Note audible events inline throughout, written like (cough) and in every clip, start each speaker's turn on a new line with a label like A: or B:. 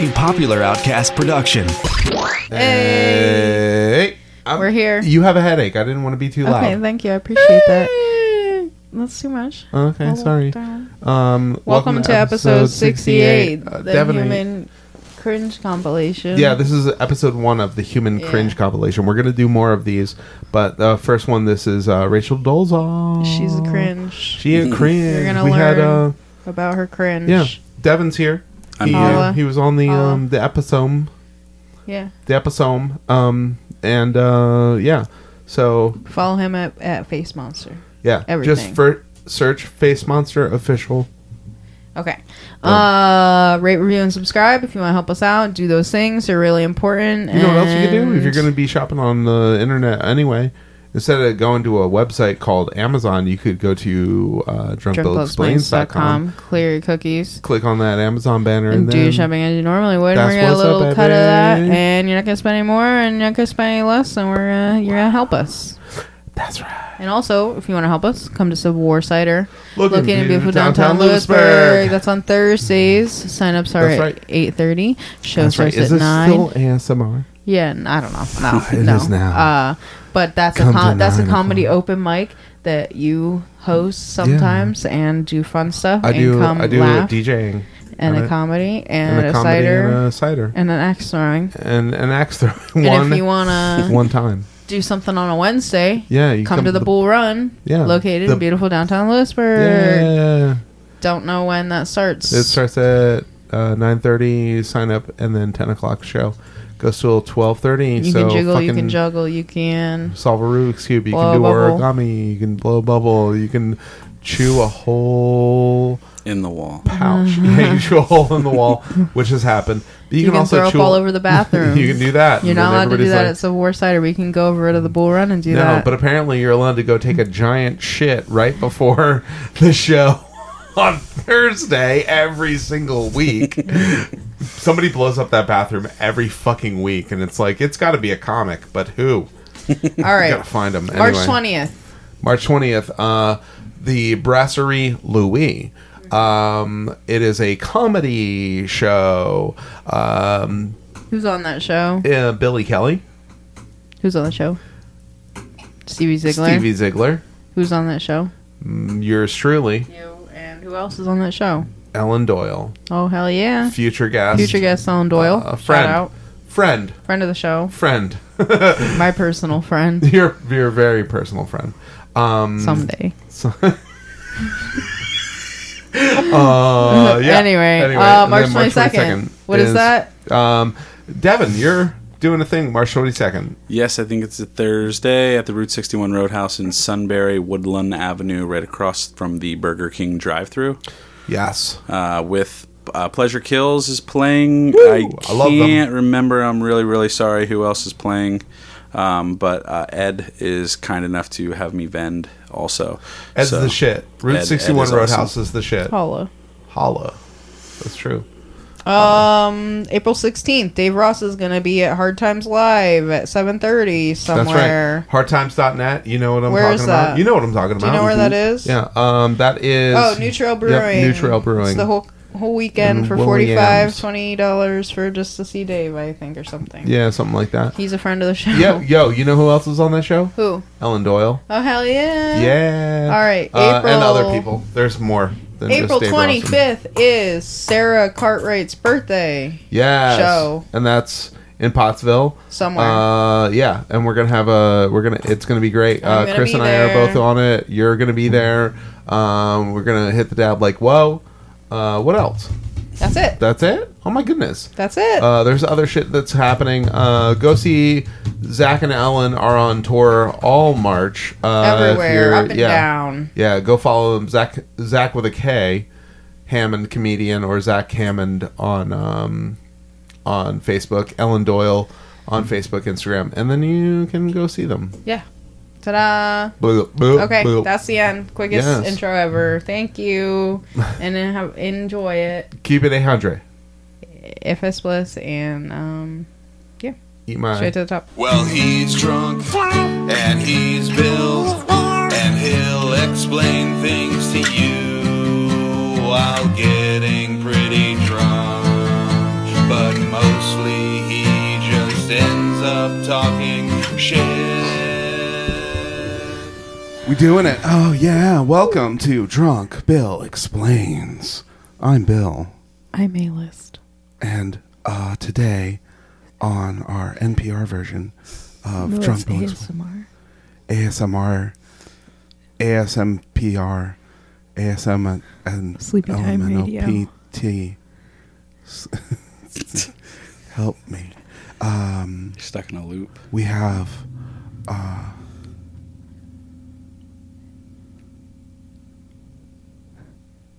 A: A popular outcast production.
B: Hey, I'm-
C: We're here.
B: You have a headache. I didn't want to be too loud.
C: Okay, thank you. I appreciate that. That's too much.
B: Uh, Okay,
C: I'll walk
B: sorry.
C: down.
B: Um,
C: Welcome, to episode 68,
B: uh,
C: the
B: Devin, are you-
C: human cringe compilation.
B: Yeah, this is episode one of the Human
C: Yeah.
B: Cringe compilation. We're gonna do more of these, but uh, first one, this is uh, Rachel Dolezal.
C: She's a cringe.
B: She a cringe.
C: You're gonna
B: Oh, we had uh,
C: learn. about her cringe.
B: yeah, Devin's here.
D: I'm
B: he,
D: here.
B: uh,
C: Holla.
B: he was on the
C: Holla.
B: um, the episode,
C: Yeah.
B: the episode, um, and uh, yeah, so
C: Follow him at, at Face Monster.
B: Yeah,
C: Everything.
B: just for search Face Monster official.
C: Okay. Uh, rate, review, and subscribe if you want to help us out. Do those things; they're really important.
B: You know what else you can do if you're
C: and-
B: going to be shopping on the internet anyway. Instead of going to a website called Amazon, you could go to uh,
C: drinkblogsplains.com.
B: drunkblogsplains.com,
C: Clear your cookies.
B: click on that Amazon banner, and,
C: And do
B: then
C: your shopping as you normally would. And
B: That's
C: we're gonna get a
B: what's up,
C: little cut of that,
B: baby.
C: and you're not gonna spend any more, and you're not gonna spend any less, and we're gonna, you're gonna help us.
B: that's right.
C: And also, if you want to help us, come to Civil War Cider.
B: Looking
C: Looking at beautiful downtown, Lewisburg. That's on Thursdays. Sign ups are
B: That's
C: at
B: right.
C: eight thirty. Show
B: That's right.
C: starts
B: Is
C: at
B: this
C: nine.
B: still ASMR?
C: Yeah, n- I don't
B: (sighs)
C: know. No,
B: It
C: no.
B: is now.
C: Uh, but that's a
B: Come
C: com-
B: to
C: that's a
B: nine
C: comedy
B: o'clock.
C: open mic that you host sometimes and do fun stuff
B: I
C: and
B: do.
C: come
B: I do
C: laugh
B: DJing
C: and
B: and
C: a
B: a-
C: comedy and,
B: and a
C: a,
B: comedy
C: cider and,
B: and a cider
C: an axe throwing.
B: and an axe throw
C: and if you
B: one
C: wanna
B: (laughs) one time.
C: do something on a Wednesday,
B: Yeah, you
C: come, to the, Bull Run.
B: Yeah,
C: located
B: the-
C: in beautiful downtown Lewisburg.
B: Yeah.
C: Don't know when that starts.
B: It starts at uh, nine thirty. Sign up, and then ten o'clock show goes till twelve thirty.
C: you
B: so
C: can jiggle, you
B: fucking
C: can juggle, you can.
B: Solve a Rubik's cube. You
C: Blow
B: can do
C: a bubble.
B: origami. You can blow a bubble. You can chew a hole.
D: in the wall.
B: Pouch. yeah, you chew a hole in the wall, which has happened. But you,
C: Mm-hmm. You,
B: can,
C: can
B: also
C: throw up
B: chew
C: all
B: (laughs)
C: over the bathroom.
B: you can do that.
C: You're
B: and then
C: not allowed to do
B: everybody's
C: that
B: like,
C: at Civil War Cider. We can go over to the Bull Run and do
B: no,
C: that.
B: but apparently you're allowed to go take a giant shit right before (laughs) the show (laughs) on Thursday every single week. Somebody blows up that bathroom every fucking week, and it's like it's got to be a comic, but who?
C: all
B: You
C: right,
B: gotta find them. Anyway,
C: March 20th.
B: March twentieth. Uh, the Brasserie Louis. Um, it is a comedy show. Um,
C: Who's on that show?
B: uh, Billy Kelly,
C: Who's on the show? Stevie Ziegler.
B: Stevie Ziegler, mm,
C: Who's on that show?
B: yours truly,
C: You and who else is on that show?
B: Ellen Doyle,
C: Oh hell yeah!
B: future guest,
C: Future guest Ellen Doyle.
B: Uh,
C: Shout
B: friend.
C: out,
B: friend,
C: friend of the show,
B: friend, (laughs)
C: my personal friend.
B: your your very personal friend. Um,
C: Someday.
B: so- uh, yeah.
C: Anyway, uh,
B: and
C: March
B: then
C: 22nd. What is that?
B: Um, Devin, you're doing a thing March 22nd.
D: Yes, I think it's a Thursday at the Route 61 Roadhouse in Sunbury, Woodland Avenue, right across from the Burger King drive-through.
B: Yes.
D: Uh, with uh, Pleasure Kills is playing. I
B: I love them.
D: can't remember. I'm really, really sorry who else is playing. Um, but uh, Ed is kind enough to have me vend also.
B: Ed's
D: So-
B: the shit. Route
D: Ed- Ed
B: 61
D: is
B: Roadhouse
D: awesome.
B: is the shit.
C: Paula.
B: Hollow. That's true.
C: Um, April 16th, Dave Ross is going to be at Hard Times Live at 7:30
B: That's
C: somewhere.
B: right. Hardtimes.net. You know what I'm
C: Where
B: talking
C: is
B: about.
C: that?
B: You know what I'm talking about.
C: Do you know where that is?
B: Yeah. Um, that is.
C: Oh, New Trail
B: Yep,
C: Brewing.
B: New Trail Brewing.
C: It's the whole whole weekend
B: In
C: for
B: Williams.
C: 45 20 dollars for just to see Dave, I think, or something.
B: yeah, something like that.
C: (laughs) He's a friend of the show.
B: Yo, yo, you know who else was on that show?
C: Who?
B: Ellen Doyle.
C: Oh hell yeah!
B: Yeah.
C: All right,
B: Uh, and other
C: April-
B: people. There's more. Than just
C: April
B: Dave
C: twenty
B: Ross.
C: fifth is Sarah Cartwright's birthday
B: Yes.
C: show.
B: And that's in Pottsville.
C: somewhere.
B: Uh, yeah, and we're gonna have a we're gonna it's gonna be great.
C: I'm
B: Uh,
C: gonna
B: Chris
C: be
B: and I
C: there.
B: are both on it. You're gonna be there. Um, we're gonna hit the dab like whoa. Uh, what else?
C: That's it.
B: That's it. Oh my goodness.
C: That's it.
B: Uh, there's other shit that's happening. Uh, go see Zach and Ellen are on tour all March. Uh, if
C: Everywhere,
B: you're-
C: up and
B: yeah.
C: down.
B: Yeah, go follow them. Zach Zach with a K, Hammond comedian, or Zach Hammond on um, on Facebook. Ellen Doyle on Facebook, Instagram, and then you can go see them.
C: Ta-da!
B: Bloop, bloop,
C: Okay,
B: bloop.
C: that's the end. Quickest
B: Yes.
C: intro ever. Thank
B: (laughs)
C: you, and then have, enjoy it.
B: keep it a hundred.
C: FS Bliss and um,
B: Eat my.
C: straight to the top.
E: Well, he's drunk and he's Bill, and he'll explain things to you while getting pretty drunk. But mostly he just ends up talking shit.
F: We doing it. Oh yeah. Welcome to Drunk Bill Explains. I'm Bill,
C: I'm A list.
F: and uh, today on our NPR version of Drunk Bill Expl-
C: ASMR.
F: ASMR, ASMPR, ASM and
C: Sleepy time radio.
B: (laughs)
F: LMNOPT. Help me.
D: You're stuck in a loop.
F: We have uh,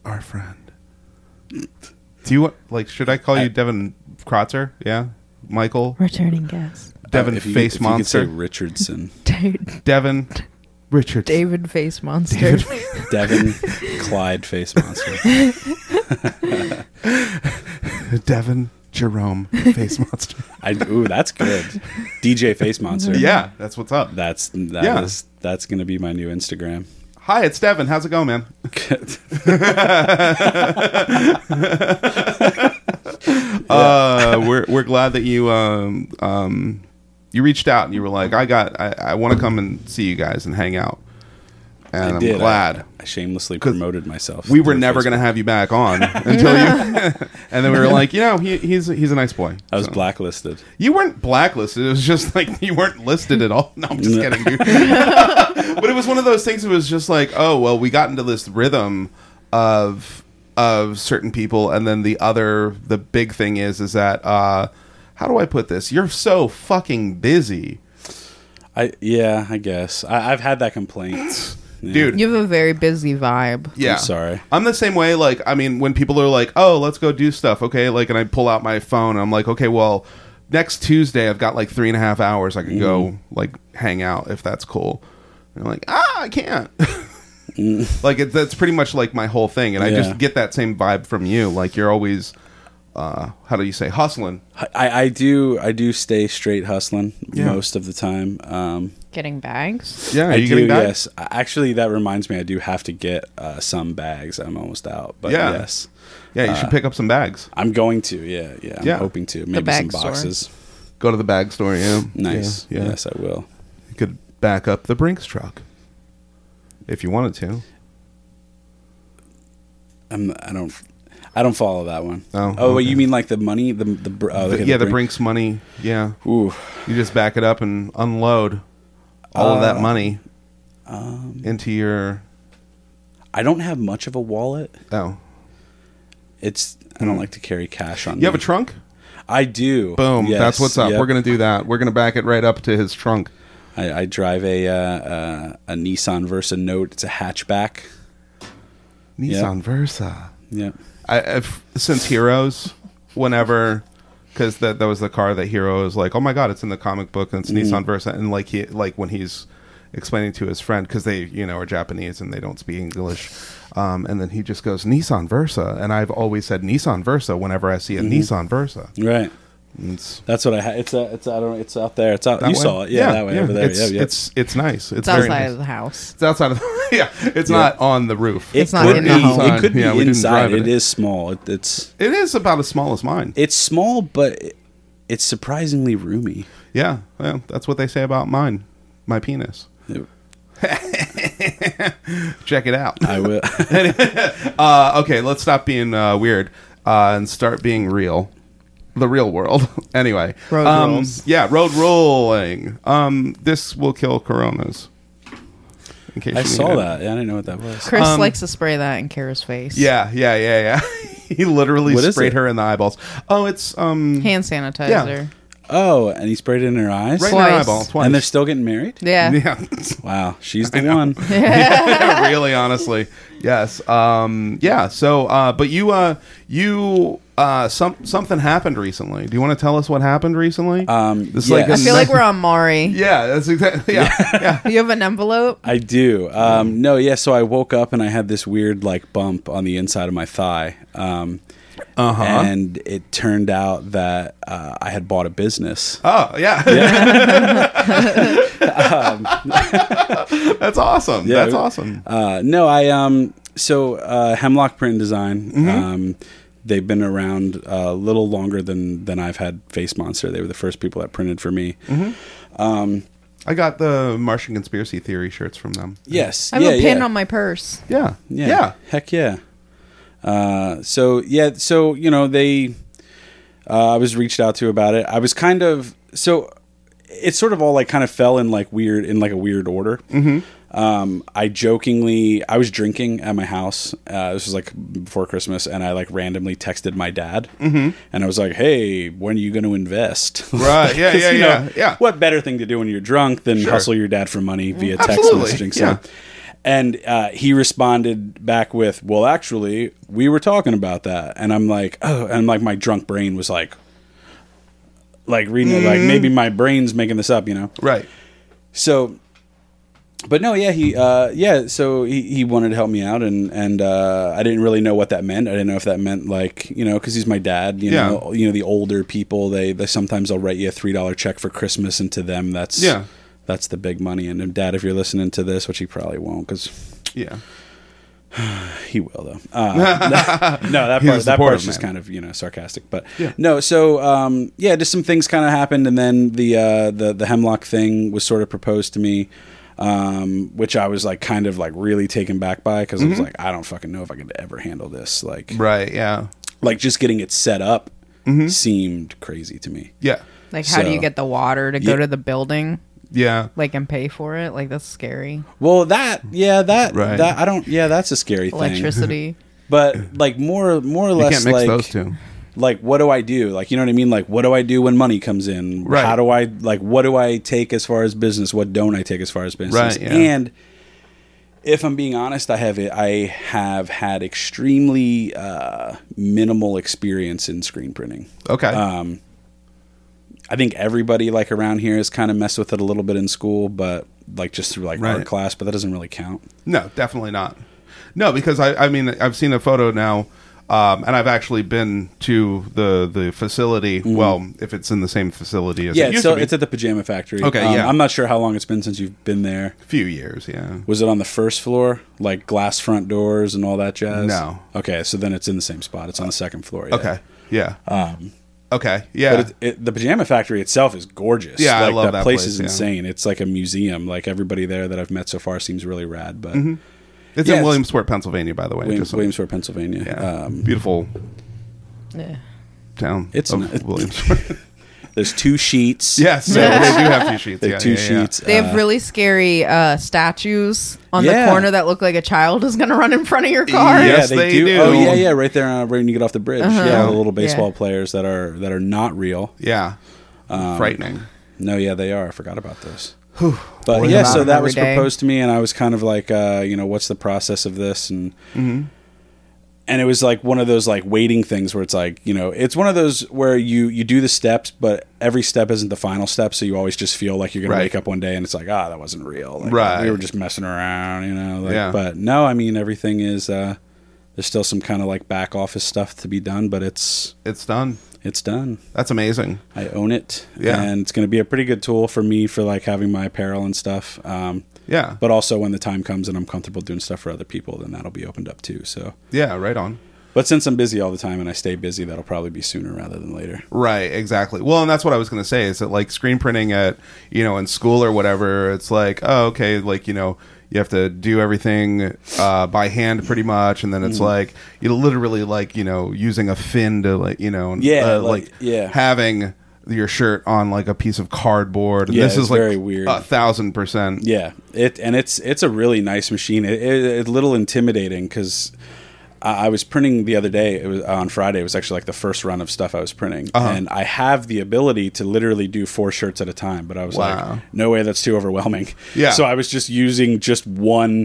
F: our friend.
B: Do you want like? Should I call you Devin Crotzer? Yeah, Michael
C: Returning guest.
B: Devin
D: Uh, if you-
B: Face
D: if
B: Monster.
D: You could say Richardson,
C: (laughs) Dude,
B: Devin.
F: Richard.
C: David Face Monster.
D: Devin Clyde Face Monster.
F: Devin
B: (laughs)
F: Jerome Face Monster.
D: I, ooh, that's good. DJ Face Monster.
B: Yeah, that's what's up.
D: That's that
B: Yeah.
D: is- that's gonna be my new Instagram. (laughs)
B: Hi, it's Devin. How's it going, man?
F: (laughs)
B: Uh, we're we're glad that you um um you reached out and you were like, I got I, I want to come and see you guys and hang out. And
D: I
B: I'm
D: did. I-
B: glad.
D: I, shamelessly promoted myself.
B: we
D: to
B: were
D: the
B: never
D: Facebook.
B: going to have you back
D: (laughs)
B: on until you, (laughs) and then we were like, you know, he, he's he's a nice boy.
D: I was
B: So-
D: blacklisted.
B: You weren't blacklisted. It was just (laughs) like you weren't listed at all. (laughs) No, I'm just
D: No.
B: kidding. Dude. but it was one of those things. It was just like, oh well, we got into this rhythm of of certain people, and then the other the big thing is is that uh, how do I put this? You're so fucking busy,
D: I yeah, I guess I, I've had that complaint, Yeah.
B: dude.
C: you have a very busy vibe.
B: yeah,
D: I'm sorry.
B: I'm the same way. Like, I mean, when people are like, "Oh, let's go do stuff," okay, like, and I pull out my phone, I'm like, "Okay, well, next Tuesday, I've got like three and a half hours. I can go
D: Mm-hmm.
B: like hang out if that's cool." And I'm like, "Ah, I can't." (laughs) like, it, that's pretty much like my whole thing, and I
D: Yeah.
B: just get that same vibe from you. Like, you're always, uh, how do you say, hustling?
D: I, I do I do stay straight hustling
B: Yeah.
D: most of the time. Um,
C: Getting bags.
B: Yeah, are
D: I
B: you
D: do
B: getting back?
D: yes. A- Actually, that reminds me. I do have to get uh, some bags. I'm almost out, but
B: Yeah.
D: yes,
B: Yeah,
D: Uh,
B: you should pick up some bags.
D: I'm going to. Yeah, yeah. I'm
B: Yeah.
D: hoping to maybe some
C: bag store.
D: boxes.
B: Go to the bag store. Yeah,
D: Nice.
B: Yeah, yeah.
D: Yes, I will.
B: You could back up the Brinks truck if you wanted to.
D: I'm. I don't. I don't follow that one.
B: Oh,
D: oh wait,
B: okay.
D: you mean like the money? The the, br- oh, okay,
B: yeah, the
D: brink-
B: Brinks money. Yeah.
D: Ooh,
B: You just back it up and unload all of
D: Uh,
B: that money into your
D: I don't have much of a wallet.
B: oh.
D: It's I don't like to carry cash on.
B: Hmm. You have a
D: me.
B: trunk?
D: I do.
B: Boom. That's
D: Yes,
B: what's up.
D: yep.
B: We're gonna do that. We're gonna back it right up to his trunk.
D: I, I drive a uh, uh, a Nissan Versa Note. It's a hatchback.
B: Nissan Versa.
D: Yeah.
B: I, I've, since Heroes, whenever, because that that was the car that Hero is like, oh my god, it's in the comic book and it's
D: Mm-hmm.
B: Nissan Versa, and like he like when he's explaining to his friend because they you know are Japanese and they don't speak English, um, and then he just goes Nissan Versa, and I've always said Nissan Versa whenever I see a Nissan Versa.
D: Right.
B: It's
D: That's what I had. Mm-hmm. It's a. It's I don't. It's out there. It's out.
B: that
D: you
B: way.
D: saw it. Oh, Yeah, that way over there.
B: It's,
D: yeah, yeah.
B: it's it's nice. It's,
C: It's
B: very
C: outside
B: nice. (laughs)
C: of the house.
B: It's outside of the, yeah. It's not on the roof.
D: It
C: It's not
D: could
C: in the
D: be-
C: home.
D: It could be
B: Yeah, we didn't
D: inside.
B: drive it.
D: it is small. It, it's
B: it is about as small as mine.
D: it's small, but it- it's surprisingly roomy.
B: yeah, well, that's what they say about mine, my penis.
D: It-
B: Check it out. (laughs)
D: I will.
B: Uh, okay, let's stop being uh, weird uh, and start being real. The real world. (laughs) anyway.
C: Road
B: um,
C: rules.
B: Yeah, road rolling. Um, this will kill coronas. In case
D: I
B: you
D: saw
B: needed.
D: that. Yeah, I didn't know what that was.
C: Chris likes to spray that in Kara's face.
B: Um, Yeah, yeah, yeah, yeah. (laughs) he literally
D: What is
B: sprayed
D: it?
B: her in the eyeballs. Oh, it's um
C: Hand sanitizer.
D: Oh, and he sprayed it in her eyes.
B: right in her
C: Twice.
B: eyeball twice.
D: And they're still getting married.
B: (laughs)
C: Yeah.
B: yeah.
D: Wow, she's the
B: (laughs)
D: one.
B: really honestly yes um yeah so uh but you uh you uh some something happened recently do you want to tell us what happened recently
D: Um,
B: It's
D: yes.
B: like
C: I
B: (laughs)
C: feel like we're on Maury.
B: yeah that's exactly (laughs) yeah yeah
C: You have an envelope?
D: I do. Um, no, yeah. So I woke up and I had this weird like bump on the inside of my thigh. Um,
B: uh-huh
D: And it turned out that uh, I had bought a business.
B: oh yeah, that's awesome
D: Yeah.
F: (laughs)
B: that's awesome
D: Uh, no, I um. so uh, Hemlock Print and Design.
B: Mm-hmm.
D: Um, they've been around a little longer than than I've had Face Monster. They were the first people that printed for me.
B: Mm-hmm.
F: I got the Martian conspiracy theory shirts from them.
D: Yes,
C: I have
D: yeah,
C: a pin
D: yeah.
C: on my purse.
F: Yeah.
D: Yeah. Heck yeah. Uh, so yeah, so you know they, uh, I was reached out to about it. I was kind of so it sort of all like kind of fell in like weird in like a weird order. Mm-hmm. Um, I jokingly I was drinking at my house. Uh, this was like before Christmas, and I like randomly texted my dad, mm-hmm. and I was like, "Hey, when are you going to invest?" (laughs)
F: Right, yeah,
D: 'Cause,
F: yeah,
D: you
F: yeah,
D: know,
F: yeah.
D: What better thing to do when you're drunk than hustle your dad for money via text
F: Absolutely,
D: messaging? So
F: yeah.
D: and uh, he responded back with, "Well, actually, we were talking about that." And I'm like, "Oh," and like my drunk brain was like, like reading it, like maybe my brain's making this up, you know?
F: Mm-hmm. Right.
D: So, but no, yeah, he, uh, yeah, so he, he wanted to help me out, and and uh, I didn't really know what that meant. I didn't know if that meant like you know because he's my dad, you
F: Yeah.
D: know, you know the older people they they sometimes they'll write you a three dollar check for Christmas, and to them that's
F: Yeah.
D: That's the big money, and if dad, if you're listening to this, which he probably won't, because
F: Yeah.
D: he will
F: (laughs)
D: though. Uh, no, no, that
F: He's
D: part that part's
F: a supportive
D: just
F: man.
D: kind of you know sarcastic, but
F: Yeah.
D: no. So um, yeah, just some things kind of happened, and then the uh, the the hemlock thing was sort of proposed to me, um, which I was like kind of like really taken back by because I was like, I don't fucking know if I could ever handle this. Like
F: Mm-hmm. Right. Mm-hmm. Yeah.
D: like just getting it set up seemed crazy to me.
F: Yeah.
C: Like, how do
D: So-
C: you get the water to go
D: Yeah.
C: to the building,
F: Yeah.
C: like, and pay for it? Like, that's scary.
D: Well, that yeah, that
F: Right.
D: that I don't yeah, that's a scary thing.
C: Electricity.
D: But like more more or
F: You
D: less
F: can't mix
D: like
F: those two.
D: like what do I do? Like you know what I mean? Like what do I do when money comes in?
F: Right.
D: How do I like what do I take as far as business? What don't I take as far as business?
F: Right, yeah.
D: And if I'm being honest, I have it. I have had extremely uh, minimal experience in screen printing.
F: Okay.
D: uh, I think everybody like around here has kind of messed with it a little bit in school, but like just through like
F: Right.
D: art class, but that doesn't really count.
F: No, definitely not. No, because I, I mean, I've seen a photo now, um, and I've actually been to the the facility. Well, if it's in the same facility as
D: Mm-hmm. yeah,
F: it
D: it's,
F: used
D: still,
F: to be,
D: it's at the pajama factory. Um,
F: Okay, yeah.
D: I'm not sure how long it's been since you've been there.
F: a few years. Yeah,
D: Was it on the first floor, like glass front doors and all that jazz?
F: No.
D: Okay, so then it's in the same spot. It's on the second floor. yeah.
F: okay, yeah,
D: Um,
F: okay, yeah.
D: but it, it, the pajama factory itself is gorgeous.
F: Yeah, I
D: like,
F: love
D: the
F: that
D: place,
F: place,
D: is
F: yeah.
D: insane. It's like a museum. Like everybody there that I've met so far seems really rad. But
F: Mm-hmm. it's
D: yes.
F: in Williamsport, Pennsylvania, by the way.
D: Williams,
F: just-
D: Williamsport, Pennsylvania.
F: yeah.
D: Um,
F: beautiful
C: Yeah.
F: town.
D: It's
F: of
D: not-
F: Williamsport.
D: (laughs) there's two sheets.
F: yes, so they do have two sheets.
D: there
F: yeah,
D: are two
F: yeah, yeah.
D: sheets.
C: They have
D: uh,
C: really scary uh, statues on
D: Yeah.
C: the corner that look like a child is going to run in front of your car.
D: yeah,
F: Yes,
D: they,
F: they
D: do.
F: do.
D: Oh yeah, yeah, right there, uh, right when you get off the bridge. Yeah, all the little
C: Uh-huh. Yeah.
D: baseball players that are that are not real.
F: Yeah,
D: Um,
F: frightening.
D: No, yeah, they are. I forgot about those. but yeah,
C: about
D: so
C: them
D: that
C: every
D: was
C: day.
D: proposed to me, and I was kind of like, uh, you know, what's the process of this? And
F: Mm-hmm.
D: and it was like one of those like waiting things where it's like, you know, it's one of those where you you do the steps, but every step isn't the final step, so you always just feel like you're gonna
F: Right.
D: wake up one day and it's like, ah, that wasn't real. Like,
F: Right.
D: We were just messing around, you know. Like,
F: Yeah.
D: But no, I mean, everything is. uh There's still some kind of like back office stuff to be done, but it's
F: It's done.
D: it's done.
F: That's amazing.
D: I own it.
F: Yeah.
D: And it's going to be a pretty good tool for me for like having my apparel and stuff. Um,
F: Yeah,
D: but also when the time comes and I'm comfortable doing stuff for other people, then that'll be opened up too. So,
F: yeah, right on.
D: but since I'm busy all the time and I stay busy, that'll probably be sooner rather than later.
F: Right, exactly. Well, and that's what I was going to say is that like screen printing at, you know, in school or whatever, it's like, oh, okay, like, you know, you have to do everything uh, by hand pretty much. And then
D: Mm-hmm.
F: it's like, you're literally like, you know, using a fin to like, you know, and,
D: Yeah,
F: uh,
D: like- yeah.
F: having your shirt on like a piece of cardboard. And
D: Yeah,
F: this is
D: it's
F: like
D: very weird.
F: a thousand percent.
D: Yeah, it and it's it's a really nice machine. It, it, it's a little intimidating because I, I was printing the other day. It was uh, on Friday. It was actually like the first run of stuff I was printing,
F: Uh-huh.
D: and I have the ability to literally do four shirts at a time. But I was
F: Wow.
D: like, no way, that's too overwhelming.
F: Yeah.
D: So I was just using just one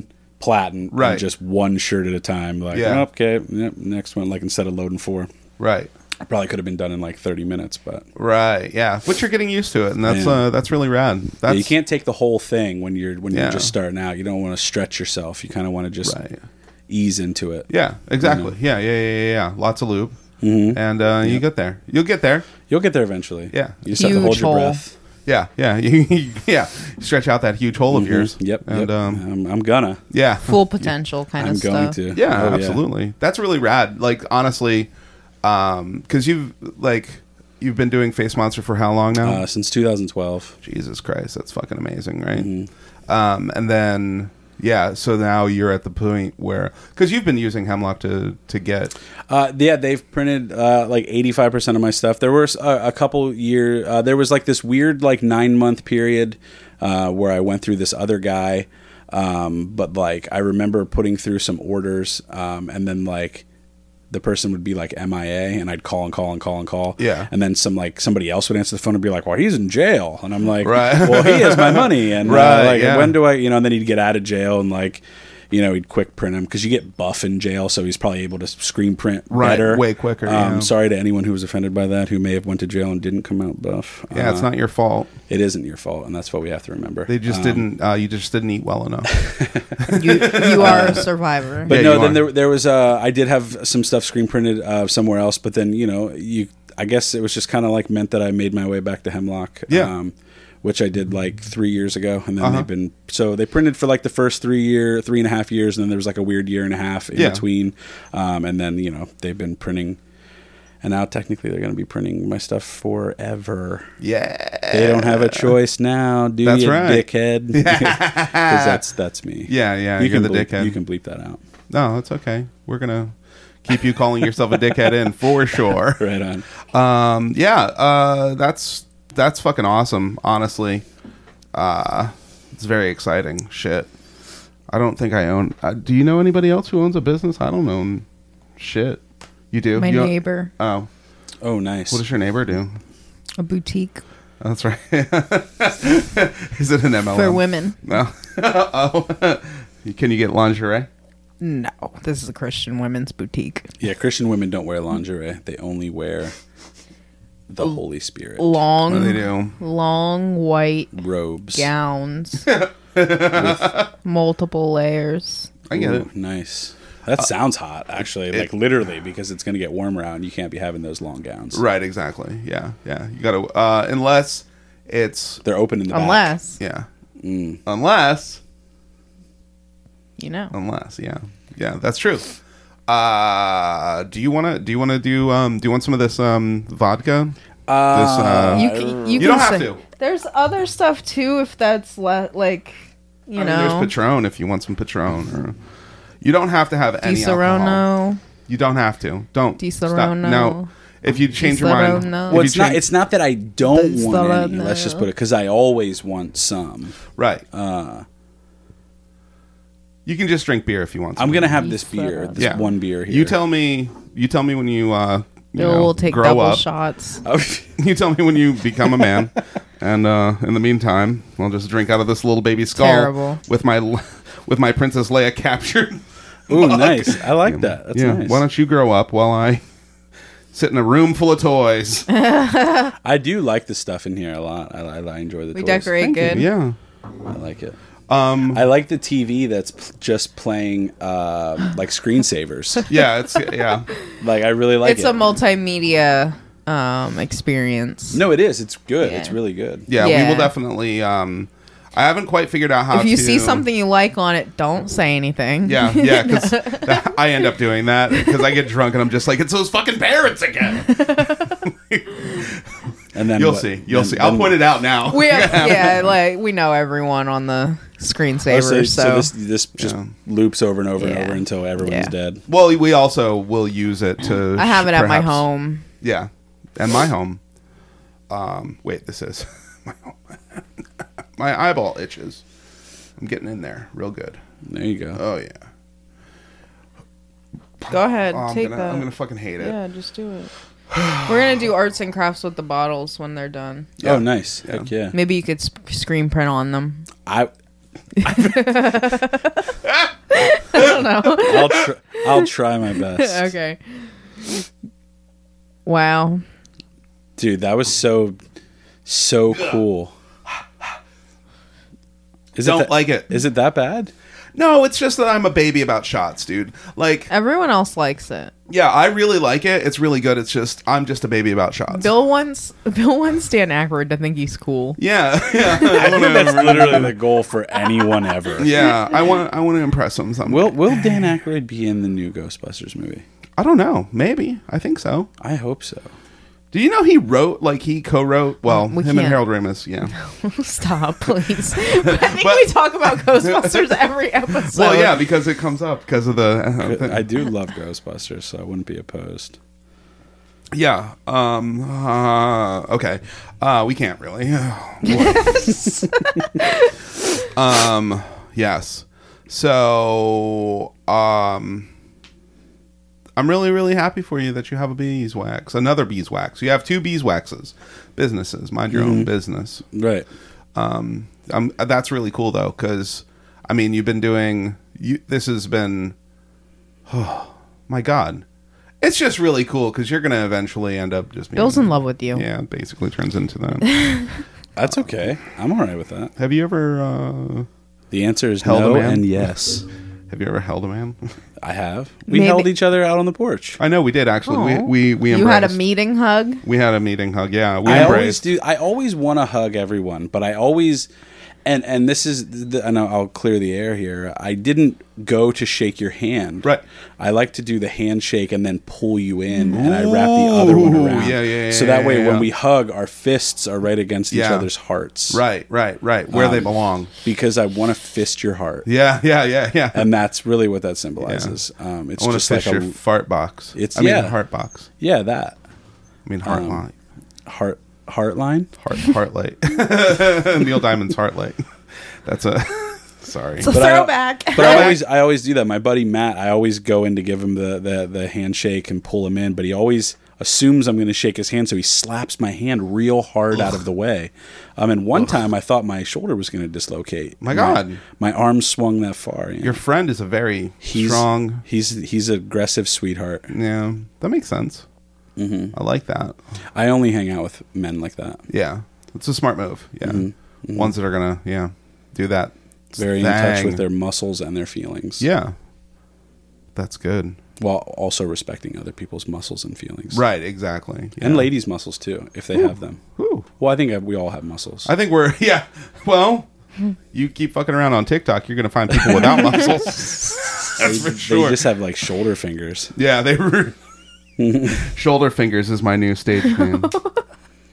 D: platen,
F: Right.
D: And just one shirt at a time. Like,
F: Yeah.
D: okay, yep, next one. Like instead of loading four,
F: Right.
D: I probably could have been done in like thirty minutes, but.
F: Right. Yeah. But you're getting used to it. And that's,
D: Yeah.
F: uh, that's really rad. That's,
D: Yeah, you can't take the whole thing when you're when
F: Yeah.
D: you're just starting out. You don't want to stretch yourself. You kind of want to just
F: Right.
D: ease into it.
F: Yeah, exactly. Yeah, yeah, yeah, yeah, yeah. Lots of lube,
D: Mm-hmm.
F: and uh, you get there. You'll get there.
D: You'll get there eventually.
F: Yeah.
D: You just have to
C: Huge
D: hold your
C: hole.
D: breath.
F: Yeah, yeah, (laughs) yeah. Stretch out that huge hole of yours.
D: Mm-hmm. Yep.
F: and
D: yep. (laughs) Oh,
F: um,
D: I'm, I'm gonna.
F: yeah,
C: Full potential kind
D: I'm
C: of
D: going
C: stuff.
D: to.
F: yeah,
D: Oh,
F: absolutely. That's really rad. Like honestly, um, because you've like you've been doing Face Monster for how long now?
D: Uh, since 2012.
F: Jesus Christ, that's fucking amazing, right?
D: mm-hmm.
F: Um, and then yeah, so now you're at the point where because you've been using Hemlock to to get
D: Uh, yeah, they've printed uh, like 85% of my stuff. There was a, a couple year. Uh, there was like this weird like nine month period uh, where I went through this other guy. Um, but like I remember putting through some orders um, and then like the person would be like MIA and I'd call and call and call and call.
F: Yeah.
D: And then some like somebody else would answer the phone and be like, well, he's in jail. And I'm like,
F: Right.
D: well, he has
F: (laughs)
D: my money. And uh,
F: Right,
D: like,
F: yeah.
D: when do I, you know, and then he'd get out of jail and like, you know, he'd quick print him because you get buff in jail. So he's probably able to screen print
F: Right,
D: better.
F: way quicker,
D: Um,
F: yeah.
D: Sorry to anyone who was offended by that, who may have went to jail and didn't come out buff.
F: yeah, it's
D: Uh,
F: not your fault.
D: It isn't your fault, and that's what we have to remember.
F: They just didn't. Uh, you just didn't eat well enough.
C: You, you are a survivor.
D: But
F: Yeah, you
D: no, then
F: are.
D: there there was uh, I did have some stuff screen printed uh, somewhere else, but then you know you I guess it was just kind of like meant that I made my way back to Hemlock. um,
F: Yeah.
D: which I did like three years ago, and then
F: Uh-huh.
D: they've been so they printed for like the first three year, three and a half years, and then there was like a weird year and a half in
F: Yeah.
D: between, um, and then you know they've been printing, and now technically they're going to be printing my stuff forever.
F: yeah,
D: They don't have a choice now, do
F: Uh, That's
D: you,
F: right. (laughs)
D: dickhead? (laughs) Because that's that's me.
F: Yeah, yeah,
D: You
F: you're
D: can
F: the
D: bleep,
F: dickhead.
D: You can bleep that out.
F: no, it's okay. We're gonna keep you calling yourself a dickhead in for sure.
D: Right on.
F: Um, yeah, uh, that's that's fucking awesome. Honestly, uh, it's very exciting shit. I don't think I own. Uh, do you know anybody else who owns a business? I don't own shit. You do.
C: My
F: You don't-
C: neighbor,
F: Oh,
D: Oh, nice.
F: what does your neighbor do?
C: a boutique
F: That's right. (laughs) Is it an MLM?
C: for women.
F: No. oh, can you get lingerie?
C: No, this is a Christian women's boutique.
D: Yeah, Christian women don't wear lingerie. They only wear the Holy Spirit
C: Long,
F: What do they do?
C: long white
D: robes.
C: gowns, multiple layers.
F: I get
D: Ooh,
F: it.
D: Nice. That
F: Uh,
D: sounds hot, actually. like literally, because it's going to get warmer out, and you can't be having those long gowns.
F: Right, exactly. Yeah, yeah. You gotta uh, unless it's
D: They're open in the back.
C: Unless
F: yeah,
D: Mm.
F: unless
C: you know,
F: unless yeah, yeah. That's true. Uh, do you wanna do you wanna do um do you want some of this um vodka? Uh,
C: you c- you,
F: you don't
C: can
F: have
C: say-
F: to.
C: There's other stuff too, if that's le- like you
F: I mean, there's
C: know,
F: Patron if you want some Patron. Or, you don't have to have any
C: Di
F: alcohol.
C: Serono.
F: You don't have to. Don't
C: Di
F: stop.
C: Serono.
F: No, if you change your mind,
C: Serono.
D: Well,
F: if you
D: it's not.
F: change-
D: It's not that I don't
C: Those are
D: want any. Let's just
C: no.
D: put it because I always want some.
F: right.
D: Uh.
F: you can just drink beer if you want.
D: I'm
F: some.
D: gonna have
C: These
D: this beer,
C: are-
D: this one beer here.
F: You tell me. You tell me when you. Uh, you
C: Bill
F: know,
C: will take
F: grow
C: double
F: up.
C: shots.
F: (laughs) You tell me when you become
C: (laughs)
F: a man, and uh, in the meantime, I'll just drink out of this little baby skull
C: Terrible.
F: with my (laughs) with my Princess
C: (laughs)
F: Leia captured. (laughs)
D: Ooh, nice. I like that. That's
F: yeah.
D: nice.
F: Why don't you grow up while I sit in a room full
C: (laughs)
F: of toys?
D: I do like the stuff in here a lot. I, I, I enjoy the.
C: We
D: toys.
C: decorate good.
F: yeah.
D: I like it. Um, I like the TV that's p- just playing
C: (gasps)
D: uh, like screensavers.
F: Yeah. It's yeah.
D: like I really like
C: it's
D: it.
C: a multimedia um experience.
D: no, it is. It's good.
C: Yeah.
D: It's really good.
F: Yeah. We
C: Yeah.
F: will definitely. Um, I haven't quite figured out how.
C: if you
F: to,
C: see something you like on it, don't say anything.
F: Yeah, yeah, because I end up doing (laughs) that because I get drunk and I'm just like, it's those fucking
C: (laughs)
F: parrots again.
D: And then
F: You'll
D: what-
F: see, you'll
D: then-
F: see. I'll
D: then-
F: point it out
C: (laughs)
F: now.
C: we have, yeah, like we know everyone on the screensaver,
D: Oh, so,
C: so,
D: so this, this just loops over and over and
C: Yeah.
D: over until everyone's
C: Yeah.
D: dead.
F: Well, we also will use it to.
C: I have it at my
F: perhaps-
C: home.
F: Yeah, at my home. Um, wait, this is (laughs) my home. my eyeball itches. I'm getting in there real good.
D: There you go.
F: Oh yeah.
C: Go ahead,
F: Oh, I'm
C: take
F: gonna,
C: that.
F: I'm gonna fucking hate it.
C: yeah, just do it. We're gonna do arts and crafts with the bottles when they're done.
D: Oh, nice. Heck yeah.
C: Maybe you could sp- screen print on them. (laughs)
D: I. I don't know. (laughs) I'll tr- I'll try my
C: (laughs)
D: best.
C: okay. Wow.
D: Dude, that was so so cool. Is
F: Don't
D: that-
F: like it.
D: Is it that bad?
F: No, it's just that I'm a baby about shots, dude. Like,
C: Everyone else likes it.
F: yeah, I really like it. It's really good. It's just I'm just a baby about shots.
C: Bill wants (laughs) Bill wants Dan Aykroyd to think he's cool. (laughs)
F: yeah, (laughs) yeah,
D: (laughs) I think that's literally the goal for anyone ever.
F: yeah. I want I want to impress him. Someday.
D: Will Will Dan Aykroyd be in the new Ghostbusters movie?
F: I don't know. Maybe I think so.
D: I hope so.
F: Do you know he wrote like he co-wrote? Well,
C: We
F: him and
C: can't.
F: Harold
C: (laughs)
F: Ramis. Yeah.
C: Stop, please. (laughs) I think we talk about
F: (laughs)
C: Ghostbusters every episode.
F: well, yeah, because it comes up because of the. (laughs)
D: I do love Ghostbusters, so I wouldn't be opposed.
F: yeah. Um. uh, okay. Uh, we can't really. (sighs) um. Yes. So. Um. I'm really, really happy for you that you have a beeswax, another beeswax. You have two beeswaxes, businesses. Mind your own business.
D: Right.
F: um um that's really cool though because i mean you've been doing you this has been (sighs) my god it's just really cool because you're gonna eventually end up just being
C: Bill's in love with you.
F: yeah it basically turns
C: (laughs)
F: into that
D: That's okay. I'm all right with that.
F: have you ever uh
D: The answer is
F: Held a
D: no
F: man?
D: and yes.
F: have you ever held a man
D: I have. We
C: Maybe-
D: held each other out on the porch.
F: i know we did actually
C: Aw.
F: we we we
C: You had a
F: embraced.
C: meeting hug.
F: we had a meeting hug yeah we
D: I always
F: embraced
D: do. I always want to hug everyone, but I always, and and this is, the, and I'll- I'll clear the air here. I didn't go to shake your hand.
F: Right.
D: I like to do the handshake and then pull you in, and I wrap the other one
F: Ooh,
D: around.
F: yeah, yeah, yeah,
D: So that
F: yeah,
D: way,
F: yeah, yeah.
D: when we hug, our fists are right against each
F: Yeah.
D: other's hearts.
F: right right right where they
D: Um,
F: belong
D: Because I want to fist your heart,
F: yeah yeah yeah yeah
D: and that's really what that symbolizes. Um, it's
F: i want to
D: just like
F: fish your
D: a
F: fart box
D: It's-
F: i mean
D: yeah.
F: heart box
D: yeah that
F: i mean heart
D: Um,
F: line
D: (laughs) heart heart line.
F: Heart, Heartlight. (laughs) Neil Diamond's Heartlight. That's a (laughs) sorry.
C: It's a
D: I-
C: throwback.
D: But I
F: (laughs)
D: always I always do that. My buddy Matt, I always go in to give him the the, the handshake and pull him in, but he always assumes I'm going to shake his hand, so he slaps my hand real hard out of the way. Um, and one time I thought my shoulder was going to dislocate.
F: My God.
D: my, arm swung that far. yeah.
F: Your friend is a very
D: he's,
F: strong.
D: He's he's aggressive sweetheart.
F: Yeah, that makes sense.
D: Mm-hmm.
F: I like that.
D: I only hang out with men like that.
F: Yeah, it's a smart move. Yeah,
D: Mm-hmm.
F: ones that are gonna yeah do that.
D: Very in touch
F: thing.
D: with their muscles and their feelings.
F: Yeah, that's good.
D: While also respecting other people's muscles and feelings.
F: Right, exactly. Yeah.
D: And ladies' muscles too, if they have them.
F: Whew.
D: Well, I think uh, we all have muscles.
F: I think we're (laughs) yeah. Well, you keep fucking around on TikTok, you're gonna find people
D: (laughs)
F: without muscles.
D: they,
F: for
D: they
F: sure.
D: just have like shoulder fingers.
F: Yeah, they (laughs) were. Shoulder fingers is my
D: (laughs)
F: new stage name.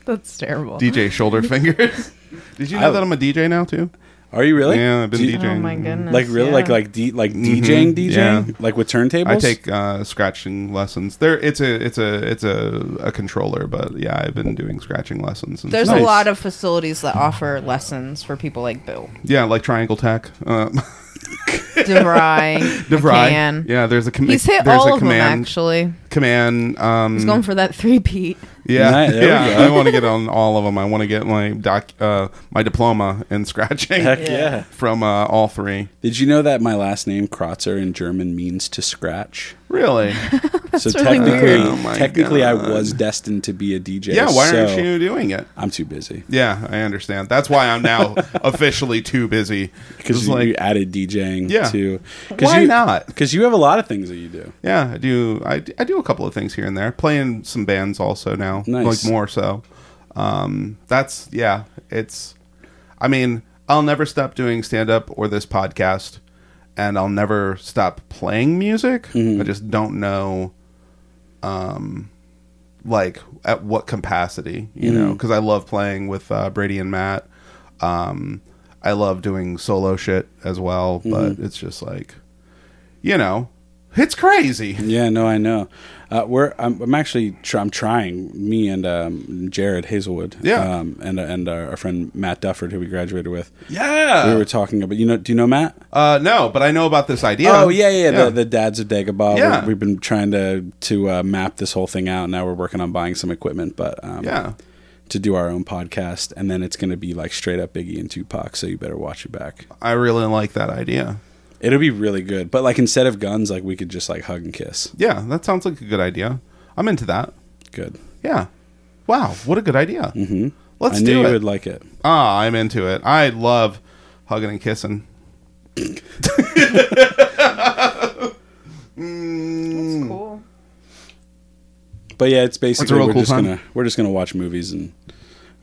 C: That's terrible.
F: DJ Shoulder Fingers. (laughs) Did you know
D: I-
F: that I'm a DJ now too?
D: Are you really?
F: Yeah, I've been
D: Do you-
F: DJing.
C: oh my goodness.
D: Like really,
C: yeah.
D: like like D, like DJing, DJing,
F: yeah.
D: like with turntables.
F: I take uh, scratching lessons. There, it's a it's a it's a, a controller, but yeah, I've been doing scratching lessons. And
C: There's
F: stuff.
C: a lot of facilities that offer lessons for people like Bill.
F: yeah, like Triangle Tech, uh, (laughs)
C: DeVry.
F: DeVry.
C: McCann.
F: Yeah, there's a com-
C: He's hit
F: there's
C: all
F: a
C: of them,
F: command
C: actually.
F: command. Um,
C: He's going for that three peat.
F: yeah,
D: Nice, there we
F: yeah.
D: go.
F: (laughs) I want to get on all of them. I want to get my doc uh, my diploma in scratching
D: Heck yeah.
F: from uh, all three.
D: Did you know that my last name Kratzer in German means to scratch? (laughs)
F: Really?
D: so
C: really
D: technically,
C: weird.
F: Oh my
D: technically, I
F: God.
D: was destined to be a DJ.
F: yeah. Why
D: so
F: aren't you doing it?
D: I'm too busy
F: Yeah, I understand. That's why I'm
D: (laughs)
F: now officially too busy.
D: because
F: It's
D: you,
F: like,
D: you added DJing
F: Yeah.
D: to.
F: Why not?
D: Because you have a lot of things that you do.
F: yeah, I do. I, d- I do a couple of things here and there. Playing some bands also now,
D: Nice.
F: like more so. Um, that's yeah. It's. I mean, I'll never stop doing stand up or this podcast, and I'll never stop playing music. I just don't know, um, like at what capacity you know, because I love playing with uh, Brady and Matt. Um, I love doing solo shit as well, but it's just like, you know, it's crazy.
D: Yeah, no, I know. Uh, we're I'm, I'm actually tr- I'm trying me and um, Jared Hazelwood,
F: Yeah.
D: um, and and our, our friend Matt Dufford, who we graduated with.
F: Yeah.
D: we were talking about you know do you know Matt?
F: Uh, no, but I know about this idea.
D: Oh yeah, yeah, The, the dads of Dagobah.
F: Yeah.
D: We, we've been trying to to uh, map this whole thing out. Now we're working on buying some equipment, but um,
F: yeah.
D: to do our own podcast, and then it's going to be like straight up Biggie and Tupac. So you better watch your back.
F: I really like that idea.
D: It'll be really good. But like instead of guns, like we could just like hug and kiss.
F: Yeah, that sounds like a good idea. I'm into that.
D: Good.
F: Yeah. Wow, what a good idea. Mm-hmm. Let's
D: I knew
F: do
D: you
F: it.
D: would like it.
F: ah, I'm into it. I love hugging and kissing.
C: That's cool.
D: But yeah, it's basically
F: real
D: we're
F: cool
D: just
F: time.
D: gonna we're just gonna watch movies and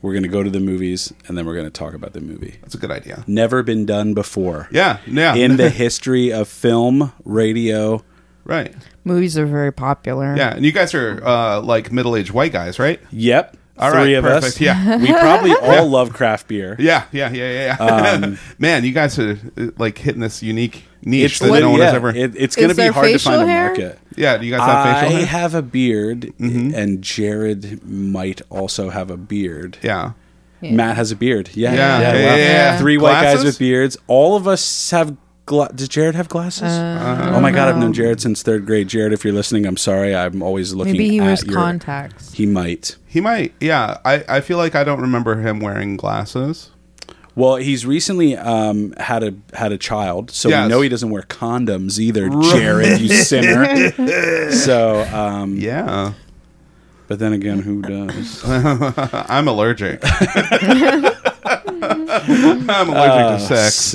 D: we're gonna go to the movies and then we're gonna talk about the movie.
F: That's a good idea.
D: Never been done before.
F: Yeah, yeah.
D: In the history of film, radio.
F: right.
C: Movies are very popular.
F: Yeah, and you guys are uh, like middle-aged white guys, right?
D: Yep.
F: All right,
D: three of
F: perfect.
D: us.
F: Yeah.
D: We
F: (laughs)
D: probably all love craft beer.
F: Yeah, yeah, yeah, (laughs) yeah. yeah. Man, you guys are uh, like hitting this unique niche
D: Um, It's
F: that no
D: lit-
F: one
D: yeah,
F: has ever.
D: it- it's gonna
C: Is
D: be
C: there
D: hard to find
C: facial
D: a
C: hair?
D: market.
F: yeah, do you guys have
D: I
F: facial hair? Mm-hmm.
D: have a beard, and Jared might also have a beard.
F: yeah.
D: Matt has a beard. Yeah,
F: Yeah, yeah, yeah, yeah.
D: Three white guys
F: Glasses?
D: with beards. All of us have. Gla- Does Jared have glasses?
F: Uh,
D: oh my god, I've known Jared since third grade. Jared, if you're listening, I'm sorry. I'm always looking.
C: Maybe he
D: at
C: wears
D: your-
C: contacts.
D: He might.
F: He might. Yeah, I, I feel like I don't remember him wearing glasses.
D: Well, he's recently um, had a had a child, so
F: Yes.
D: we know he doesn't wear condoms either.
F: (laughs)
D: Jared, you sinner. so, um,
F: Yeah,
D: but then again, who
F: (laughs)
D: does?
F: I'm allergic. (laughs) I'm allergic to sex.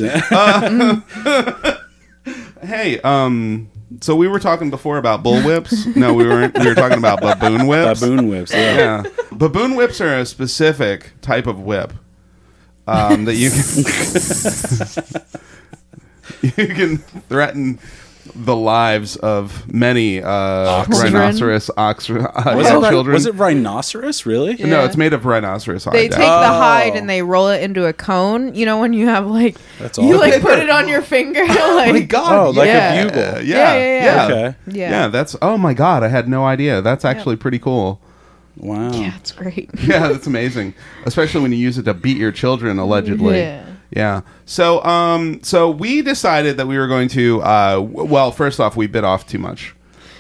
F: Hey, um, so we were talking before about bullwhips. no, we weren't. We were talking about baboon whips.
D: Baboon whips. Yeah.
F: Yeah, baboon whips are a specific type of whip um, that you can you can (laughs) threaten the lives of many uh,
C: Children.
F: rhinoceros ox- uh,
D: Was,
F: yeah,
D: it, ri-
F: children.
D: was it rhinoceros? Really?
C: Yeah.
F: No, it's made of rhinoceros hide.
C: They take
F: Dad.
C: the hide and they roll it into a cone. You know when you have like
D: That's
C: you
D: all.
C: like put it on your finger. (laughs) Like,
F: (laughs) oh my god!
D: Oh, like
C: Yeah.
D: a bugle.
F: yeah,
C: Yeah, yeah,
F: yeah.
C: yeah.
D: Okay.
C: Yeah.
F: Yeah, that's oh my god! I had no idea. That's actually pretty cool. (laughs)
D: Wow.
C: yeah, it's great.
F: Yeah, that's amazing. Especially when you use it to beat your children, allegedly.
C: Yeah.
F: Yeah. So, um, so we decided that we were going to. Uh, w- well, first off, we bit off too much.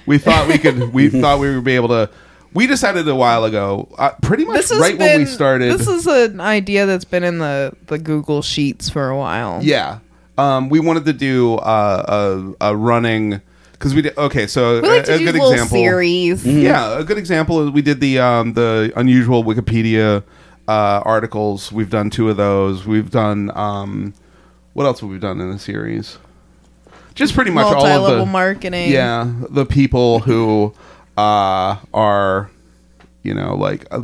F: We thought we could.
C: (laughs)
F: we thought we would be able to. We decided a while ago, uh, pretty much
C: This has
F: right
C: been
F: when we started.
C: This is an idea that's been in the the Google Sheets for a while.
F: yeah. Um, we wanted to do uh, a, a running because we did. Okay, so
C: we like
F: a,
C: to
F: a
C: do
F: good
C: little
F: example. Mm-hmm.
C: series.
F: Yeah, a good example is we did the um, the unusual Wikipedia uh, articles. We've done two of those. We've done um, what else have we done in the series? Just pretty much all
C: Multi
F: of
C: level
F: the
C: marketing.
F: yeah the people who uh, are you know like uh,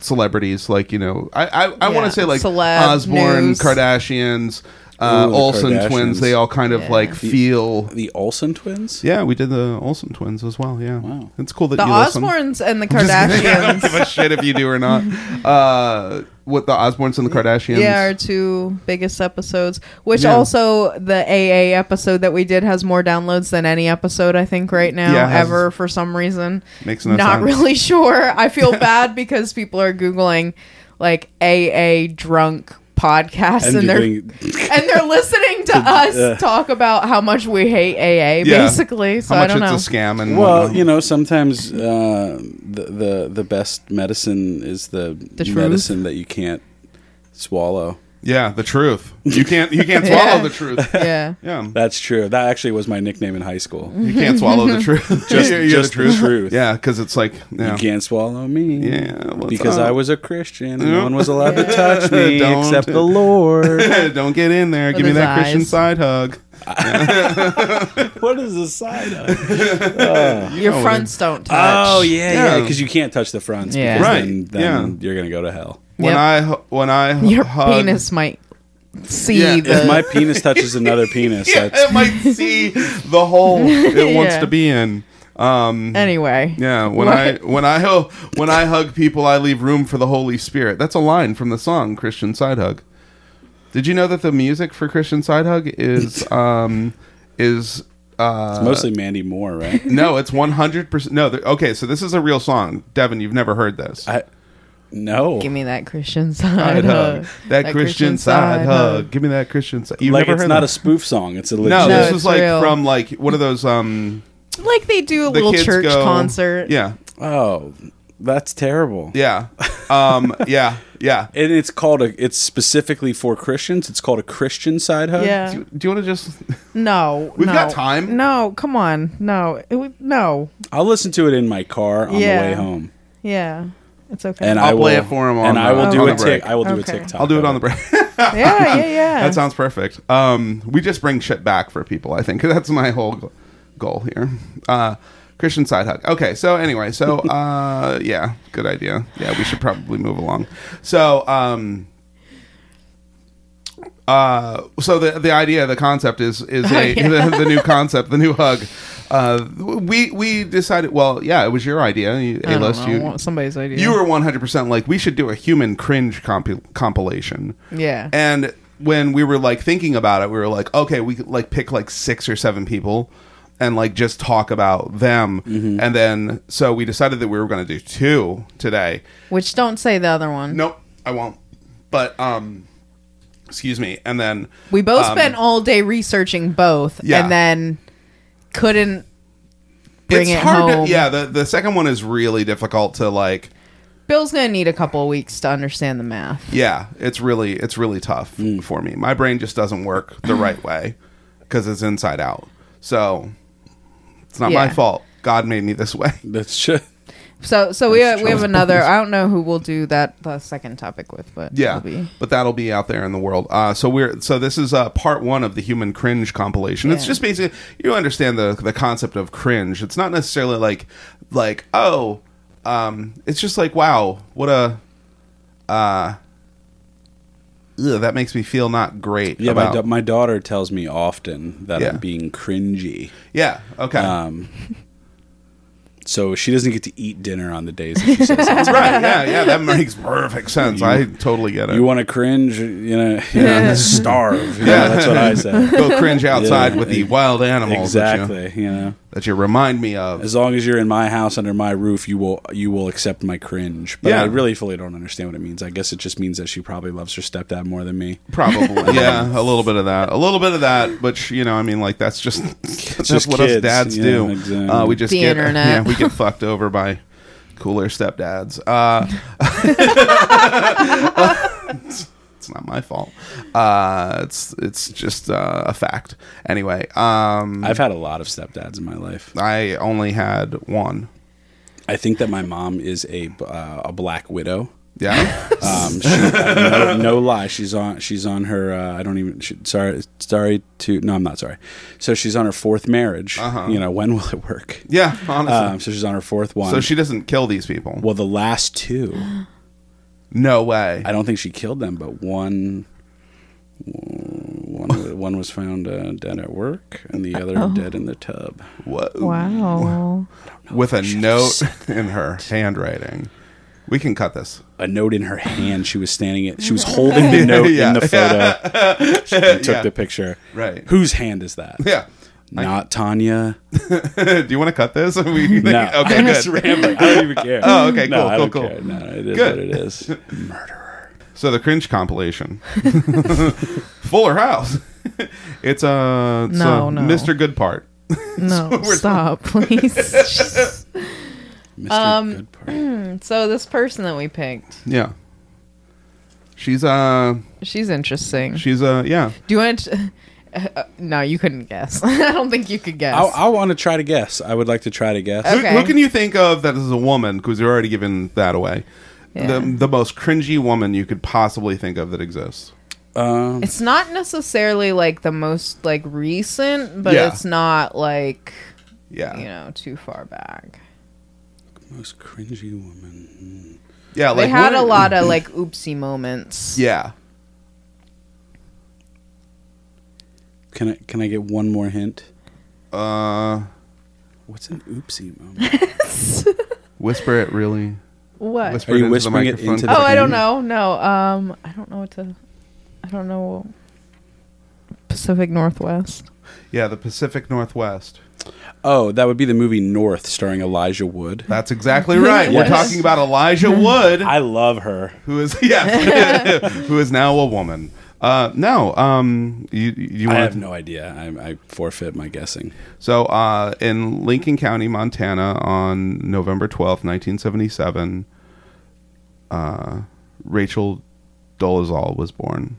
F: celebrities like you know I I, I want
C: Yeah,
F: to say like
C: celeb
F: Osborne,
C: news.
F: Kardashians, uh,
D: Ooh, the
F: Olsen twins.
D: Kardashians.
F: They all kind of
C: Yeah.
F: like feel.
D: The Olsen twins.
F: Yeah, we did the Olsen twins as well. Yeah,
D: Wow.
F: it's cool that
C: The
F: you listen.
C: Osbournes and the
F: (laughs)
C: Kardashians.
F: give a shit if you do or not. Uh, what the Osbournes and the Kardashians?
C: Yeah, our two biggest episodes. Which
F: Yeah.
C: also the AA episode that we did has more downloads than any episode I think right now
F: Yeah, it has-
C: ever for some reason.
F: Makes no
C: Not
F: sense.
C: really (laughs) sure. I
F: (laughs)
C: feel bad because people are googling like AA drunk podcasts and,
D: And
C: they're
D: you're doing
C: (laughs)
D: (laughs)
C: and they're listening to us talk about how much we hate AA
F: Yeah.
C: basically. So
F: how
C: I
F: much
C: don't know.
F: it's a scam and
D: well,
F: whatnot.
D: you know, sometimes uh, the, the the best medicine is the,
C: truth.
D: medicine that you can't swallow.
F: yeah, the truth. You can't you
C: (laughs)
F: can't swallow
C: Yeah.
F: the truth.
C: yeah.
F: Yeah,
D: That's true. That actually was my nickname in high school.
C: Mm.
F: you can't swallow the truth.
D: (laughs) Just,
F: (laughs) You're- you're
D: just the truth.
F: Yeah, because it's like yeah.
D: You can't swallow me.
F: Yeah, what's
D: because
F: up?
D: I was a Christian and no one was allowed to touch (laughs) me
F: Don't.
D: except the (laughs) Lord.
F: (laughs) Don't get in there. Give me
C: his
F: that Christian
C: eyes.
F: side hug.
D: what is the side of?
C: Your fronts don't touch.
D: Oh yeah, yeah,
F: Yeah.
D: because you can't touch the fronts.
C: Yeah.
D: because
F: Right,
D: Then, then you're gonna go
C: (laughs)
D: to hell.
F: When
C: Yep.
F: I hu- when I hu-
C: Your
F: hug,
C: penis might see
F: Yeah,
C: the
D: If my penis touches another (laughs) penis,
F: yeah,
D: that's
F: (laughs) it might see the hole it
C: (laughs)
F: wants
C: Yeah.
F: to be in. Um,
C: anyway.
F: Yeah,
C: What?
F: when I when I hu- when I hug people, I leave room for the Holy Spirit. That's a line from the song Christian Side Hug. Did you know that the music for Christian Side Hug is um is uh
D: mostly Mandy Moore,
C: (laughs)
D: right?
F: no, it's 100% no, th- okay, so this is a real song. Devin, you've never heard this.
D: I no.
C: Give me that Christian side,
F: Side
C: hug.
F: That, Christian, side, hug. Give me that Christian side. You've
D: like
F: never
D: it's
F: heard
D: not
F: that?
D: a spoof song. It's a legit.
F: No,
C: No,
F: this
C: it's
F: is like
C: real.
F: from like one of those um
C: Like they do a
F: the
C: little
F: kids
C: church
F: go-
C: concert.
F: Yeah.
D: oh, that's terrible.
F: Yeah. Um yeah. Yeah.
D: And it's called a. It's specifically for Christians. It's called a Christian side hug.
C: Yeah.
F: Do, do you want to just
C: No.
F: We've
C: no.
F: got time.
C: No, come on. No. It would- no.
D: I'll listen to it in my car on
C: Yeah.
D: the way home,
C: Yeah. It's okay.
D: and
F: I'll
D: I will
F: play it for 'em on
D: and I
F: the-
D: will
F: on
D: do
F: the
D: a
F: break.
D: tick. I will do
C: Okay.
D: a TikTok.
F: I'll do it
D: of
F: on the break.
C: yeah, yeah, yeah.
F: (laughs) That sounds perfect. Um, we just bring shit back for people. I think (laughs) that's my whole g- goal here. Uh, Christian side hug. Okay, so
C: (laughs)
F: anyway, so uh, yeah, good idea. Yeah, we should probably move along. So, um, uh, so the the idea, the concept is is
C: Oh,
F: a, (laughs) the,
C: (laughs)
F: the new concept, the new hug. Uh, we we decided. Well, yeah, it was your idea, you,
C: I don't
F: A-list,
C: know,
F: You
C: want somebody's idea.
F: you were 100% like we should do a human cringe compu- compilation
C: Yeah.
F: and when we were like thinking about it we were like okay we could like pick like six or seven people and like just talk about them
C: Mm-hmm.
F: and then so we decided that we were going to do two today
C: which don't say the other one.
F: nope i won't but um excuse me and then
C: We both
F: um,
C: spent all day researching both,
F: Yeah.
C: and then couldn't bring
F: it's
C: it
F: hard
C: home.
F: to yeah the, the second one is really difficult to like
C: Bill's gonna need a couple of weeks to understand the math.
F: yeah it's really it's really tough
C: Mm.
F: for me my brain just doesn't
C: (clears throat)
F: work the right way because it's inside out so it's not my
C: Yeah.
F: fault god made me this way
D: That's
F: (laughs)
D: shit.
C: So, so we
D: That's
C: we have
D: true.
C: another. I don't know who we'll do that the second topic with, but
F: yeah
C: it'll
F: (laughs)
C: be-
F: but that'll be out there in the world uh, so we're so this is uh, part one of the human cringe compilation it's
C: Yeah.
F: just basically you understand the the concept of cringe it's not necessarily like like oh um it's just like wow what a uh ugh, that makes me feel not great
D: Yeah, my,
F: about
D: da- my daughter tells me often that
F: Yeah.
D: I'm being cringy.
F: yeah okay
D: Um, so she doesn't get to eat dinner on the days that
F: (laughs)
D: she says,
F: That's right. Yeah, yeah. That makes perfect sense. I totally get it.
D: "You want to cringe? You know, you know starve." You know, that's what
F: (laughs)
D: I say.
F: go cringe
D: (laughs)
F: outside
D: Yeah,
F: with the wild animals that, you,
D: Exactly. You know,
F: that you remind me of.
D: as long as you're in my house under my roof, you will you will accept my cringe. But
F: Yeah.
D: I really fully don't understand what it means. I guess it just means that she probably loves her stepdad more than me.
F: Probably. (laughs) Yeah, a little bit of that. A little bit of that. But you know, I mean, like that's just (laughs) that's
D: just
F: what us
D: kids,
F: dads
D: yeah,
F: do.
D: exactly.
F: Uh, we just
C: The
F: get
C: internet.
F: yeah, we get fucked over by cooler stepdads. Uh, (laughs) it's not my fault. Uh, it's it's just uh, a fact. Anyway, um,
D: I've had a lot of stepdads in my life.
F: I only had one.
D: I think that my mom is a uh, a black widow.
F: Yeah.
D: Um, she, no, no lie, she's on she's on her. Uh, I don't even. She, sorry, sorry to. No, I'm not sorry. So she's on her fourth marriage. You know when will it work?
F: Uh-huh.
D: (laughs)
F: Yeah, honestly.
D: Um, so she's on her fourth one.
F: so she doesn't kill these people.
D: Well, the last two,
F: no way.
D: I don't think she killed them, but one. One, one was found uh, dead at work, and the other dead in the tub.
F: What?
C: Wow.
F: With
C: Oh,
F: a note (laughs) in her handwriting. We can cut this.
D: A note in her hand. She was standing it. She was holding the note
F: (laughs) Yeah.
D: in the photo.
F: (laughs)
D: and took
F: Yeah.
D: the picture.
F: Right.
D: Whose hand is that?
F: Yeah. (laughs)
D: Not Tanya.
F: Do you want to cut this? (laughs)
C: (laughs)
F: We,
D: No.
F: (laughs) Okay,
D: (laughs) I'm just
F: good.
D: rambling. I don't even care.
F: (laughs) Oh, okay,
D: No,
F: cool,
D: I
F: cool,
D: don't
F: cool.
D: care. No, it is
F: Good.
D: what it
F: (laughs)
D: is.
F: So the cringe compilation. (laughs) Fuller House. (laughs) it's uh, it's,
C: No,
F: uh,
C: no.
F: Mr. Good Part.
C: No, stop,
F: (laughs)
C: please.
D: Mr. Good
C: (laughs)
D: part.
C: so this person that we picked,
F: Yeah. She's uh
C: she's interesting.
F: she's uh yeah.
C: Do you want to? (laughs) Uh, no, you couldn't guess. (laughs) I don't think you could guess.
D: I, I want to try to guess. I would like to try to guess.
C: Okay.
F: Who, who can you think of that is a woman? Because you're already giving that away. The,
C: Yeah.
F: the most cringy woman you could possibly think of that exists.
D: Um,
C: It's not necessarily like the most like recent, but
F: Yeah.
C: it's not like
F: Yeah.
C: you know too far back.
D: most cringy woman.
F: Yeah,
C: they had
F: what-
C: a lot
F: (clears throat)
C: of like oopsie moments.
F: Yeah.
D: Can I can I get one more hint?
F: Uh
D: What's an oopsie moment?
F: whisper it really.
C: What?
F: Whisper
D: Are you
F: into the
D: whispering it
F: microphone.
D: into the
C: oh, I don't
D: thing?
C: know. No, um, I don't know what to. I don't know. Pacific Northwest.
F: Yeah, the Pacific Northwest.
D: Oh, that would be the movie North, starring Elijah Wood.
F: That's exactly right.
D: Yes.
F: We're talking about Elijah Wood,
D: I love her.
F: who is (laughs) yes, who is now a woman. Uh, no, um, you you
D: I
F: want
D: have
F: to
D: no idea. I, I forfeit my guessing.
F: So, uh, in Lincoln County, Montana, on November 12th, 1977, uh, Rachel Dolezal was born.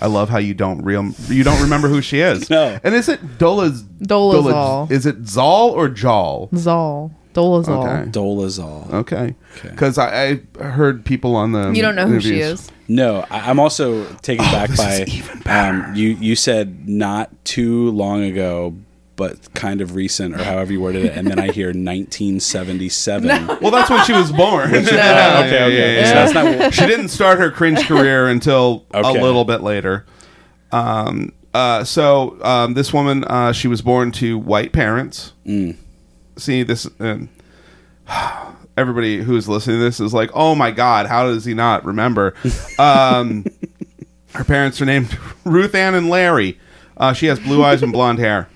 F: I love how you don't real you don't remember who she is.
D: No.
F: And is it Dolez
C: Dolezal.
F: Is it Zal or Jal?
C: Zol. Dolazol.
F: Okay.
D: Dolazol.
F: Okay.
D: Okay.
F: Because I, I heard people on the
C: You don't know who she
F: interviews-
C: is.
D: No, I, I'm also taken back
F: Oh, this
D: by
F: is even better.
D: Um, you. You said not too long ago, but kind of recent, or however you worded it, and then I
F: (laughs)
D: hear 1977.
F: Well, that's when she was born. (laughs)
D: Uh, okay, okay.
F: Yeah, yeah, yeah.
D: So that's not.
F: she didn't start her cringe career until
D: Okay.
F: a little bit later. Um, uh, so um, this woman, uh, she was born to white parents.
D: Mm.
F: See this. Um, (sighs) everybody who's listening to this is like, "Oh my god, how does he
D: (laughs)
F: not remember?" Um, her parents are named (laughs) Ruth Ann and Larry. Uh, she has blue eyes and blonde hair.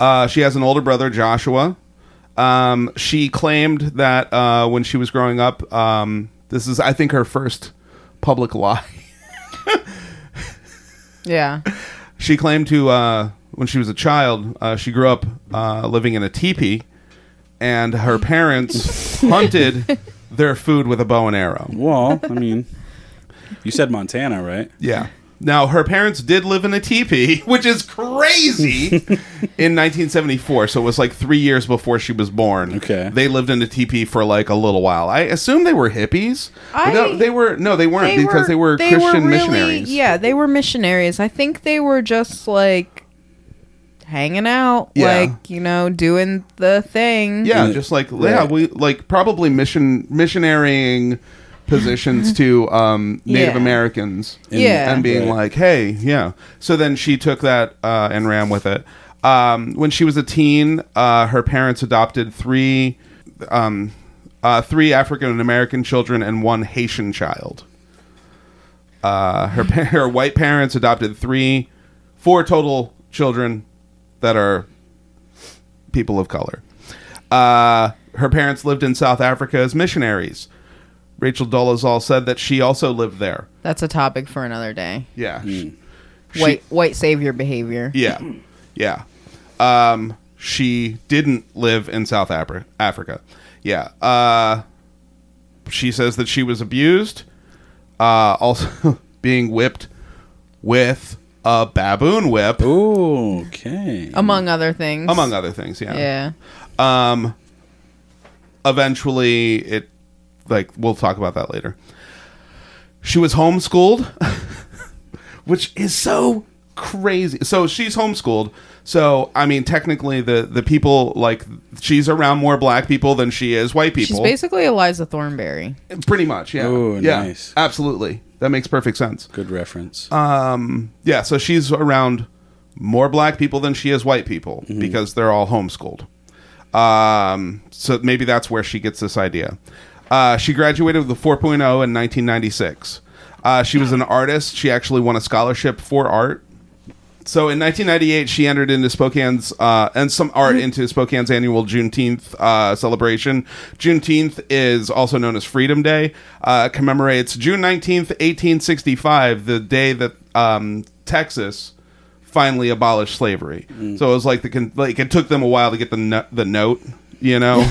F: Uh, she has an older brother, Joshua. Um, she claimed that uh, when she was growing up, um, this is, I think, her first public lie. (laughs)
C: Yeah.
F: She claimed to, uh, when she was a child, uh, she grew up uh, living in a teepee, and her parents hunted their food with a bow and arrow.
D: Well, I mean, you said Montana, right?
F: Yeah. Now, her parents did live in a teepee, (laughs) which is crazy,
D: (laughs)
F: in 1974. So it was like three years before she was born.
D: Okay.
F: They lived in a teepee for like a little while. I assume they were hippies.
C: I-
F: no, they were, no, they weren't because they were Christian
C: really-
F: missionaries.
C: Yeah, they were missionaries. I think they were just like hanging out,
F: Yeah.
C: like you know, doing the thing.
F: Yeah, just like, yeah,
D: Mm. Right.
F: we like probably mission missionarying positions to um, Native
C: Yeah.
F: Americans.
C: Yeah.
F: and being
D: Right.
F: like, "Hey, yeah." So then she took that uh, and ran with it. Um, when she was a teen, uh, her parents adopted three, um, uh, three African American children and one Haitian child. Uh, her pa- (laughs) her white parents adopted three, four total children that are people of color. Uh, her parents lived in South Africa as missionaries. Rachel Dolezal said that she also lived there.
C: that's a topic for another day.
F: Yeah. She-
C: White white savior behavior.
F: Yeah. Yeah. Um, she didn't live in South Afri- Africa. Yeah. Uh, she says that she was abused, uh, also (laughs) being whipped with a baboon whip,
D: Okay.
F: Uh,
C: Among other things.
F: among other things.
C: Yeah.
F: Um, eventually, it like we'll talk about that later. She was homeschooled, (laughs) which is so crazy. So she's homeschooled. So I mean, technically, the the people like she's around more black people than she is white people.
C: She's basically Eliza Thornberry.
F: pretty much, yeah,
D: Ooh,
F: yeah,
D: nice.
F: absolutely. That makes perfect sense.
D: Good reference.
F: um, Yeah, so she's around more black people than she is white people because they're all homeschooled. Um, so maybe that's where she gets this idea. Uh, she graduated with a 4.0 in 1996. Uh, she was an artist. She actually won a scholarship for art. So in 1998, she entered into Spokane's uh, and some
D: Mm-hmm.
F: art into Spokane's annual Juneteenth uh, celebration. Juneteenth is also known as Freedom Day. Uh, commemorates June 19th, 1865, the day that um, Texas finally abolished slavery.
D: Mm.
F: So it was like the con- like it took them a while to get the no- the note,
D: (laughs)
F: you know, (laughs)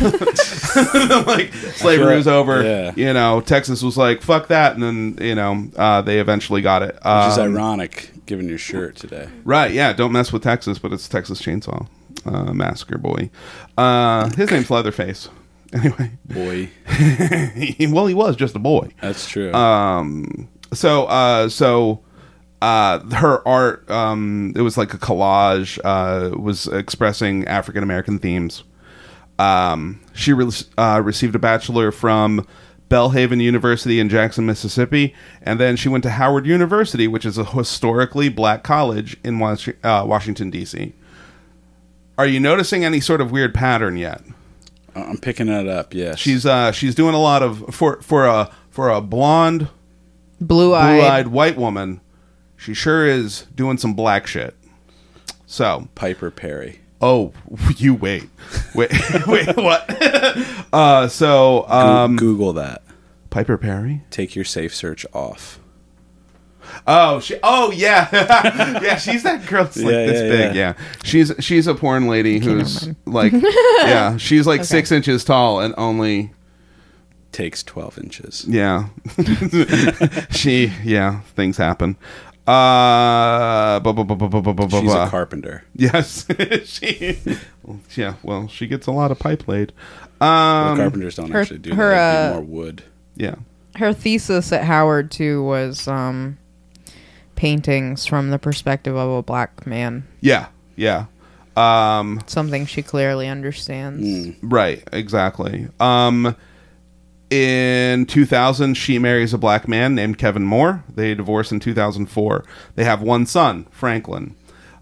F: like slavery
D: feel-
F: was over.
D: yeah.
F: You know, Texas was like fuck that, and then you know uh, they eventually got it.
D: Which is
F: Um,
D: ironic, given your shirt today.
F: Right, yeah. Don't mess with Texas, but it's Texas Chainsaw uh, Massacre Boy. Uh, his name's Leatherface. (laughs) Anyway,
D: Boy,
F: well, he was just a boy.
D: that's true.
F: uh, So, uh, so uh, her art, um, it was like a collage, uh, was expressing African American themes. Um, she re- uh, received a bachelor from Bellhaven University in Jackson, Mississippi, and then she went to Howard University, which is a historically black college in Was- uh, Washington, D.C. Are you noticing any sort of weird pattern yet?
D: I- Uh, I'm picking it up. Yes.
F: She's uh, she's doing a lot of for for a for a blonde
C: Blue eyed.
F: blue-eyed white woman, she sure is doing some black shit. So,
D: Piper Perry.
F: oh, (laughs) you wait, wait, (laughs) wait, what? uh, so,
D: Go-
F: um,
D: Google that.
F: Piper Perry.
D: Take your safe search off.
F: Oh, she. Oh, yeah, (laughs) yeah. She's that girl. That's like
D: Yeah,
F: this
D: yeah,
F: big.
D: yeah.
F: Yeah. she's she's a porn lady who's (laughs) like, yeah, she's like six inches tall and only
D: Takes 12 inches.
F: (laughs) Yeah. she, yeah, things happen. Uh, bu- bu- bu- bu- bu- bu- bu- bu-
D: She's
F: bu-
D: a carpenter.
F: Yes, (laughs) she. Yeah, well, she gets a lot of pipe laid. Um,
D: Carpenters don't
C: her-
D: actually do
C: her,
D: that. They
C: uh,
D: do more wood.
F: yeah,
C: Her thesis at Howard too was um, paintings from the perspective of a black man.
F: yeah, yeah. Um,
C: Something she clearly understands.
F: Hmm. Right, exactly. Um, in 2000, she marries a black man named Kevin Moore. They divorce in 2004. They have one son, Franklin.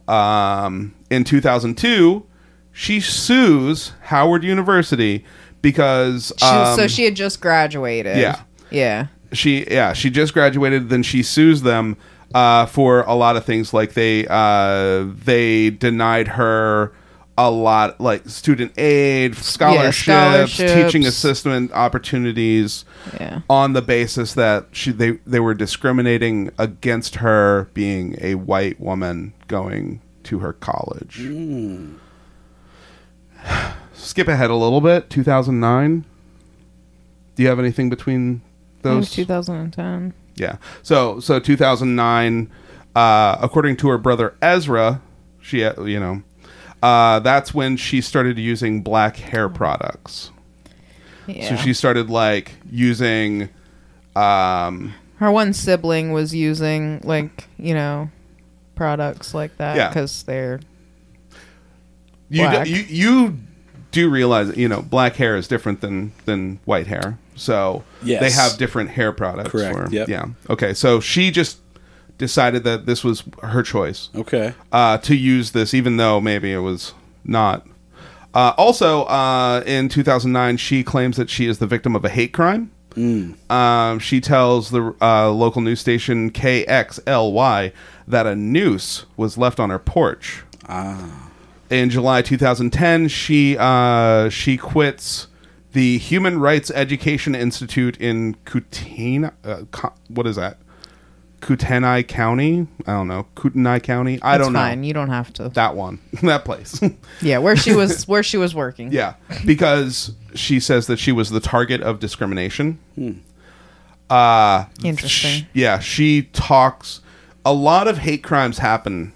F: Um, in 2002, she sues Howard University because
C: She,
F: um,
C: so she had just graduated.
F: yeah.
C: Yeah.
F: she yeah she just graduated then she sues them uh, for a lot of things like they uh, they denied her a lot like student aid scholarships,
C: scholarships.
F: teaching assistant opportunities
C: Yeah.
F: on the basis that she they they were discriminating against her being a white woman going to her college skip ahead a little bit 2009 do you have anything between
C: It was
F: those
C: 2010.
F: yeah. So so 2009, uh, according to her brother Ezra, she uh, you know, uh, that's when she started using black hair products.
C: Yeah.
F: So she started like using, um,
C: her one sibling was using like you know products like that
F: Yeah.
C: because they're
F: you,
C: Black.
F: do, you you do realize that, you know black hair is different than than white hair. So
D: Yes.
F: they have different hair products.
D: Correct.
F: for-
D: Yep.
F: Yeah. Okay. So she just decided that this was her choice.
D: Okay.
F: uh, to use this, even though maybe it was not. Uh, also, uh, in 2009, she claims that she is the victim of a hate crime. Um, she tells the uh, local news station KXLY that a noose was left on her porch. Ah. In July 2010, she uh, she quits the Human Rights Education Institute in Cutina. Uh, Co- what is that? Kootenai County. I don't know. Kootenai County. I
C: it's
F: don't know
C: fine you don't have to
F: that one, (laughs) that place.
C: yeah where she
F: (laughs)
C: was where she was working
F: yeah, because she says that she was the target of discrimination. Uh,
C: Interesting.
F: sh- yeah, she talks. A lot of hate crimes happen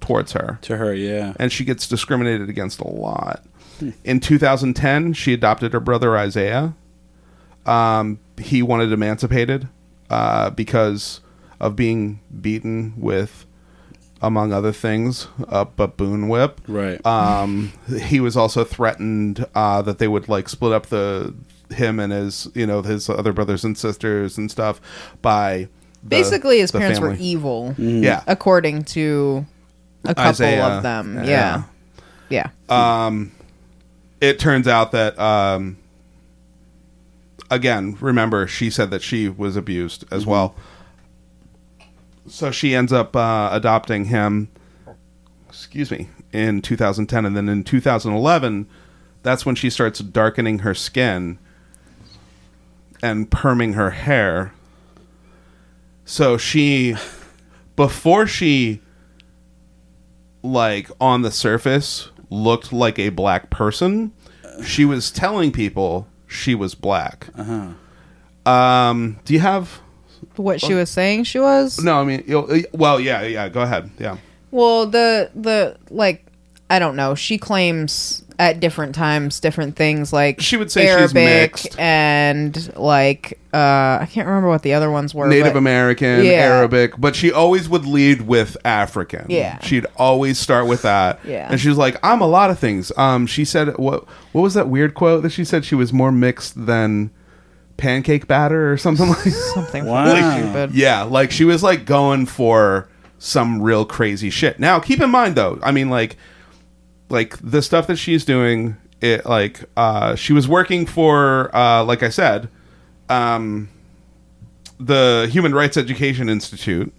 F: towards her,
D: To her, yeah.
F: and she gets discriminated against a lot. In 2010, she adopted her brother Isaiah. Um, he wanted emancipated uh, because of being beaten with, among other things, a baboon whip.
D: Right.
F: Um, he was also threatened uh, that they would like split up the him and his you know his other brothers and sisters and stuff by the-
C: basically his
F: the
C: parents were
F: family.
C: evil
F: yeah
C: according to a couple
F: Isaiah,
C: of them
F: yeah.
C: yeah yeah
F: it turns out that um again remember she said that she was abused as well so she ends up uh, adopting him excuse me in 2010 and then in 2011 that's when she starts darkening her skin and perming her hair so she before she like on the surface looked like a black person she was telling people she was black
C: Uh-huh.
F: um do you have
C: what she was saying she was
F: no i mean you'll, well yeah yeah go ahead yeah
C: Well, the the like I don't know. She claims at different times different things like
F: She would say she's
C: Arabic
F: mixed.
C: and like uh I can't remember what the other ones were.
F: native
C: but-
F: american
C: Yeah.
F: arabic but she always would lead with african
C: Yeah.
F: she'd always start with that
C: Yeah.
F: and she was like i'm a lot of things um she said what what was that weird quote that she said she was more mixed than pancake batter or something (laughs) like
C: Something
D: Wow.
C: fucking stupid.
F: Yeah, like she was like going for some real crazy shit. Now, keep in mind though, I mean like like the stuff that she's doing, it like uh she was working for uh like I said, um the Human Rights Education Institute.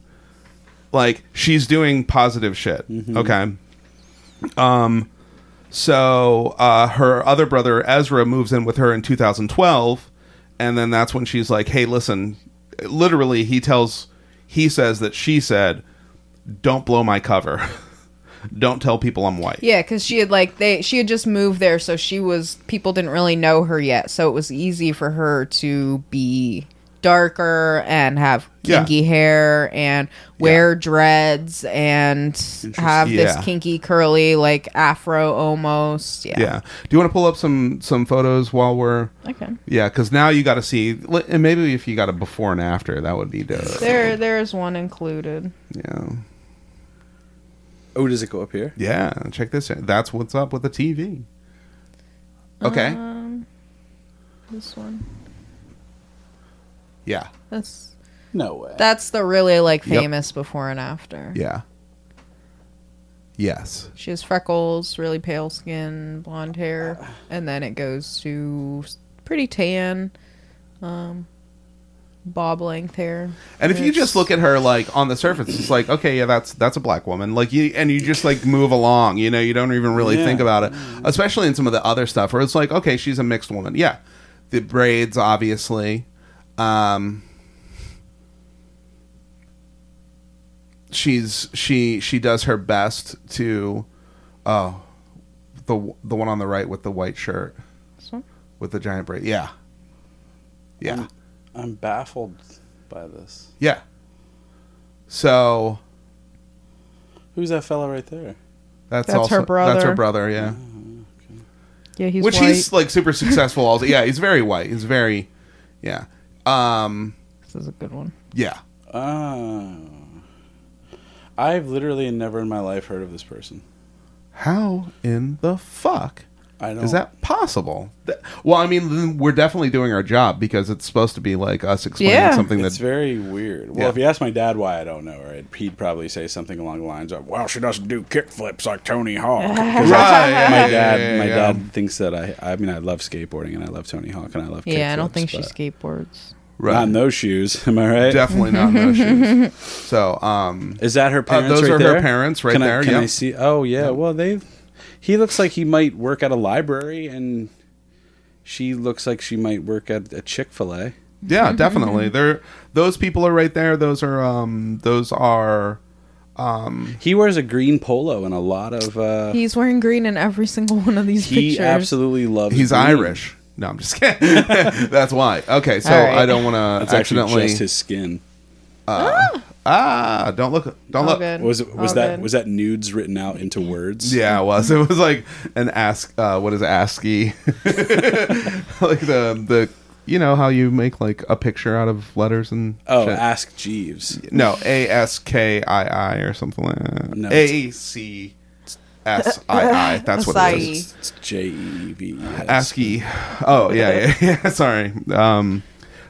F: Like she's doing positive shit. Okay. Um so uh her other brother Ezra moves in with her in 2012 and then that's when she's like, "Hey, listen, literally he tells he says that she said, "Don't blow my cover. (laughs) Don't tell people I'm white."
C: Yeah, because she had like they she had just moved there, so she was people didn't really know her yet, so it was easy for her to be darker and have
F: Yeah.
C: kinky hair and wear dreads and have
F: Yeah.
C: this kinky curly like afro almost. Yeah.
F: Yeah. Do you want to pull up some some photos while we're
C: Okay.
F: yeah? Because now you got to see, li- and maybe if you got a before and after, that would be dope.
C: There there's one included.
F: Yeah.
D: Oh, does it go up here?
F: Yeah. Check this out. That's what's up with the TV. Okay.
C: This one.
F: yeah.
C: That's
D: No way.
C: that's the really like
F: Yep.
C: famous before and after.
F: Yeah. Yes.
C: She has freckles, really pale skin, blonde hair, and then it goes to s- pretty tan, um, bob length hair.
F: And if you
C: It's-
F: just look at her like on the surface, it's like okay, yeah, that's that's a black woman. Like you, and you just like move along. You know, you don't even really
D: Yeah.
F: think about it, especially in some of the other stuff where it's like, okay, she's a mixed woman. Yeah, the braids, obviously. Um, she's she she does her best to, oh, the the one on the right with the white shirt,
C: This one?
F: with the giant braid. Yeah, yeah.
D: I'm baffled by this.
F: Yeah. So
D: Who's that fella right there?
F: that's,
C: That's
F: also
C: her brother.
F: That's her brother. Yeah,
C: yeah, he's
F: which
C: white.
F: he's like super successful. Also, yeah, he's very white. He's very, yeah, um,
C: this is a good one.
F: yeah.
D: Oh. I've literally never in my life heard of this person.
F: How in the fuck
D: I don't.
F: is that possible? Th- Well, I mean, then we're definitely doing our job because it's supposed to be like us explaining
C: Yeah.
F: something
D: It's
F: that's
D: very weird. Well,
F: Yeah.
D: if you ask my dad why I don't know her, I'd- he'd probably say something along the lines of, "Well, she doesn't do kickflips like
C: (laughs)
D: Tony Hawk." 'Cause
F: right.
D: my
F: yeah,
D: dad,
F: yeah,
D: my
F: yeah.
D: dad thinks that I. I mean, I love skateboarding and I love Tony Hawk and I love.
C: Yeah, I don't
D: kickflips,
C: think she
D: but
C: skateboards.
F: Right.
D: Not in those shoes. (laughs) Am I right?
F: definitely
C: (laughs)
F: not no shoes. So, um,
D: Is that her parents?
F: those
D: right
F: are her
D: there?
F: parents right
D: Can I,
F: there,
D: Can
F: yeah.
D: I see? Oh yeah. Well, they. He looks like he might work at a library, and she looks like she might work at a Chick Fil A.
F: yeah, definitely. They're those people are right there. Those are um, those are
D: He wears a green polo in a lot of. Uh,
C: He's wearing green in every single one of these
D: he
C: pictures.
D: absolutely loves.
F: He's
D: green.
F: Irish. No, I'm just kidding. (laughs) That's why. Okay, so
C: All right.
F: I don't want
D: That's
F: to
D: actually
F: accidentally.
D: just his skin.
F: Ah, don't look.
C: All
F: Don't look.
C: good.
D: Was it was
C: All
D: that
C: good.
D: was that nudes written out into words?
F: Yeah, it was. It was like an ask. Uh, what is ASCII? (laughs) like the the you know how you make like a picture out of letters and
D: Oh,
F: shit.
D: ask Jeeves.
F: no, A S K I I or something like that.
D: No, it's-
F: A E. C S I (laughs) I. That's what it
C: Acai.
F: is.
D: It's J E V.
F: ASCII. Oh yeah, yeah, (laughs) yeah. Sorry. Um.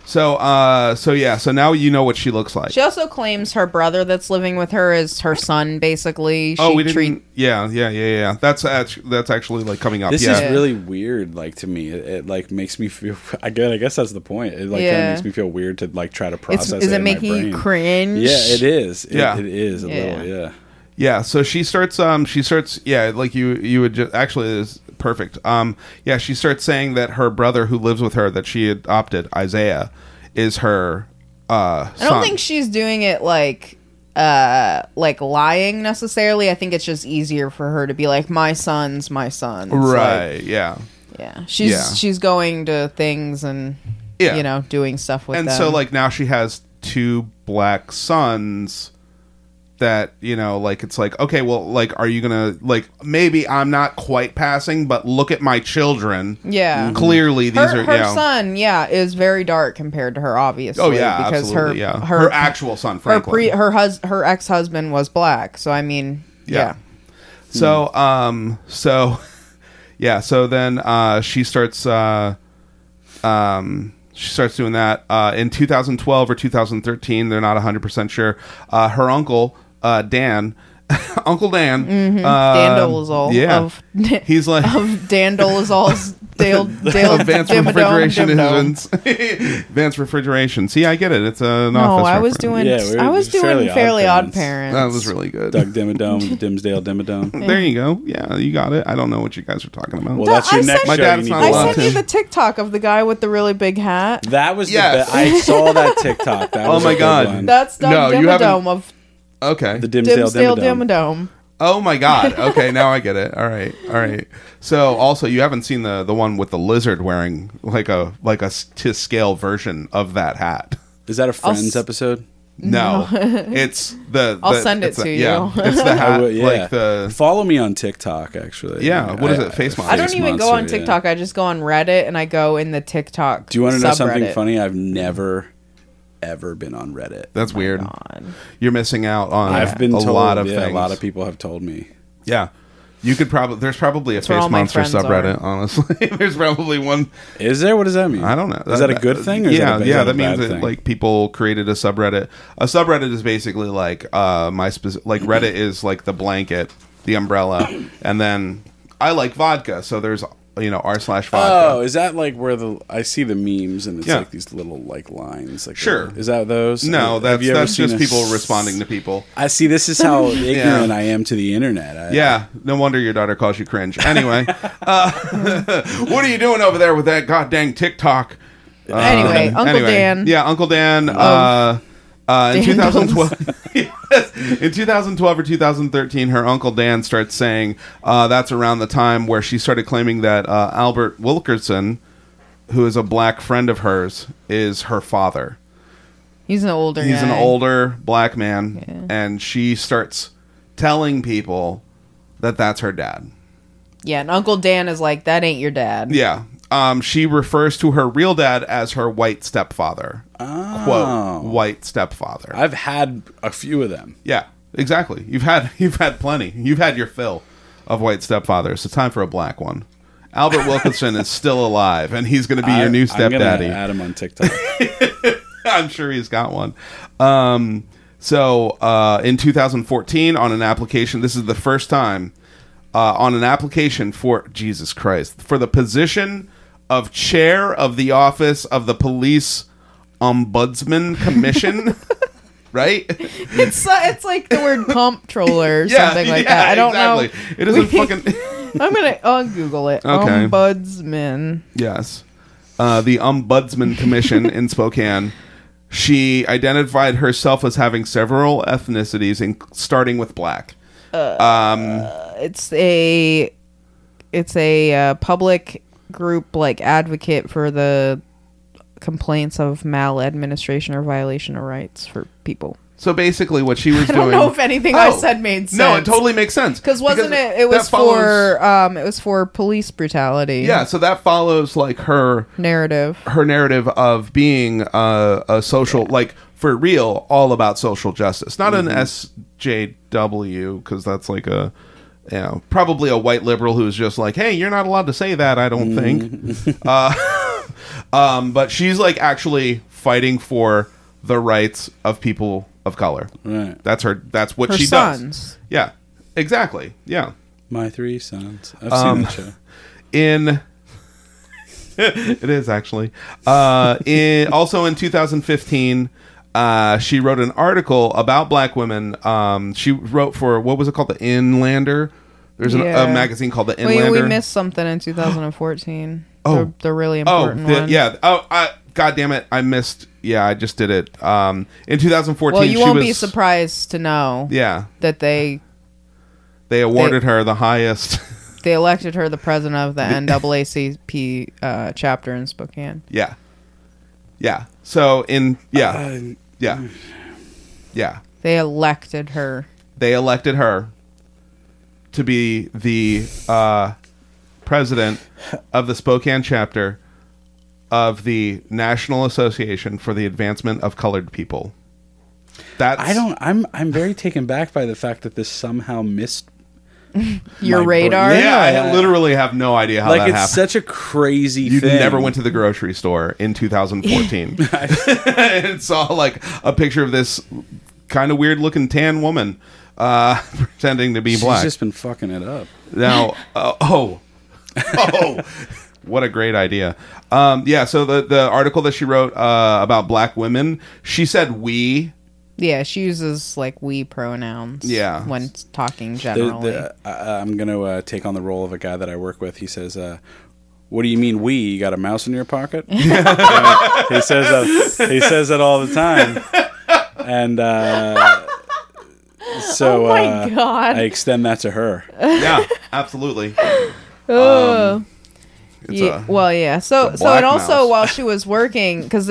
F: So uh. So yeah. So now you know what she looks like.
C: She also claims her brother that's living with her is her son, basically. She
F: oh, we didn't.
C: treat-
F: yeah, yeah, yeah, yeah. That's actually, that's actually like coming up.
D: This
F: yeah,
D: is really weird. Like to me, it, it like makes me feel. I guess I guess that's the point. It like kind
C: Yeah.
D: of makes me feel weird to like try to
C: It's,
D: process.
C: is
D: it,
C: it
D: in my
C: making you
D: brain.
C: cringe?
D: Yeah, it is. It,
F: Yeah.
D: it is a
C: Yeah.
D: little. Yeah.
F: yeah. So she starts. Um, she starts. Yeah, like you, you would just actually it is perfect. Um, yeah, she starts saying that her brother who lives with her that she adopted Isaiah is her. Uh,
C: I don't think she's doing it like uh like lying necessarily. I think it's just easier for her to be like my son's my son. It's
F: right.
C: like-
F: yeah.
C: yeah. She's
F: Yeah.
C: she's going to things and
F: Yeah.
C: you know, doing stuff with
F: and
C: them.
F: so like now she has two black sons that you know like it's like okay well like are you gonna like maybe i'm not quite passing but look at my children
C: Yeah.
F: clearly mm-hmm. these
C: Mm-hmm. her,
F: are
C: her
F: you know,
C: son, yeah, is very dark compared to her, obviously.
F: oh yeah
C: because her,
F: absolutely, yeah.
C: her
F: her, actual son
C: her
F: franklin
C: pre her hus her ex husband was black. So I mean, yeah.
F: So um so (laughs) yeah, so then uh she starts uh um she starts doing that uh in 2012 or 2013, they're not 100% sure. Uh her uncle uh Dan (laughs) Uncle Dan
C: Mm-hmm.
F: uh
C: Dandolazole
F: yeah.
C: of- (laughs)
F: He's like (laughs)
C: Of Dandolazol's Dale Dale
F: Advanced
C: Dimmadome
F: refrigeration
C: Dimmadome.
F: engines. (laughs) Advanced refrigeration. See, I get it. It's an
C: No,
F: office.
C: I was
F: reference.
C: doing
D: Yeah, we were
C: I was
D: just
C: doing
D: Fairly
C: fairly,
D: Odd
C: odd,
D: Parents.
C: parents.
F: That was really good.
C: (laughs)
D: Doug Dimmadome, Dimsdale Dimmadome.
F: There you go. Yeah, you got it. I don't know what you guys are talking about.
D: Well,
C: No,
D: that's your
C: I sent-
D: next show.
C: My
F: dad's
D: you need
F: not
D: to
C: I
F: allowed
D: watch.
C: sent you
F: to.
C: the TikTok of the guy with the really big hat.
D: That was
F: Yes.
D: the be- I saw
F: (laughs)
D: that TikTok. That
F: Oh
D: was a
F: my
D: good
F: God.
D: one.
C: That's Doug
F: No, you haven't-
C: Dimmadome of
F: Okay.
D: the Dimsdale
C: Dimsdale
D: Dimmadome.
C: Dimmadome.
F: Oh my god. Okay, now I get it. All right. All right. So also you haven't seen the the one with the lizard wearing like a like a s- to scale version of that hat.
D: Is that a Friends
C: s-
D: episode?
F: No. it's the,
C: (laughs) I'll
F: the-
C: send it
F: it's the-
C: to
F: Yeah,
C: you. (laughs)
F: it's the
D: I
F: hat
D: will-
F: like the
D: follow me on TikTok actually.
F: Yeah, what is
D: I-
F: it? Face
D: I-
C: I don't
D: Face
C: even go
D: Monster,
C: on
D: yeah.
C: TikTok. I just go on Reddit and I go in the TikTok.
D: Do you want to know something
C: subreddit.
D: funny? I've never ever been on Reddit.
F: That's weird. You're missing out on
D: I've been
F: a
D: told,
F: lot of
D: yeah,
F: things.
D: A lot of people have told me.
F: Yeah. You could probably there's probably a
C: where
F: face
C: all my
F: monster
C: friends are.
F: subreddit, honestly. (laughs) there's probably one
D: Is there? What does that mean?
F: I don't know.
D: Is that, a good thing? Or is
F: yeah,
D: that a, is
F: yeah.
D: that,
F: That,
D: a bad
F: means that
D: thing?
F: like people created a subreddit. A subreddit is basically like uh, my specific
D: (clears throat)
F: like Reddit is like the blanket, the umbrella, and then I like vodka, so there's you know r slash vodka.
D: Oh, is that like where the I see the memes and it's
F: Yeah.
D: like these little like lines? Like
F: Sure.
D: is that those?
F: no,
D: Have
F: that's
D: you ever
F: that's
D: seen
F: just
D: a-
F: people responding to
D: (laughs)
F: people.
D: I see. This is
F: (laughs)
D: how ignorant I am to the internet. I,
F: Yeah, no wonder your daughter calls you cringe. Anyway, (laughs) uh, what are you doing over there with that goddamn TikTok? Uh,
C: Anyway, Uncle Dan.
F: Yeah, Uncle Dan. Uh, uh, in
C: Dandles.
F: 2012, (laughs) Yes. in 2012 or 2013, her uncle Dan starts saying uh, that's around the time where she started claiming that uh, Albert Wilkerson, who is a black friend of hers, is her father.
C: He's an older.
F: He's an
C: guy.
F: older black man,
C: Yeah.
F: and she starts telling people that that's her dad.
C: Yeah, and Uncle Dan is like, that ain't your dad.
F: Yeah. Um, she refers to her real dad as her white stepfather. Quote white stepfather.
D: I've had a few of them.
F: yeah, exactly. You've had (laughs) you've had plenty. You've had your fill of white stepfathers. It's time for a black one.
D: (laughs)
F: Albert Wilkinson is still alive, and he's going to be your new
D: I- I'm gonna
F: stepdaddy.
D: Add him on TikTok.
F: (laughs) I'm sure he's got one. Um, so uh, in 2014, on an application, this is the first time uh, on an application for Jesus Christ for the position of chair of the office of the police ombudsman
D: (laughs)
F: commission. (laughs) right?
C: (laughs) It's so, it's like the word comptroller or something like
F: (laughs) yeah,
C: that. I don't
F: exactly. It
C: (laughs)
F: isn't fucking.
C: know. I'm gonna I'll Google it.
F: Okay.
C: Ombudsman.
F: Yes. Uh, the Ombudsman Commission in Spokane. She identified herself as having several ethnicities, in, starting with black.
C: It's a it's a uh, public group like advocate for the complaints of maladministration or violation of rights for people.
F: So basically, what she
C: (laughs)
F: was
C: I don't
F: doing.
C: know if anything I
F: Oh.
C: said made sense.
F: No, it totally makes sense.
C: because wasn't it? It
F: that
C: was
F: follows-
C: for um, it was for police brutality.
F: Yeah, so that follows like her
C: narrative.
F: her narrative of being uh, a social like for real all about social justice not an sjw because that's like a you know probably a white liberal who's just like hey you're not allowed to say that i don't think uh, (laughs) um, but she's like actually fighting for the rights of people of color
D: Right.
F: that's her that's what
C: Her
F: she
C: sons.
F: does yeah exactly yeah
D: My three sons. I've seen
F: Um,
D: that show.
F: in (laughs) it is actually uh, in, also in 2015 uh, she wrote an article about black women um, she wrote for what was it called the inlander there's an,
C: Yeah.
F: a magazine called the
C: Wait,
F: inlander
C: we missed something in
F: (gasps)
C: 2014. oh, the, the really
F: oh
C: important
F: the-
C: one.
F: yeah oh I, god damn it i missed yeah i just did it um, in 2014
C: Well, you
F: she
C: won't
F: was,
C: be surprised to know
F: yeah
C: that they
F: they awarded her the highest (laughs)
C: they elected her the president of the NAACP uh, chapter in Spokane.
F: yeah yeah so in yeah yeah yeah
C: They elected her.
F: they elected her to be the uh, president of the Spokane chapter of the National Association for the Advancement of Colored People. That's
D: I don't. I'm. I'm very taken back by the fact that this somehow missed.
C: Your
D: My br-
C: radar.
F: Yeah,
D: Yeah.
F: I literally have no idea how
D: like
F: that
D: it's
F: happened.
D: such a crazy.
F: you
D: thing.
F: never went to the grocery store
D: (laughs)
F: in 2014 (laughs) and saw like a picture of this kind of weird looking tan woman uh, (laughs) pretending to be
D: She's
F: black.
D: just been fucking it up.
F: Now, uh, oh, oh, (laughs) what a great idea! Um, yeah, so the the article that she wrote uh, about black women, she said we.
C: Yeah, she uses like we pronouns.
F: Yeah.
C: when talking
D: The-
C: generally.
D: the- I, I'm going to uh, take on the role of a guy that I work with. He says, uh, "What do you mean we? You got a mouse in
C: (laughs)
D: your pocket?" Uh, he says that. He says that all the time. And uh,
C: (laughs)
D: So
C: Oh my
D: uh,
C: God.
D: I extend that to her.
F: yeah, (laughs) absolutely. Um,
C: yeah,
F: a-
C: well, yeah. So,
F: a
C: so, and
F: black
C: also
F: mouse.
C: while she was working, because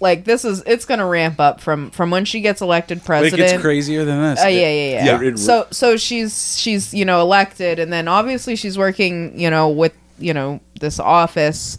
C: like this is it's gonna ramp up from from when she gets elected
D: But it
C: president.
D: gets crazier than this.
C: Uh, yeah, yeah, yeah.
D: Yeah, it-
C: so, so she's she's you know elected, and then obviously she's working you know with you know this office.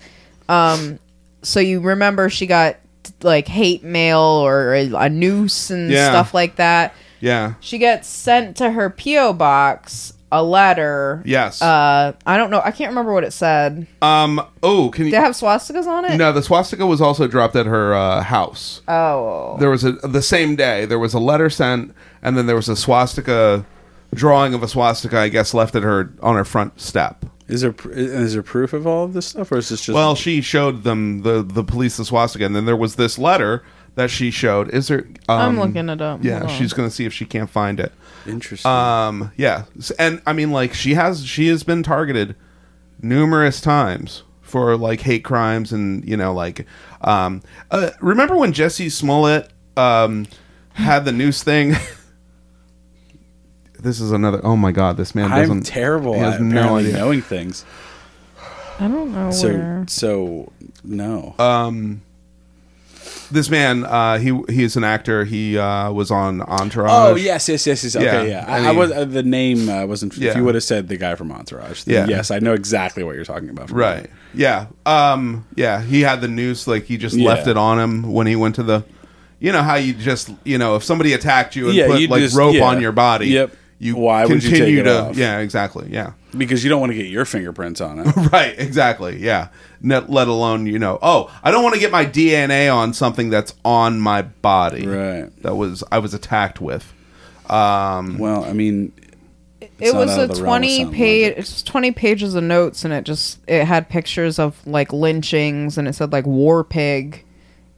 C: Um, so you remember she got like hate mail or a, a noose and
F: Yeah.
C: stuff like that.
F: Yeah.
C: She gets sent to her PO box a letter.
F: Yes.
C: Uh, I don't know. I can't remember what it said.
F: um. Oh, can you?
C: Did it have swastikas on it?
F: no, the swastika was also dropped at her uh, house.
C: Oh.
F: there was a the same day there was a letter sent, and then there was a swastika drawing of a swastika, I guess, left at her on her front step.
D: Is there pr- is there proof of all of this stuff, or is this just
F: Well, she showed them the the police the swastika, and then there was this letter that she showed. Is there?
C: I'm
F: Um,
C: looking it up.
F: Yeah,
C: Hold on.
F: she's going to see if she can't find it.
D: interesting?
F: Um, yeah, S- and I mean, like she has, she has been targeted numerous times for like hate crimes, and you know, like, um, uh, remember when Jesse Smollett um had the news thing? (laughs) this is another. Oh my god, this man doesn't.
D: I'm terrible
F: He has
D: at
F: no
D: apparently
F: idea.
D: knowing things.
C: I don't know
D: So
C: where.
D: so no.
F: Uh, This man, uh, he he is an actor. He uh, was on Entourage.
D: oh yes, yes, yes, yes. Okay,
F: uh, Yeah,
D: yeah.
F: I
D: I, I
F: mean-
D: was uh, the name uh, wasn't. If
F: Yeah.
D: you would have said the guy from Entourage,
F: Yeah.
D: then yes, I know exactly what you're talking about. from
F: Right. Yeah. Um yeah, he had the noose like he just
D: Yeah.
F: left it on him when he went to the you know how you just you know if somebody attacked you and
D: Yeah,
F: put
D: you'd
F: like
D: just-
F: rope
D: yeah.
F: on your body
D: Yep.
F: you
D: Why would you
F: continue
D: take it
F: to
D: off?
F: yeah exactly yeah (laughs)
D: that. Because you don't want to get your fingerprints on it.
F: right exactly yeah Net, let alone you know oh I don't want to get my DNA on something that's on my body
D: Right.
F: that was I was attacked with um
D: well, I mean,
C: it
D: not
C: was
D: out
C: a
D: of the realm of
C: 20
D: sound
C: page
D: logic.
C: it's 20 pages of notes and it just it had pictures of like lynchings and it said like war pig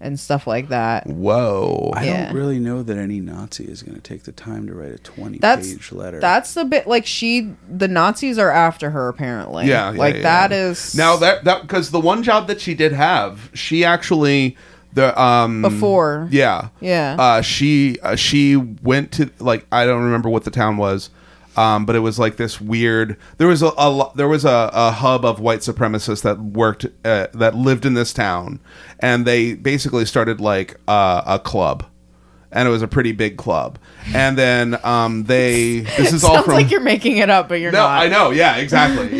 C: and stuff like that
F: whoa
D: I
C: Yeah.
D: don't really know that any Nazi is going to take the time to write a 20
C: that's
D: page letter.
C: that's the bit like she the nazis are after her apparently
F: Yeah, yeah,
C: like
F: yeah.
C: that is
F: now that that because the one job that she did have she actually the um
C: before
F: Yeah.
C: Yeah.
F: Uh, she uh, she went to like I don't remember what the town was, um, but it was like this weird. There was a, a lo- there was a, a hub of white supremacists that worked uh, that lived in this town, and they basically started like uh, a club. And it was a pretty big club, and then um, they.
C: (laughs)
F: This is all
C: sounds
F: from
C: like you're making it up but you're
F: no,
C: not
F: I know. Yeah, exactly.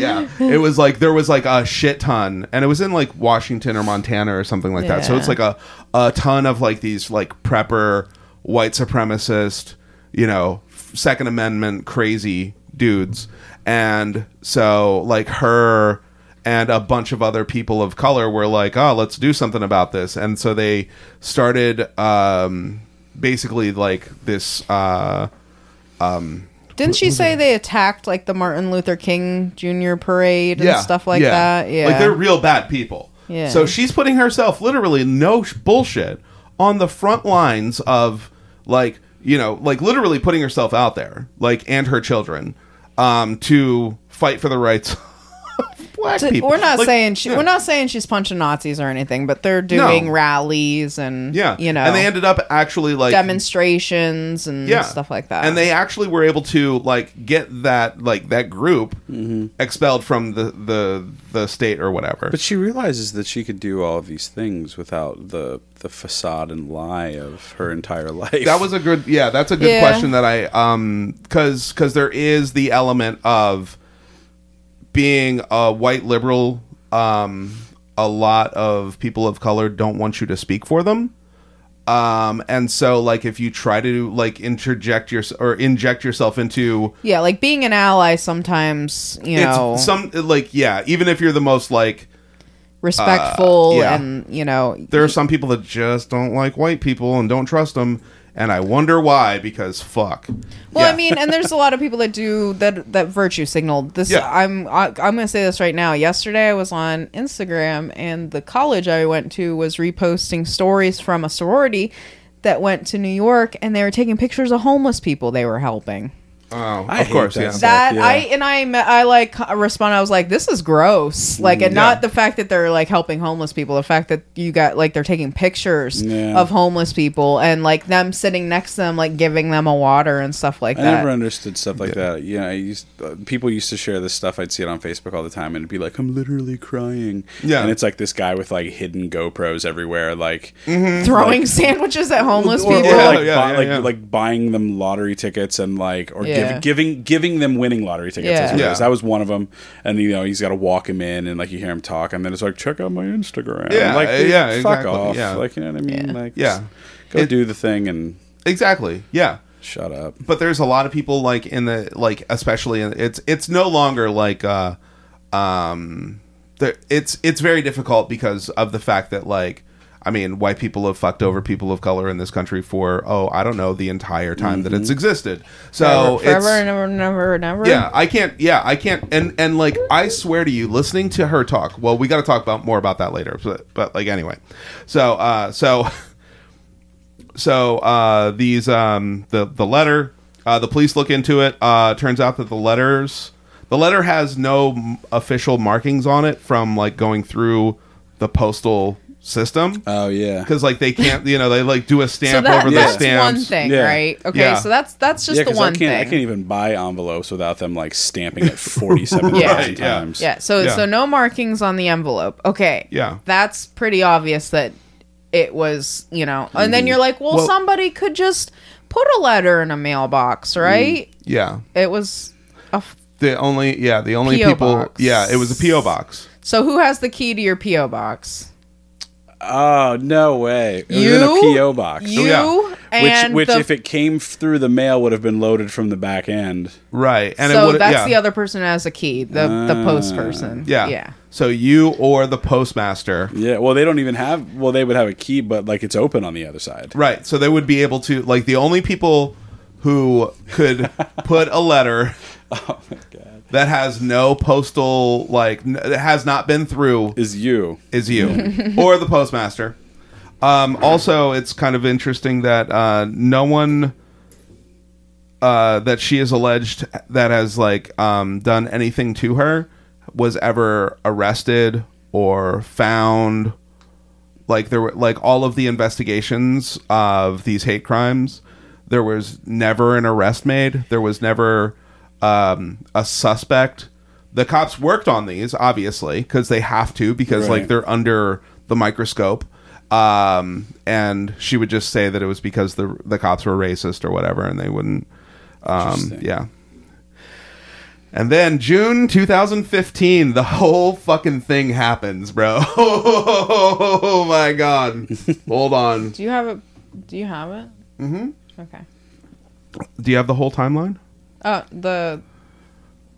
C: (laughs)
F: Yeah, it was like there was like a shit ton, and it was in like Washington or Montana or something like that. So
C: Yeah.
F: it's like a a ton of like these like prepper white supremacist, you know, Second Amendment crazy dudes, and so like her and a bunch of other people of color were like, oh, let's do something about this, and so they started um, basically like this. Uh,
C: didn't she say they attacked like the martin luther king jr parade and stuff like that yeah
F: Like they're real bad people.
C: Yeah.
F: So she's putting herself literally no sh- bullshit on the front lines of like, you know, like literally putting herself out there, like and her children um to fight for the rights (laughs) of black
C: D-
F: people.
C: We're not
F: Like,
C: saying she,
F: yeah.
C: we're not saying she's punching Nazis or anything, but they're doing
F: No.
C: rallies and
F: Yeah.
C: you know
F: And they ended up actually like
C: demonstrations and
F: yeah.
C: stuff like that.
F: And they actually were able to like get that like that group
C: Mm-hmm.
F: expelled from the the the state or whatever.
D: But she realizes that she could do all of these things without the the facade and lie of her entire (laughs) life.
F: that was a good yeah that's a good
C: Yeah.
F: question that i um because because there is the element of being a white liberal um a lot of people of color don't want you to speak for them um and so like if you try to like interject your or inject yourself into
C: yeah, like being an ally sometimes, you know,
F: it's some like yeah even if you're the most like
C: respectful
F: yeah.
C: and you know
F: there are some people that just don't like white people and don't trust them and i wonder why because fuck
C: Well,
F: Yeah.
C: I mean, and there's a lot of people that do that that virtue signal. This
F: Yeah.
C: I'm I, I'm gonna say this right now. Yesterday, I was on Instagram, and the college I went to was reposting stories from a sorority that went to New York, and they were taking pictures of homeless people they were helping.
F: Oh,
D: I
F: of
D: hate
F: course,
D: that
F: yeah.
D: stuff.
C: that
D: yeah.
C: I and I me- I like respond. I was like, this is
D: Mm,
C: gross. Like, and not the fact that they're like helping homeless people. The fact that you got like they're taking pictures
D: Yeah.
C: of homeless people and like them sitting next to them, like giving them a water and stuff like
D: I
C: that.
D: never understood stuff like that. Yeah, I used uh, people used to share this stuff. I'd see it on Facebook all the time, and it'd be like, "I'm literally crying."
F: Yeah.
D: and it's like this guy with like hidden GoPros everywhere, like
F: Mm-hmm.
C: Throwing sandwiches at homeless
F: Or- or,
C: people.
D: or,
F: Yeah,
D: like,
F: yeah,
D: buy-
F: yeah,
D: like,
F: yeah.
D: like buying them lottery tickets and like or
C: Yeah.
D: give, giving giving them winning lottery tickets.
C: Yeah.
D: is what it
F: Yeah.
D: is. that was one of them. And you know he's got to walk him in, and like you hear him talk, and then it's like check out my Instagram.
F: Yeah,
D: like
F: uh,
D: dude,
F: yeah,
D: fuck
F: exactly,
D: off.
F: yeah.
D: Like you know what I mean? Like
F: Yeah.
D: just go
F: It-
D: do the thing and
F: exactly. Yeah.
D: shut up.
F: but there's a lot of people like in the like especially in, it's it's no longer like uh um there, it's it's very difficult because of the fact that like I mean white people have fucked over people of color in this country for oh I don't know the entire time that it's existed so
C: Mm-hmm. forever, forever
F: oh, it's
C: and ever and ever and ever.
F: yeah, I can't. Yeah, I can't. And and like, I swear to you, listening to her talk. Well, we got to talk about more about that later. But but like anyway, so uh, so (laughs) so uh, these um the the letter uh, the police look into it. Uh, turns out that the letters the letter has no m- official markings on it from like going through the postal system
D: Oh yeah.
F: because like they can't you know they like do a
C: So
F: stamp
C: that,
F: over the
C: that's
F: stamps.
C: one thing,
D: Yeah.
C: right? Okay,
F: Yeah.
C: so that's that's just
D: Yeah,
C: the
D: 'cause
C: one
D: I can't, I
C: thing.
D: can't even buy envelopes without them like stamping
F: (laughs)
D: it forty-seven
C: Yeah.
D: thousand
F: Yeah.
D: times.
C: Yeah, so
F: Yeah.
C: so no markings on the envelope. Okay.
F: Yeah.
C: That's pretty obvious that it was, you know. And then you're like, well,
F: Mm-hmm. Well-
C: somebody could just put a letter in a
F: Mm.
C: mailbox, right?
F: Yeah,
C: It was a f-
F: the only yeah the only
C: P.O.
F: people
C: box.
F: yeah it was a PO box.
C: So who has the key to your PO box?
D: Oh no way! It was in a
C: You?
D: PO box,
C: You
F: Oh, yeah.
C: and
D: which which
C: the,
D: if it came through the mail would have been loaded from the back end.
F: Right. And it
C: so
F: would
C: that's
F: yeah. Ah,
C: the other person who has the key, the the post person.
F: yeah.
C: Yeah.
F: So you or the postmaster.
D: Yeah, well they don't even have. Well, they would have a key, but like it's open on the other side.
F: Right. So they would be able to like the only people who
C: (laughs)
F: could put a letter
C: Oh
F: that has no postal like n- that has not been through
D: Is you?
F: is
C: (laughs)
F: you or the postmaster. Um, also, it's kind of interesting that uh, no one uh, that she is alleged that has like um, done anything to her was ever arrested or found. Like there were like all of the investigations of these hate crimes, there was never an arrest made. There was never um, a suspect. The cops worked on these obviously because they have to because
D: Right.
F: like they're under the microscope. Um, and she would just say that it was because the the cops were racist or whatever, and they wouldn't um,
D: Interesting.
F: yeah. And then June 2015, the whole fucking thing happens, bro. (laughs) Oh my god. Hold on.
C: Do you have it? Do you have it? Mm-hmm. Okay.
F: Do you have the whole timeline?
C: Oh, the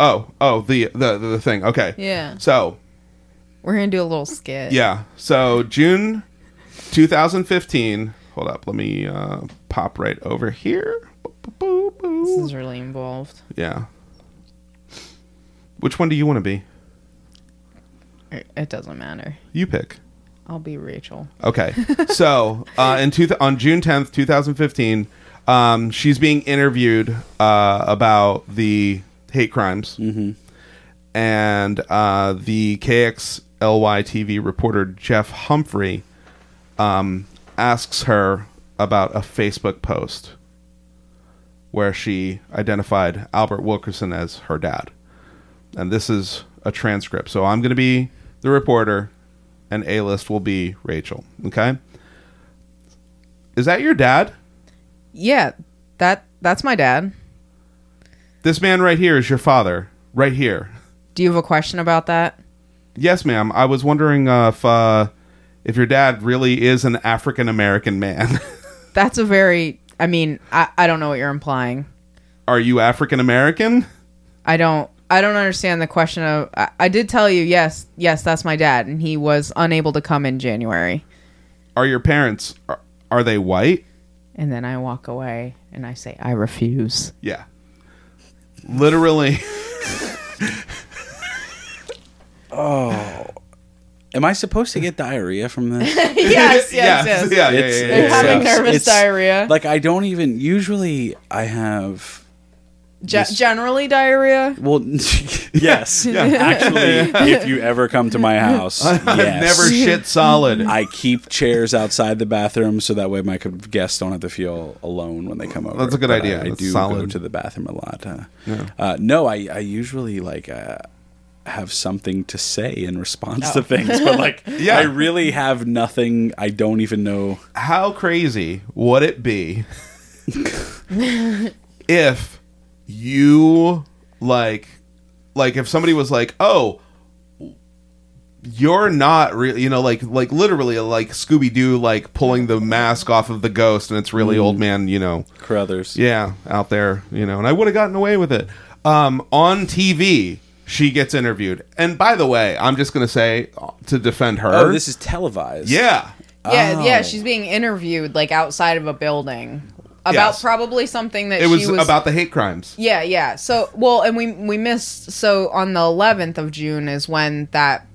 F: Oh, oh, the the the thing. Okay.
C: Yeah.
F: So,
C: we're gonna do a little skit.
F: yeah. So, June 2015. Hold up. Let me uh pop right over here. Boop, boop, boop, boop.
C: This is really involved.
F: Yeah. Which one do you want to be?
C: It it doesn't matter.
F: You pick.
C: I'll be Rachel.
F: Okay. So uh, in two on June tenth, two thousand fifteen, um, she's being interviewed uh, about the hate crimes, mm-hmm. and uh, the KXLY TV reporter Jeff Humphrey um, asks her about a Facebook post where she identified Albert Wilkerson as her dad, and this is a transcript. So I'm going to be the reporter and A list will be Rachel. Okay. Is that your dad?
C: Yeah, that that's my dad.
F: This man right here is your father. Right here.
C: Do you have a question about that?
F: Yes, ma'am. I was wondering uh, if uh, if your dad really is an African American man. (laughs)
C: That's a very I mean, I, I don't know what you're implying.
F: Are you African American?
C: I don't I don't understand the question of I, I did tell you, yes, yes, that's my dad, and he was unable to come in January.
F: Are your parents are, are they white?
C: And then I walk away and I say, I
F: (laughs)
C: refuse.
F: Yeah. Literally. (laughs)
D: Am I supposed to get diarrhea from
F: (laughs)
D: this?
C: yes, yes,
F: yeah, yeah, yeah,
D: It's-
F: yeah, yeah,
D: it
F: yeah.
C: having
D: sucks.
C: nervous diarrhea.
D: Like I don't even usually. I have
C: Ge-
D: this-
C: generally diarrhea.
D: well, (laughs) yes, (laughs)
F: (laughs)
D: actually, if you ever come to my house, yes.
F: Never shit solid.
D: I keep chairs outside the bathroom so that way my co- guests don't have to feel alone when they come over.
F: That's a good
D: But
F: idea.
D: I, I
F: That's
D: do go
F: solid.
D: to the bathroom a lot. Uh, uh, no, I, I usually like uh, have something to say in response to things, but like
F: Yeah.
D: I really have nothing. I don't even know.
F: How crazy would
C: (laughs)
F: it be if you like like if somebody was like, "Oh, you're not really, you know, like like literally like Scooby Doo like pulling the mask off of the ghost and it's really
C: Mm.
F: old man, you know."
D: Crothers.
F: Yeah, out there, you know, and I would have gotten away with it. Um, on TV, she gets interviewed. And by the way, I'm just going to say uh, to defend her.
D: Oh, this is televised.
F: yeah.
C: Yeah, yeah.
D: Oh.
C: She's being interviewed like outside of a building about
F: Yes.
C: probably something that
F: It was,
C: she was
F: about the hate crimes.
C: Yeah, yeah. So, well, and we we missed. So on the 11th of June is when that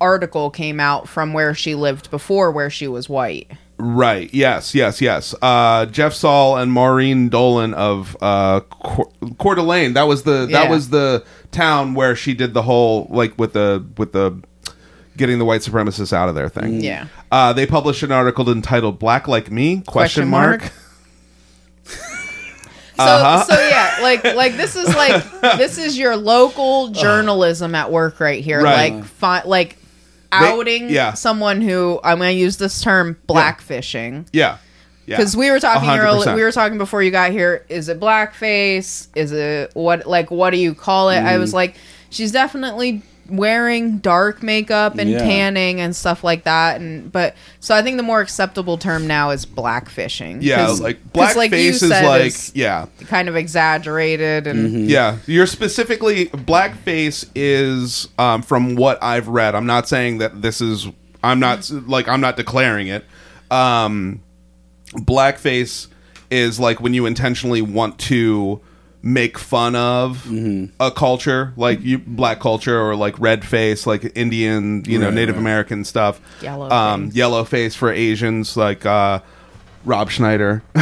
C: article came out from where she lived before, where she was white.
F: Right. Yes, yes, yes. Uh, Jeff Saul and Maureen Dolan of uh, Coeur, Coeur d'Alene. That was the
C: Yeah.
F: that was the town where she did the whole like with the with the getting the white supremacists out of their thing.
C: Yeah.
F: Uh, they published an article entitled "Black Like Me?" Question,
C: Question
F: mark.
C: mark. So,
F: Uh-huh.
C: so yeah, like like this is
F: (laughs)
C: like this is your local journalism at work right here.
F: Uh-huh. Right.
C: Like fi- like outing
F: yeah.
C: someone who I'm going to use this term blackfishing.
F: Yeah. Yeah.
C: because we were talking
F: 100%.
C: earlier we were talking before you got here is it blackface is it what like what do you call it i
F: Mm.
C: was like she's definitely wearing dark makeup and
D: Yeah.
C: tanning and stuff like that and but so i think the more acceptable term now is blackfishing
F: Yeah,
C: 'Cause-
F: like
C: 'cause
F: blackface
C: you
F: is
C: said,
F: like
C: is
F: yeah, Mm-hmm.
C: kind of exaggerated and
D: Mm.
F: yeah. You're specifically blackface is um, from what I've read. I'm not saying that this is. I'm not like I'm not declaring it. Um, blackface is like when you intentionally want to make fun of
D: Mm-hmm.
F: a culture, like you black culture or like red face, like Indian, you know,
D: Right,
F: Native
D: right.
F: American stuff.
C: Yellow
F: um,
C: face.
F: yellow face for Asians, like uh, Rob Schneider. (laughs)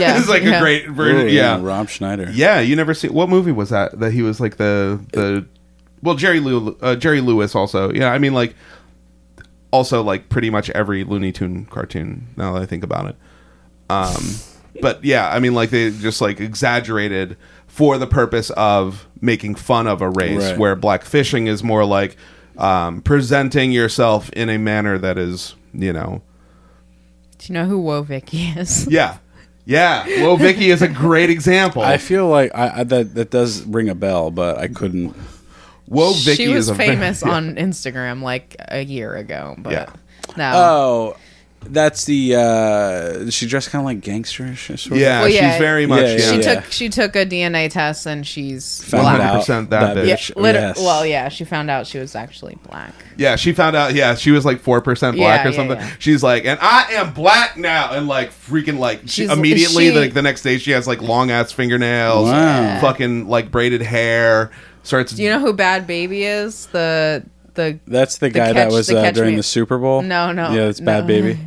C: yeah
F: it's like
C: yeah.
F: a great version.
D: Ooh,
F: yeah.
D: Rob Schneider.
F: Yeah, you never see what movie was that that he was like the the well Jerry Lew, uh, Jerry Lewis also. Yeah, I mean like also like pretty much every Looney Tune cartoon now that I think about it. Um but yeah, I mean like they just like exaggerated for the purpose of making fun of a race
D: Right.
F: where black fishing is more like um presenting yourself in a manner that is, you know,
C: do you know who Wo Vicky is
F: yeah. Yeah, well, Vicky is a great example.
D: I feel like I, I that that does ring a bell, but I couldn't.
F: Whoa,
C: (laughs)
F: Vicky
C: she was
F: is a very- (laughs)
C: famous on instagram like a year ago but
F: Yeah.
C: no
D: Oh, that's the uh she dressed kind of like gangsterish. Sort of?
F: Yeah,
C: Well, yeah,
F: she's very much.
D: yeah,
F: Yeah,
C: she
D: yeah.
C: took she took a dna test and she's
D: Found
C: black.
D: out
F: 100% that bitch.
C: Yeah,
D: bitch.
C: liter-
D: Yes.
C: Well, yeah, she found out she was actually black.
F: Yeah, she found out. Yeah, she was like four percent black
C: Yeah,
F: or
C: yeah,
F: something.
C: yeah.
F: She's like, and I am black now, and like freaking like she,
C: She's-
F: immediately
C: she-
F: like the next day she has like long ass fingernails,
D: Wow.
F: fucking like braided hair, starts.
C: Do you know who Bad Baby is? The the
D: That's the guy that
C: catch-
D: was
C: the
D: uh,
C: catch
D: during
C: me-
D: the Super Bowl.
C: No, no,
D: Yeah, it's
C: no. Uh, (laughs)
D: Bad Baby.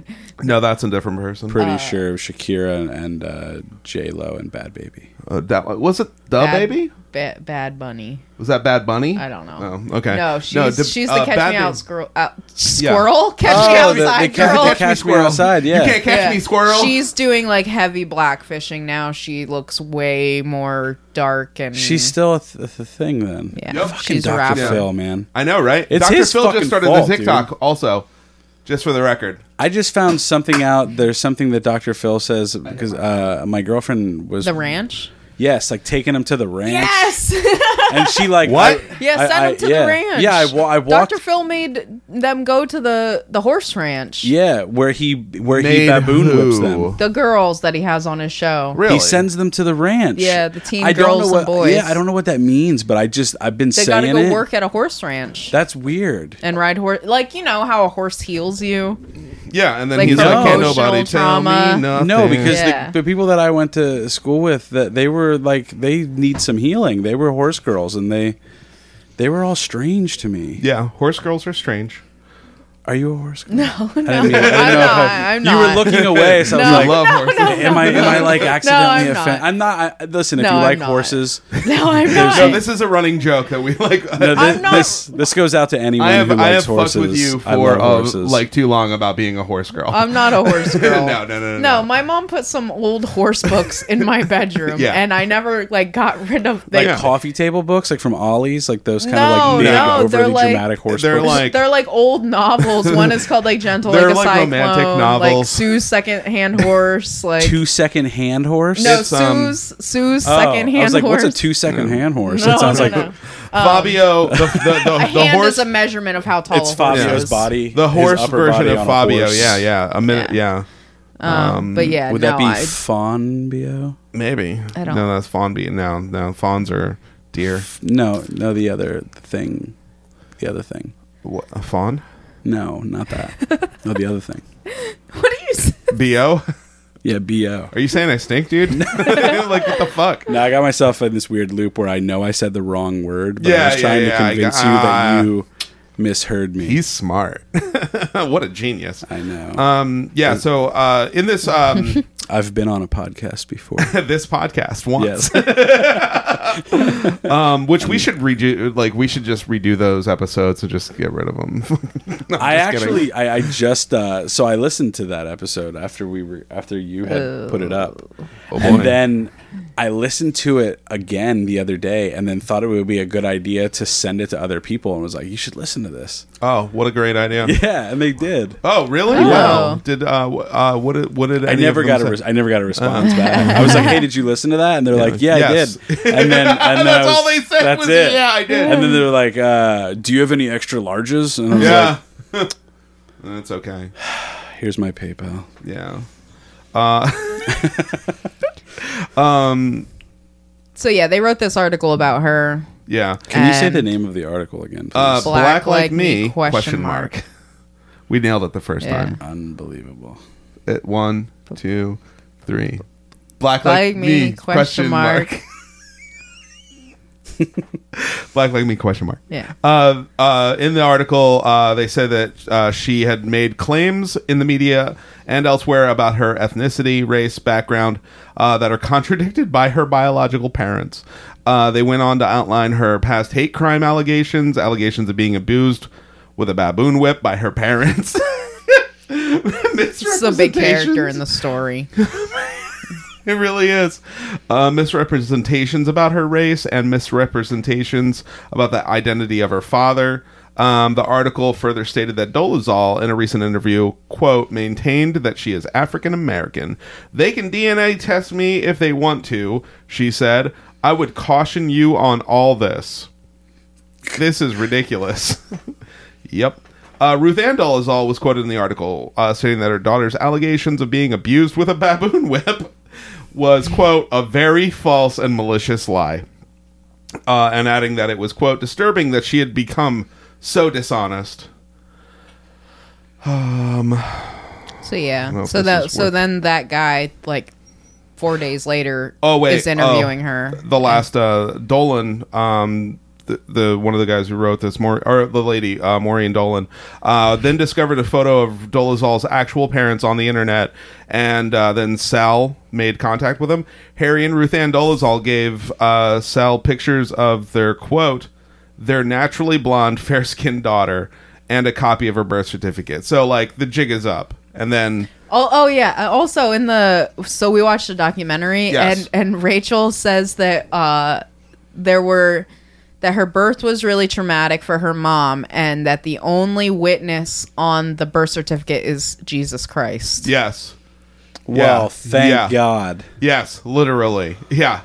F: no, that's a different person.
D: Pretty sure Shakira and uh, J Lo and Bad Baby.
F: Uh, that one- was it. The
C: Bad-
F: baby
C: Ba- Bad Bunny.
F: was that Bad Bunny?
C: I don't know.
F: Oh, okay.
C: No, she's
F: the-
C: she's the
F: uh,
C: catch
F: Bad
C: me
F: Ba-
C: out squirrel. Uh, squirrel, catch me
D: Oh, the-
C: outside
D: the catch-
C: girl.
D: the catch- me squirrel. outside, yeah.
F: You can't catch
C: Yeah.
F: me squirrel.
C: She's doing like heavy blackfishing now. She looks way more dark and
D: She's still a, th- th- thing then.
C: yeah.
D: Fucking
C: she's a
D: Dr.
C: rapper.
D: Phil, man.
F: I know, right?
D: It's
F: Dr.
D: his
F: Phil
D: fucking
F: just started
D: fault,
F: the
D: dude.
F: TikTok also, just for the record.
D: I just found something out. There's something that Dr. Phil says because uh, my girlfriend was
C: The ranch.
D: Yes, like taking him to the ranch.
C: Yes.
D: And she like
F: What?
D: I-
C: Yeah,
D: I-
C: send
D: I-
C: them to
D: yeah.
C: the ranch.
D: Yeah, I, wa- I walked.
C: Dr. Phil made them go to the the horse ranch.
D: Yeah, where he where he
F: Made
D: baboon
F: who?
D: whips them.
C: The girls that he has on his show.
F: Really?
D: He sends them to the ranch.
C: Yeah, the teen
D: I don't
C: girls
D: know
C: and
D: what,
C: boys.
D: Yeah, I don't know what that means, but I just I've been
C: They
D: saying
C: gotta go
D: it.
C: work at a horse ranch
D: That's weird.
C: and ride horse. Like you know how a horse heals you.
F: Yeah, and then
C: Like
F: he's
C: for
F: like, "Can't
C: emotional
F: nobody tell
C: trauma.
F: me nothing."
D: No, because
C: Yeah.
D: the, the people that I went to school with, that they were like they need some healing. They were horse girls, and they they were all strange to me.
F: yeah, horse girls are strange.
D: Are you a horse?
C: No, no, I'm
D: mean- I didn't know if
C: not. (laughs)
D: I-
C: I'm
D: you
C: not.
D: were looking away, so I
C: No,
D: was like,
C: no, (laughs) no, no,
D: "Am I am I like
C: no,
D: accidentally
C: I'm not.
D: offended?" I'm not. I, listen, if
C: No,
D: you
C: I'm
D: like
C: not.
D: horses,
C: (laughs) No, I'm
D: (laughs)
C: not.
F: So this is a running joke that we (laughs) like.
D: no,
C: I'm
D: thi-
C: not-
D: this this goes out to anyone
F: I have
D: who likes
F: I have fucked
D: horses.
F: with you
D: I
F: for
D: love
F: uh,
D: horses.
F: like too long about being a horse girl.
C: I'm not a horse
D: (laughs)
C: girl.
F: (laughs) No, no, no, no, no.
C: Oh, No, my mom put some old horse books in
D: (laughs)
C: my bedroom,
F: Yeah.
C: and I never like got rid of
D: like
C: them.
D: coffee table books, like from Ollie's, like those kind
C: No,
D: of like big,
C: no, they're
D: overly
C: like-
D: dramatic horse
F: they're
D: books.
F: like-
C: They're like old novels. One is called like Gentle Like
F: They're
C: a
F: like
C: Cyclone,
F: romantic
C: like
F: novels.
C: Sue's Second Hand Horse, like
D: two second hand horse.
C: no
F: It's, um,
C: Sue's Sue's
D: Oh,
C: Second Hand
D: I was like,
C: Horse.
D: what's a two second hand horse?
C: (laughs) No,
D: that sounds
C: no,
D: like
C: no. um,
F: Fabio, the, the,
C: (laughs)
F: the,
C: a
F: the
C: hand
F: horse,
C: is a measurement of how tall
D: it's
C: a horse
D: Fabio's
C: is.
D: body.
F: Oh, the
D: his
F: horse
D: upper
F: version
D: body
F: of
D: on a
F: Fabio.
D: horse.
F: Yeah, yeah. A minute. Yeah,
C: Um, but yeah,
D: Would
C: no,
D: that be
C: I,
D: Fonbio?
F: maybe.
C: I don't-
F: No, that's Fonby. No, no, fawns are deer.
D: No, no, the other thing, the other thing.
F: What, a fawn?
D: No, not that. no, the other thing.
C: what do you? Say?
F: Bo?
D: Yeah, bo.
F: Are you saying I stink, dude?
D: (laughs)
F: (laughs) like what the fuck?
D: No, I got myself in this weird loop where I know I said the wrong word, but
F: Yeah,
D: I was
F: yeah,
D: trying
F: yeah, I
D: to convince
F: got-
D: you that
F: ah.
D: you misheard me.
F: He's smart. (laughs) what a genius.
D: I know.
F: Um, yeah. So uh, in this um, (laughs)
D: I've been on a podcast before.
F: this podcast once,
D: yes.
F: um, which we should redo. Like we should just redo those episodes and just get rid of them. (laughs) No, I'm
D: I
F: just kidding.
D: actually, I, I just uh, so I listened to that episode after we were after you had put it up,
F: Oh,
D: and then I listened to it again the other day, and then thought it would be a good idea to send it to other people, and was like, "You should listen to this."
F: Oh, what a great idea!
D: Yeah, and they did.
F: Oh, really?
C: Oh.
F: Wow. Did uh, w- uh, what did what did
D: I
F: any
D: never
F: of them
D: got a
F: say?
D: res- I never got a response back. I was like, "Hey, did you listen to that?" And they're like, "Yeah,
F: Yes.
D: I did." And
F: (laughs)
D: then, and then I
F: That's
D: was-
F: all they said
D: That's
F: was,
D: it.
F: "Yeah, I did."
D: And then they were like, uh, "Do you have any extra larges?" And I was
F: Yeah. (laughs) That's okay.
D: like, "Here's my PayPal."
F: Yeah.
C: So yeah, they wrote this article about her.
F: Yeah.
D: Can you say
C: And-
D: the name of the article again? Please?
F: Uh,
C: Black
F: black, like
C: like
F: me?
C: me, question
F: question mark.
C: mark.
F: (laughs) We nailed it the first
C: Yeah.
F: time.
D: Unbelievable.
F: It, one, two, three. Black
C: Like me? Question mark.
F: (laughs) black like me? Question mark.
C: (laughs) Yeah.
F: Uh, uh, in the article, uh, they said that uh, she had made claims in the media and elsewhere about her ethnicity, race, background uh, that are (laughs) contradicted by her biological parents. Uh, they went on to outline her past hate crime allegations, allegations of being abused with a baboon whip by her parents. (laughs)
C: This is a big character in the story.
F: It really is. Uh, misrepresentations about her race and misrepresentations about the identity of her father. Um, the article further stated that Dolezal, in a recent interview, quote, maintained that she is African American. They can DNA test me if they want to, she said. I would caution you on all this. This is ridiculous. (laughs) Yep. Uh, Ruth Ann Dolezal was quoted in the article, uh, stating that her daughter's allegations of being abused with a baboon (laughs) whip was, quote, a very false and malicious lie. Uh, and adding that it was, quote, disturbing that she had become so dishonest.
C: So yeah.
F: if
C: So
F: this
C: that
F: is
C: so
F: worth-
C: then that guy like four days later
F: Oh, wait.
C: is interviewing
F: Oh,
C: her.
F: The last, uh, Dolan, um, the, the one of the guys who wrote this, Maur- or the lady, uh, Maureen Dolan, uh, then discovered a photo of Dolezal's actual parents on the internet, and uh, then Sal made contact with him. Harry and Ruth Ann Dolezal gave uh, Sal pictures of their quote, their naturally blonde, fair skinned daughter, and a copy of her birth certificate. So, like, the jig is up. And then.
C: Oh, oh yeah. Uh, Also in the so we watched a documentary
F: Yes.
C: and and Rachel says that uh there were that her birth was really traumatic for her mom and that the only witness on the birth certificate is Jesus Christ.
F: Yes.
D: Well, thank
F: Yeah.
D: God.
F: Yes, literally. Yeah,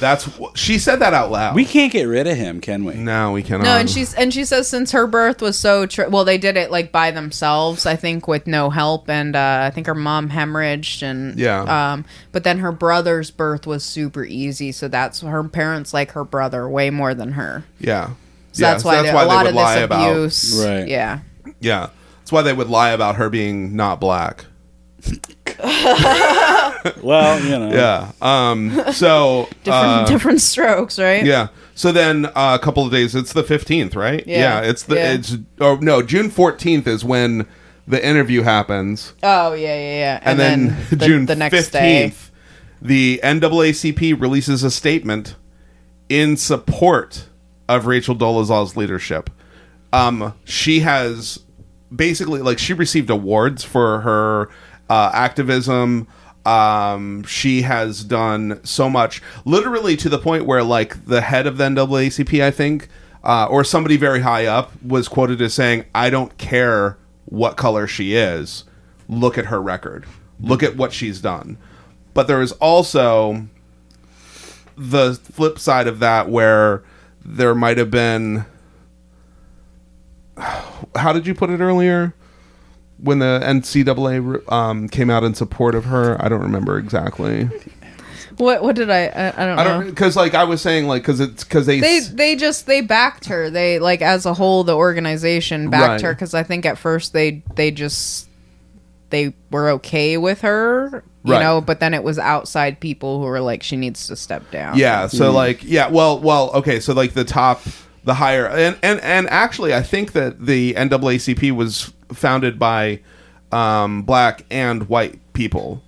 F: that's wh- she said that out loud.
D: We can't get rid of him, can we?
F: no, we um, cannot.
C: No, and she's and she says since her birth was so tra- well, they did it like by themselves, I think, with no help, and uh, I think her mom hemorrhaged and
F: Yeah.
C: Um, but then her brother's birth was super easy, so that's her parents like her brother way more than her.
F: yeah,
C: So
F: Yeah,
C: that's why, the- a lot of this abuse,
D: Right.
C: Yeah, (laughs)
F: about yeah, that's why they would lie about her being not black.
D: well, you know.
F: Yeah. Um, so
C: Different,
F: uh,
C: (laughs) different strokes, right?
F: yeah. So then uh, a couple of days. It's the fifteenth, right?
C: Yeah.
F: it's the
C: Yeah.
F: it's or no June fourteenth is when the interview happens,
C: Oh yeah, yeah, yeah.
F: and, then, (laughs)
C: the,
F: June
C: the next day.
F: the NAACP releases a statement in support of Rachel Dolezal's leadership. Um, she has basically like she received awards for her uh, activism. Um, she has done so much, literally to the point where like the head of the NAACP, I think, uh, or somebody very high up, was quoted as saying, "I don't care what color she is. Look at her record. Look at what she's done." But there is also the flip side of that where there might have been (sighs) how did you put it earlier when the NCAA um, came out in support of her? I don't remember exactly.
C: What what did I I, I don't know.
F: I don't because like I was saying like because it's because they,
C: they
F: s-
C: they just they backed her. They like as a whole the organization backed
F: Right.
C: her cuz I think at first they they just they were okay with her, you
F: Right.
C: know, but then it was outside people who were like she needs to step down.
F: yeah.
D: Hmm.
F: So like yeah. Well well okay. So like the top the higher and and and actually I think that the NAACP was founded by um, black and white people.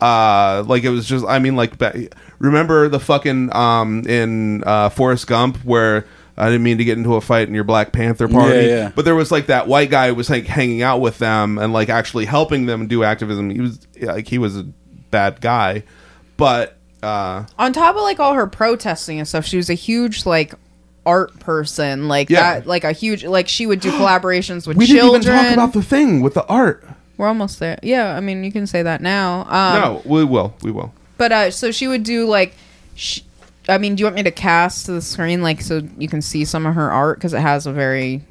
F: uh like it was just i mean like ba- remember the fucking um in uh forrest gump where i didn't mean to get into a fight in your black panther party
D: Yeah, yeah.
F: but there was like that white guy who was like hanging out with them and like actually helping them do activism he was like he was a bad guy but uh
C: On top of like all her protesting and stuff, she was a huge like art person, like
F: Yeah.
C: that like a huge like she
F: (gasps)
C: would do collaborations with
F: we
C: children.
F: didn't even talk about the thing with the art
C: We're almost there. Yeah, I mean, you can say that now. Um,
F: no we will we will
C: But uh, so she would do like, sh I mean, do you want me to cast to the screen like so you can see some of her art because it has a very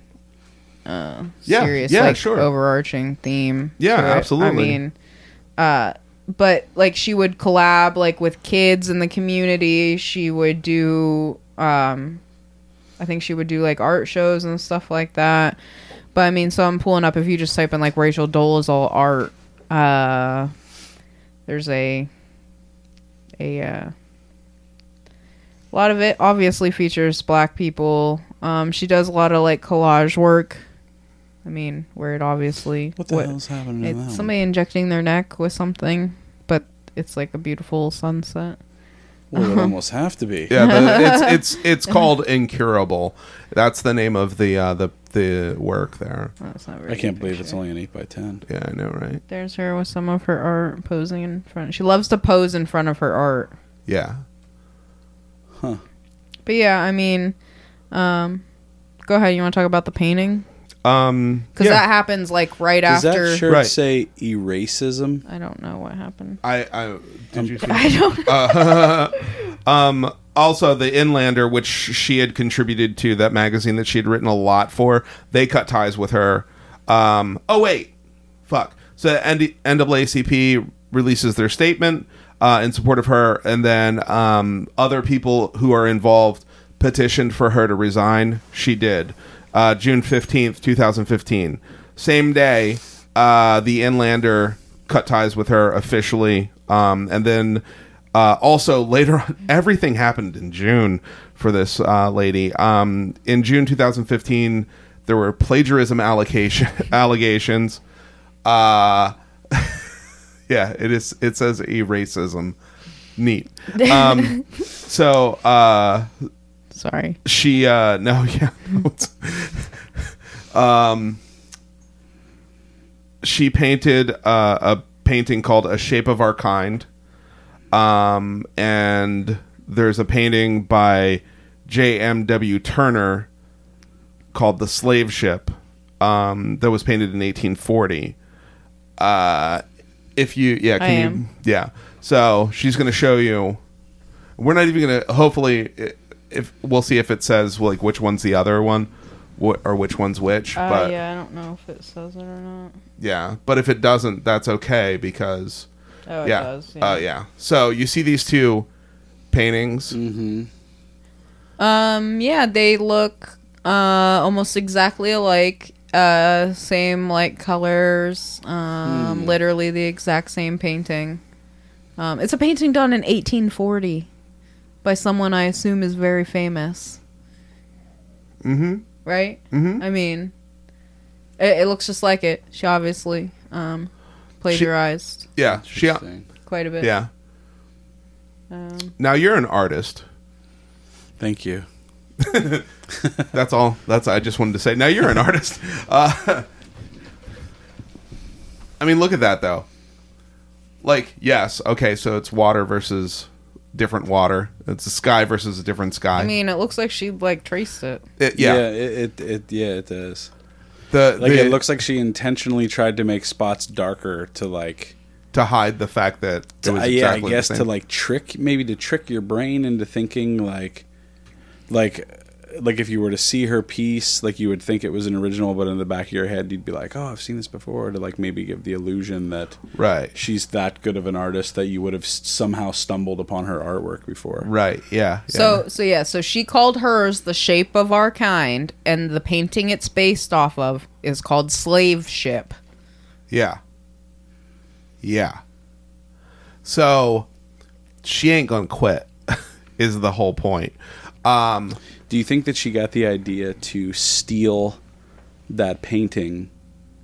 C: uh,
F: Yeah,
C: serious,
F: yeah,
C: like,
F: sure.
C: overarching theme.
F: Yeah,
C: to it. I
F: absolutely.
C: mean, uh, but like she would collab like with kids in the community. She would do, um, I think she would do like art shows and stuff like that. But I mean, so I'm pulling up. If you just type in like Rachel Dolezal art, uh, there's a a uh, a lot of it obviously features black people. Um, she does a lot of like collage work. I mean, where it obviously
D: What the hell's happening to
C: it's
D: that one?
C: somebody injecting their neck with something, but it's like a beautiful sunset.
D: Well,
C: Uh-huh.
D: it would almost have to be.
F: yeah the, it's it's it's called incurable that's the name of the uh the the work there
C: Oh, that's not very
D: I can't
C: good
D: believe it's
C: picture.
D: only an eight by ten.
F: yeah i know right
C: There's her with some of her art posing in front. She loves to pose in front of her art.
F: yeah
C: But yeah, I mean, um, go ahead. You want to talk about the painting?
F: Um,
C: Because
F: yeah.
C: that happens like right
D: Does
C: after.
D: that shirt
F: Right.
D: say eracism?
C: I don't know what happened.
F: I, I did you see?
C: I don't.
F: Um, also the Inlander, which she had contributed to that magazine that she had written a lot for, they cut ties with her. Um, oh wait, fuck. So ND- NAACP releases their statement uh, in support of her, and then um, other people who are involved petitioned for her to resign. She did. Uh, June 15th, 2015. Same day, uh, the Inlander cut ties with her officially. Um, and then uh, also later on, (laughs) everything happened in June for this uh, lady. Um, in June 2015, there were plagiarism allocation (laughs) allegations. Uh, (laughs) yeah, it is. It says e racism. Neat. Um, so uh,
C: Sorry.
F: she uh (laughs) no yeah um she painted uh, a painting called a shape of our kind um and there's a painting by jmw turner called the slave ship um that was painted in 1840 uh if you yeah can
C: I
F: you
C: am.
F: yeah so she's gonna show you we're not even gonna hopefully i- if we'll see if it says like which one's the other one wh- or which one's which
C: Uh,
F: but
C: yeah, I don't know if it says it or not.
F: yeah but if it doesn't that's okay because
C: Oh, it
F: yeah
C: does.
F: Uh, yeah so you see these two paintings
C: Mm. Um, yeah, they look uh almost exactly alike. Uh, uh, same like colors,
F: Hmm.
C: um, literally the exact same painting. Um, it's a painting done in 1840 by someone I assume is very famous. Mm-hmm. Right. Mm-hmm. I mean, it, it looks just like it. She obviously um, plagiarized
F: Yeah. She,
D: Interesting.
C: quite a bit.
F: yeah.
C: Oh.
F: now you're an artist.
D: Thank you.
F: That's all. That's I just wanted to say. Now you're an artist. (laughs) Uh, I mean, look at that though. Like, yes, okay, so it's water versus different water. It's a sky versus a different sky.
C: I mean, it looks like she like traced it.
F: It- yeah,
D: it, it, it yeah it does.
F: The,
D: Like
F: the-
D: it looks like she intentionally tried to make spots darker to like
F: to hide the fact that it was
D: Uh,
F: exactly
D: yeah, I guess
F: the
D: to
F: same.
D: like trick maybe to trick your brain into thinking like like like if you were to see her piece, like you would think it was an original, but in the back of your head you'd be like, Oh, I've seen this before to like maybe give the illusion that
F: right,
D: she's that good of an artist that you would have s- somehow stumbled upon her artwork before.
F: right, yeah. yeah.
C: So so yeah, so she called hers the shape of our kind, and the painting it's based off of is called Slave Ship.
F: yeah, yeah. So she ain't gonna quit. (laughs) is the whole point. Um,
D: Do you think that she got the idea to steal that painting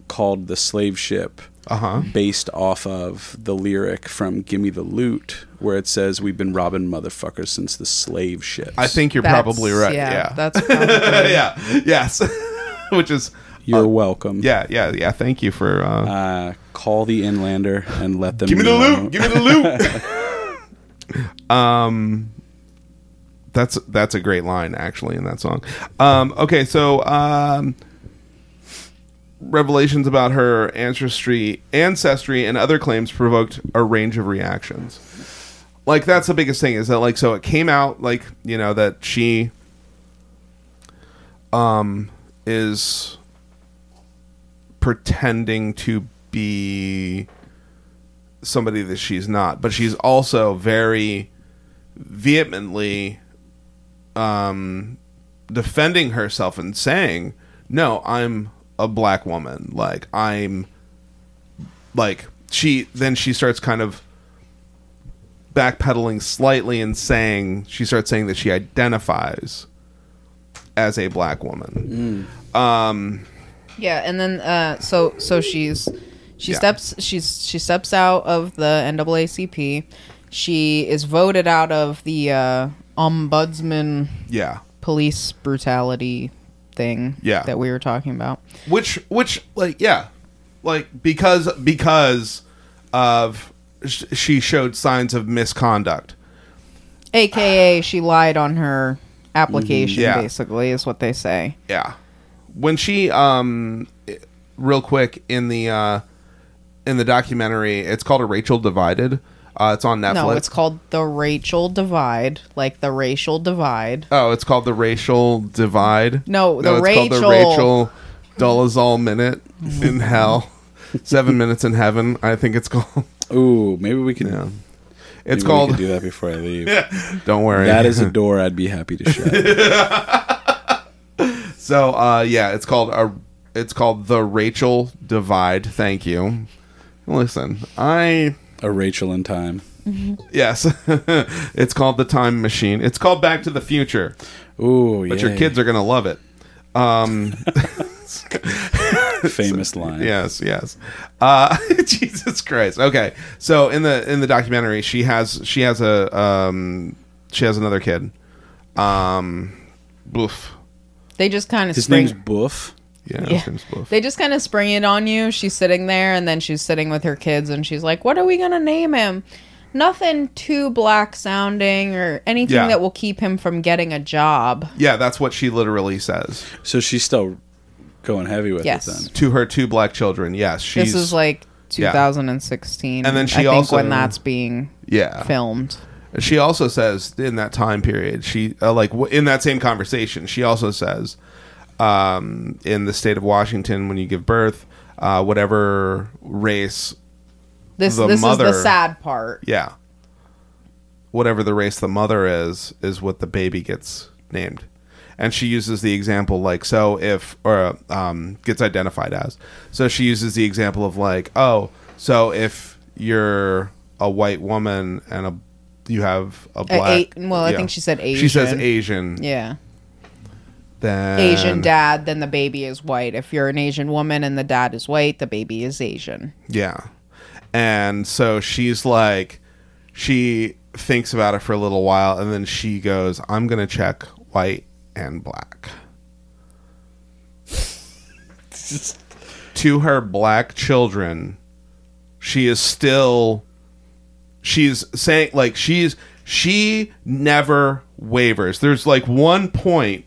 D: called The Slave Ship
F: Uh-huh.
D: based off of the lyric from Gimme the Loot where it says we've been robbing motherfuckers since the slave ships.
F: I think you're
C: That's-
F: probably right. Yeah,
C: that's probably, (laughs)
F: (laughs) yeah, yes. (laughs) Which is
D: you're welcome.
F: uh, yeah, yeah, yeah. Thank you for. Uh,
D: Uh, call the inlander and let them
F: give me the
D: know.
F: loot. Give me the loot. (laughs) um, that's that's a great line actually in that song. Um, okay, so um, revelations about her ancestry, ancestry, and other claims provoked a range of reactions. Like that's the biggest thing is that like so it came out like you know that she um is pretending to be somebody that she's not, but she's also very vehemently um, defending herself and saying, "No, I'm a black woman. Like I'm like she." Then she starts kind of backpedaling slightly and saying she starts saying that she identifies as a black woman.
C: yeah, and then uh, so so she's she
F: Yeah.
C: steps she's she steps out of the NAACP. She is voted out of the uh, ombudsman
F: Yeah.
C: police brutality thing
F: Yeah.
C: that we were talking about.
F: which which like yeah like because because of sh- she showed signs of misconduct
C: AKA she lied on her application
F: Uh, Mm-hmm. Yeah.
C: basically is what they say.
F: yeah when she um i- real quick in the uh in the documentary it's called a rachel divided uh it's on netflix
C: No, it's called the Rachel divide, like the racial divide.
F: oh it's called the racial divide
C: No, the
F: it's called the
C: Rachel-
F: rachel dolezal minute
C: (laughs)
F: in hell seven minutes in heaven i think it's called (laughs)
D: Ooh, maybe we could
F: Yeah.
D: maybe
F: it's
D: we
F: called
D: could do that before I leave.
F: don't worry
D: That
F: (laughs)
D: is a door I'd be happy to shut.
F: So uh, yeah, it's called a it's called the Rachel Divide. Thank you. Listen, I
D: a Rachel in time.
F: yes, (laughs) it's called the Time Machine. It's called Back to the Future,
D: Ooh,
F: but your kids are gonna love it.
D: famous line.
F: Yes, yes. Uh, (laughs) Jesus Christ. Okay, so in the in the documentary, she has she has a um, she has another kid. Um, boof.
C: They just kind of
D: His
C: spring.
D: name's Boof.
F: Yeah,
C: Yeah.
F: his name's Boof.
C: They just kind of spring it on you. She's sitting there, and then she's sitting with her kids, and she's like, "What are we gonna name him? Nothing too black sounding, or anything
F: Yeah.
C: that will keep him from getting a job."
F: Yeah, that's what she literally says
D: So she's still going heavy with
C: Yes.
D: it then.
F: to her two black children. Yes, she's
C: this is like 2016,
F: And then she
C: I think
F: also-
C: when that's being
F: yeah
C: filmed.
F: She also says in that time period, she uh, like w- in that same conversation, she also says, um, in the state of Washington, when you give birth, uh, whatever race,
C: This
F: The
C: this
F: mother-
C: is the sad part.
F: yeah, whatever the race the mother is, is what the baby gets named. and she uses the example like so if or um, gets identified as so she uses the example of like oh so if you're a white woman and a you have a black
C: A- well, I think she said
F: she says
C: Asian.
F: Asian
C: Yeah.
F: then
C: Asian dad, then the baby is white. If you're an Asian woman and the dad is white, the baby is Asian.
F: Yeah. And so she's like, she thinks about it for a little while and then she goes, I'm going to check white and black. to her black children, she is still, she's saying, like, she's, she never wavers. There's like one point.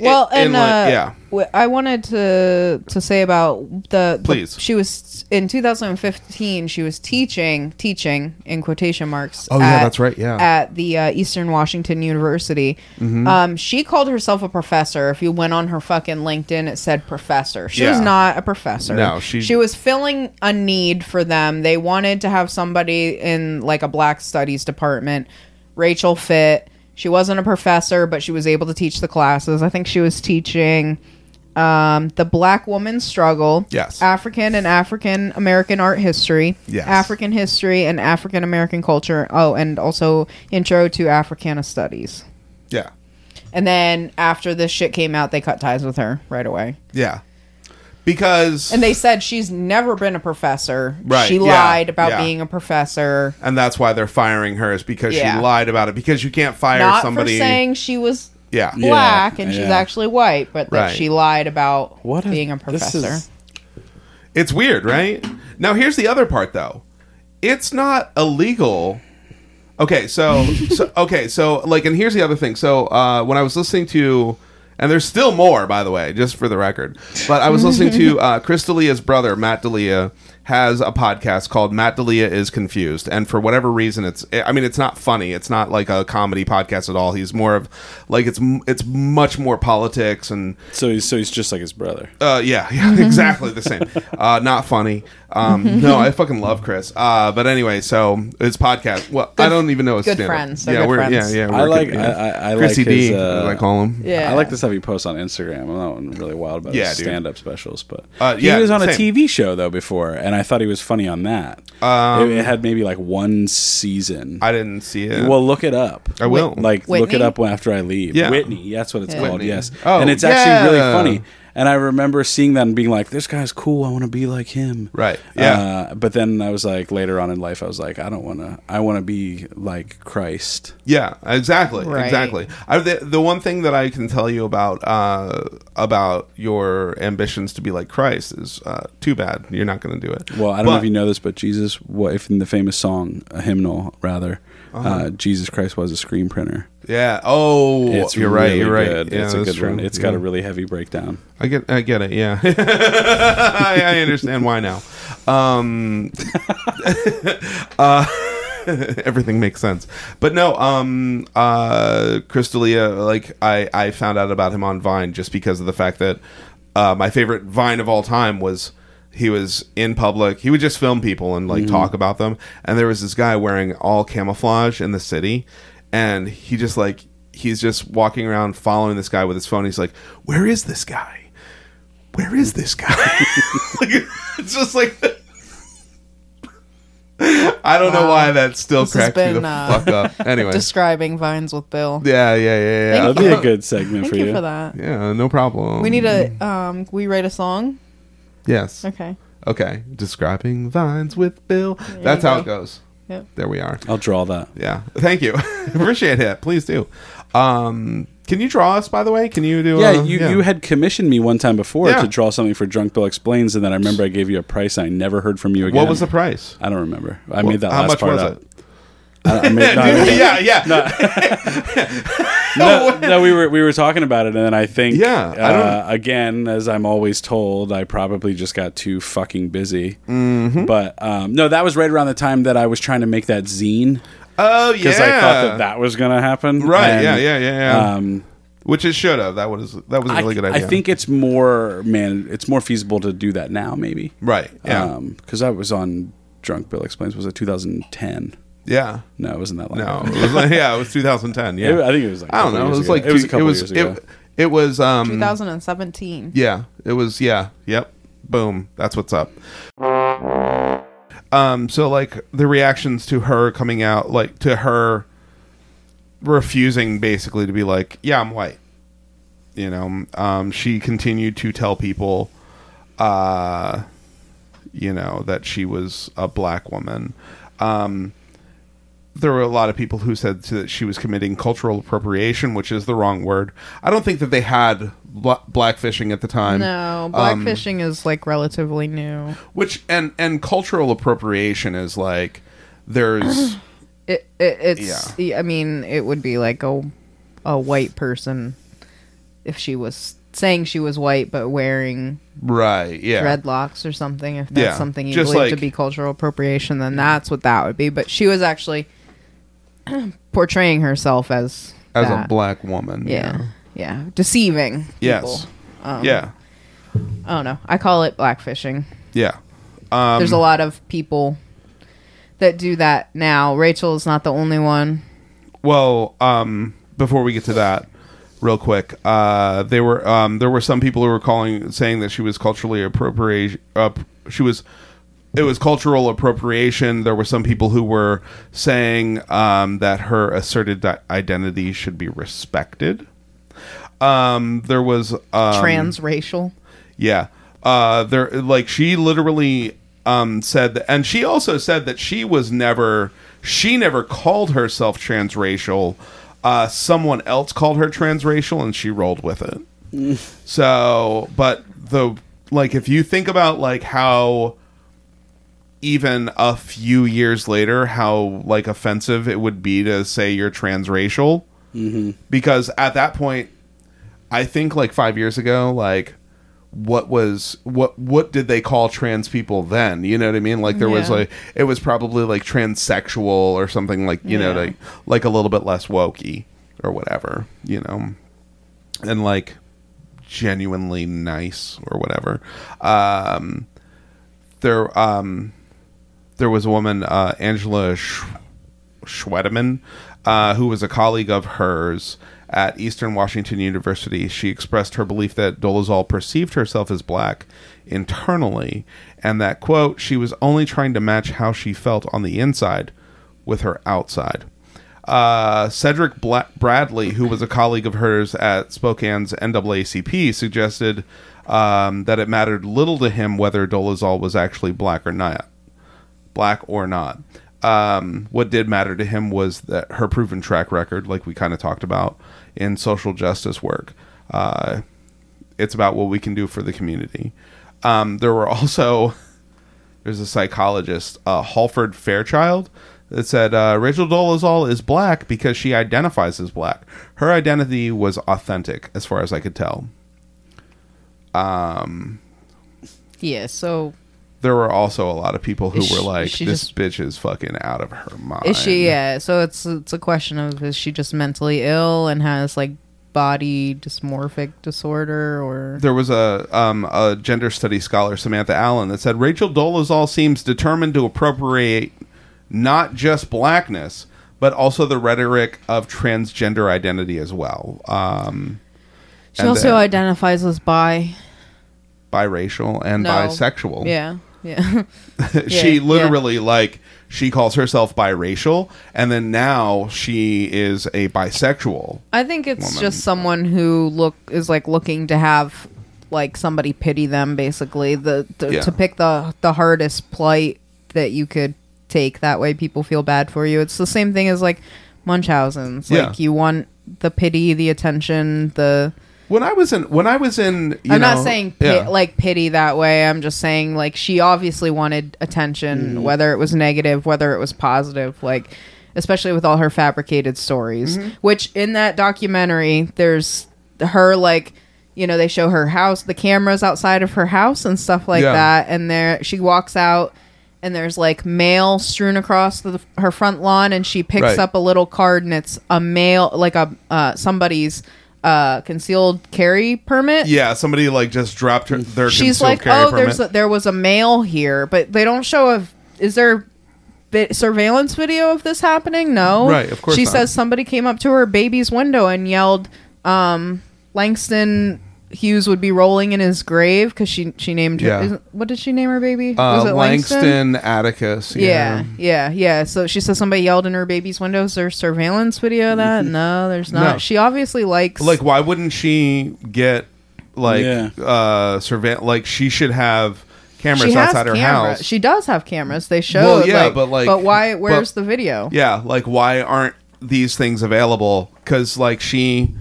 C: Well,
F: in
C: and
F: like-
C: uh,
F: yeah.
C: w- I wanted to to say about the, the-
F: Please.
C: She was in 2015. She was teaching teaching in quotation marks.
F: Oh, yeah, that's right, yeah. Mm-hmm.
C: At the uh, Eastern Washington University, um, she called herself a professor. If you went on her fucking LinkedIn, it said professor. She was
F: Yeah.
C: not a professor.
F: No, she-
C: she was filling a need for them. They wanted to have somebody in like a black studies department. Rachel fit. She wasn't a professor, but she was able to teach the classes. I think she was teaching um, the Black Woman's Struggle,
F: Yes.
C: African and African American art history,
F: Yes.
C: African history and African American culture. Oh, and also Intro to Africana Studies.
F: Yeah.
C: And then after this shit came out, they cut ties with her right away.
F: Yeah. Because.
C: And they said she's never been a professor.
F: Right,
C: She
F: yeah,
C: lied about
F: yeah.
C: being a professor.
F: and that's why they're firing her is because
C: Yeah.
F: she lied about it because you can't fire
C: Not
F: somebody
C: for saying she was
F: yeah
D: Yeah.
C: black and she's
D: yeah.
C: actually white, but that
F: Right.
C: she lied about
D: What a-
C: being a
D: this
C: professor.
D: is-
F: it's weird right now here's the other part though it's not illegal okay so, so okay so like and here's the other thing so uh, when i was listening to and there's still more by the way just for the record but i was listening to uh, chris delia's brother matt delia has a podcast called matt delia is confused and for whatever reason it's i mean it's not funny it's not like a comedy podcast at all he's more of like it's m- it's much more politics and
D: So he's so he's just like his brother.
F: uh, yeah, (laughs) yeah,
C: Mm-hmm.
F: exactly the same. Uh, not funny. Um, no, I fucking love Chris. Uh, but anyway, so his podcast. Well, I don't even know his
C: good
F: stand-up.
C: friends. They're
F: Yeah,
C: good
F: we're,
C: friends.
F: yeah, yeah.
D: I
F: we're
D: like
F: good-
D: I,
F: yeah.
D: I, I like
F: Chrissy
D: his.
F: D.
D: uh,
F: as I call him.
C: Yeah.
D: I like the stuff he posts on Instagram. I'm not really wild about
F: Yeah,
D: his
F: dude.
D: stand-up specials, but
F: Uh, yeah,
D: he was on a
F: same.
D: TV show though before, and I thought he was funny on that.
F: Um,
D: it, it had maybe like one season.
F: I didn't see it.
D: well, look it up.
F: I will.
D: Like look
C: Whitney?
D: it up after I leave.
F: Yeah.
D: Whitney, that's what it's called.
F: Whitney.
D: Yes,
F: Oh,
D: and it's actually
F: yeah.
D: really funny. And I remember seeing that and being like, "This guy's cool. I want to be like him."
F: Right, yeah.
D: Uh, but then I was like, later on in life, I was like, "I don't want to. I want to be like Christ."
F: Yeah, exactly,
C: Right.
F: exactly. I, the, the one thing that I can tell you about uh, about your ambitions to be like Christ is uh, too bad you're not going to do it.
D: Well, I don't know if
F: But-
D: you know this, but Jesus, what if in the famous song, a hymnal rather, uh
F: Uh-huh.
D: Jesus Christ was a screen printer.
F: Yeah. Oh, you're right.
D: really
F: You're right.
D: good.
F: Yeah,
D: it's a
F: that's
D: good one.
F: true.
D: It's got a
F: Yeah.
D: really heavy
F: (laughs)
D: breakdown.
F: I get, I get it. Yeah, (laughs) I, I understand why now. Um, (laughs) uh, (laughs) everything makes sense. But no, um, uh, Chris D'Elia, like I, I found out about him on Vine just because of the fact that uh, my favorite Vine of all time was he was in public. He would just film people and like talk about them. And there was this guy wearing all camouflage in the city, and he just like he's just walking around following this guy with his phone. He's like, "Where is this guy?" where is this guy? (laughs) like, it's just like I don't know why that still
C: has
F: cracks me the
C: been, uh, (laughs)
F: fuck up. Anyway,
C: Describing vines with Bill.
F: yeah, yeah, yeah, yeah.
D: That'd be a good segment
C: Thank
D: for
C: you
D: you.
C: for that.
F: Yeah, Mm-hmm. no problem.
C: We need a um we write a song.
F: yes.
C: Okay.
F: Okay, describing vines with Bill. That's how
C: go.
F: it goes.
C: Yep.
F: There we are.
D: I'll draw that.
F: Yeah, thank you. (laughs) Appreciate it. Please do. Um, can you draw us? By the way, can you do?
D: Yeah,
F: uh,
D: you, you had commissioned me one time before
F: Yeah.
D: to draw something for Drunk Bill Explains, and then I remember I gave you a price and I never heard from you again.
F: What was the price?
D: I don't remember. I made that
F: how
D: last
F: much
D: part
F: was
D: up.
F: it?
D: I, I made, no,
F: (laughs)
D: I made that-
F: yeah,
D: no,
F: yeah.
D: no, we were we were talking about it, and then I think
F: Yeah, I don't-
D: uh, again, as I'm always told, I probably just got too fucking busy.
F: Mm-hmm.
D: But um, no, that was right around the time that I was trying to make that zine
F: Oh, yeah.
D: because I thought that that was gonna happen.
F: Right,
D: And,
F: yeah, yeah, yeah, yeah.
D: Um,
F: Which it should have. That was that was a
D: I,
F: really good
D: I
F: idea.
D: think it's more man, it's more feasible to do that now, maybe. Um,
F: Right. Yeah.
D: because I was on Drunk Bill Explains was it 2010.
F: Yeah.
D: No, it wasn't that long.
F: No.
D: ago.
F: (laughs) It was like, yeah, it was 2010. Yeah.
D: It- I think it was like a
F: I don't
D: couple
F: know. It
D: years
F: was
D: ago.
F: like
D: It was
F: two-
D: a couple years ago.
F: It, it was um
C: 2017.
F: yeah. It was yeah. Yep. Boom. That's what's up. Um so like the reactions to her coming out like to her refusing basically to be like, "Yeah, I'm white." You know, um she continued to tell people uh you know that she was a black woman. Um there were a lot of people who said that she was committing cultural appropriation, which is the wrong word. I don't think that they had bl- blackfishing at the time.
C: No,
F: Um,
C: blackfishing is like relatively new.
F: which and and cultural appropriation is like there's
C: It, it it's. I mean, it would be like a a white person if she was saying she was white but wearing
F: right, yeah,
C: dreadlocks or something. If that's
F: Yeah,
C: something you
F: just
C: believe to
F: like-
C: be cultural appropriation, then that's what that would be. But she was actually (clears throat) portraying herself as
F: as a
C: that.
F: black woman.
C: Yeah. Yeah. Deceiving. People. um,
F: Yes. yeah.
C: I don't know. I call it blackfishing.
F: Yeah. Um,
C: There's a lot of people that do that now. Rachel is not the only one.
F: Well, um, before we get to that, real quick, uh, they were um, there were some people who were calling saying that she was culturally appropriation. Uh, she was it was cultural appropriation. There were some people who were saying um, that her asserted di- identity should be respected. Um, there was um,
C: Transracial.
F: yeah. Uh there like she literally um said that, and she also said that she was never she never called herself transracial. Uh someone else called her transracial and she rolled with it. so, but the like if you think about like how even a few years later how like offensive it would be to say you're transracial because at that point I think like five years ago, like what was what what did they call trans people then? You know what I mean? Like there was
C: Yeah.
F: like it was probably like transsexual or something like you know
C: Yeah.
F: like like a little bit less wokey or whatever you know, and like genuinely nice or whatever. Um, there um there was a woman uh, Angela Sh- Schwedeman, uh, who was a colleague of hers at Eastern Washington University. She expressed her belief that Dolezal perceived herself as black internally, and that quote she was only trying to match how she felt on the inside with her outside. Uh, Cedric Bla- Bradley, who was a colleague of hers at Spokane's NAACP, suggested um, that it mattered little to him whether Dolezal was actually black or not black or not. Um, what did matter to him was that her proven track record, like we kind of talked about in social justice work. Uh, it's about what we can do for the community. Um, there were (laughs) also there's a psychologist, uh, Halford Fairchild, that said uh, Rachel Dolezal is black because she identifies as black. Her identity was authentic, as far as I could tell.
C: Yeah. So
F: There were also a lot of people who
C: Is
F: were
C: she-
F: like,
C: she
F: "This
C: just-
F: bitch is fucking out of her mind."
C: is she? Yeah. So it's it's a question of is she just mentally ill and has like body dysmorphic disorder or
F: there was a um, a gender studies scholar Samantha Allen that said Rachel Dolezal seems determined to appropriate not just blackness but also the rhetoric of transgender identity as well. Um,
C: she
F: and
C: also
F: then
C: identifies as bi.
F: biracial and
C: No.
F: bisexual.
C: Yeah. Yeah.
F: (laughs)
C: (laughs)
F: she
C: yeah.
F: literally like she calls herself biracial and then now she is a bisexual.
C: I think it's
F: woman.
C: just someone who look is like looking to have like somebody pity them basically the, the
F: Yeah.
C: to pick the the hardest plight that you could take that way people feel bad for you. It's the same thing as like Munchausen's
F: Yeah.
C: like you want the pity, the attention, the
F: When I was in when I was in you
C: I'm
F: know-
C: not saying pi-
F: yeah.
C: like pity that way. I'm just saying like she obviously wanted attention,
F: Mm.
C: whether it was negative, whether it was positive, like especially with all her fabricated stories.
F: Mm-hmm.
C: Which in that documentary, there's her like you know they show her house, the cameras outside of her house and stuff like
F: Yeah.
C: that, and there she walks out. And there's like mail strewn across the, her front lawn, and she picks
F: Right.
C: up a little card, and it's a mail, like a uh, somebody's uh, concealed carry permit
F: yeah, somebody like just dropped her, their
C: she's
F: concealed
C: like,
F: carry
C: oh,
F: permit.
C: there's a, there was a male here, but they don't show a. Is there vi- surveillance video of this happening? No.
F: Right, of course
C: She
F: not.
C: says somebody came up to her baby's window and yelled, um, Langston Hughes would be rolling in his grave because she, she named her.
F: Yeah.
C: isn't- What did she name her baby?
F: Uh, Langston Atticus.
C: Yeah, yeah, yeah. So she says somebody yelled in her baby's window. Is there surveillance video of that? No, there's not.
F: Mm-hmm. No.
C: She obviously likes.
F: Like, why wouldn't she get like
D: Yeah.
F: uh surveillance? Like, she should have cameras
C: she has
F: outside her
C: cameras.
F: house.
C: She does have cameras. They showed.
F: Well, yeah,
C: like,
F: but, like-
C: but why? Where's
F: but-
C: the video?
F: yeah, like why aren't these things available? Because like she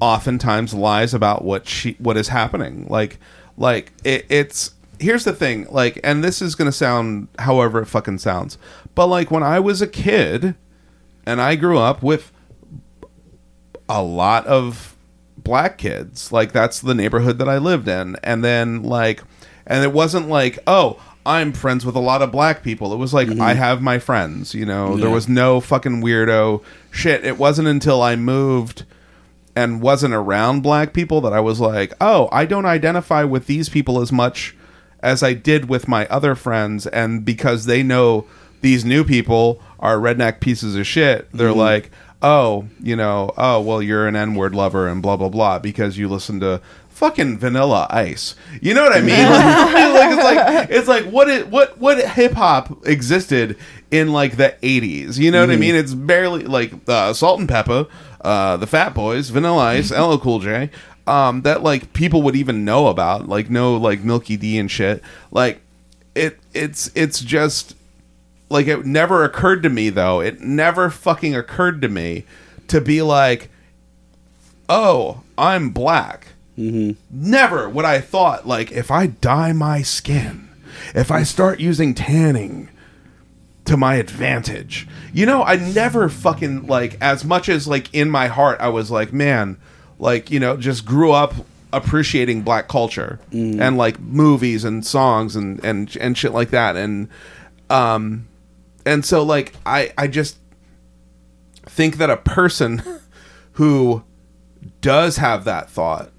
F: oftentimes lies about what she what is happening. Like like it, it's here's the thing. Like, and this is gonna sound however it fucking sounds, but like when I was a kid and I grew up with a lot of black kids. Like that's the neighborhood that I lived in. And then like and it wasn't like, oh, I'm friends with a lot of black people. It was like I have my friends, you know. There was no fucking weirdo shit. It wasn't until I moved and wasn't around black people that I was like, "Oh, I don't identify with these people as much as I did with my other friends and because they know these new people are redneck pieces of shit, they're like, "Oh, you know, oh, well you're an n-word lover and blah blah blah because you listen to fucking vanilla ice." You know what I mean? (laughs) like, it's like it's like what it what what hip hop existed in like the 80s. You know what I mean? It's barely like uh, Salt and Pepper uh, the Fat Boys, Vanilla Ice, LL Cool J, um, that like people would even know about, like no like Milky D and shit. Like it, it's it's just like it never occurred to me though. It never fucking occurred to me to be like, oh, I'm black. Never would I thought like if I dye my skin, if I start using tanning to my advantage. You know, I never fucking like as much as like in my heart I was like, man, like, you know, just grew up appreciating black culture and like movies and songs and and and shit like that and um and so like I I just think that a person (laughs) who does have that thought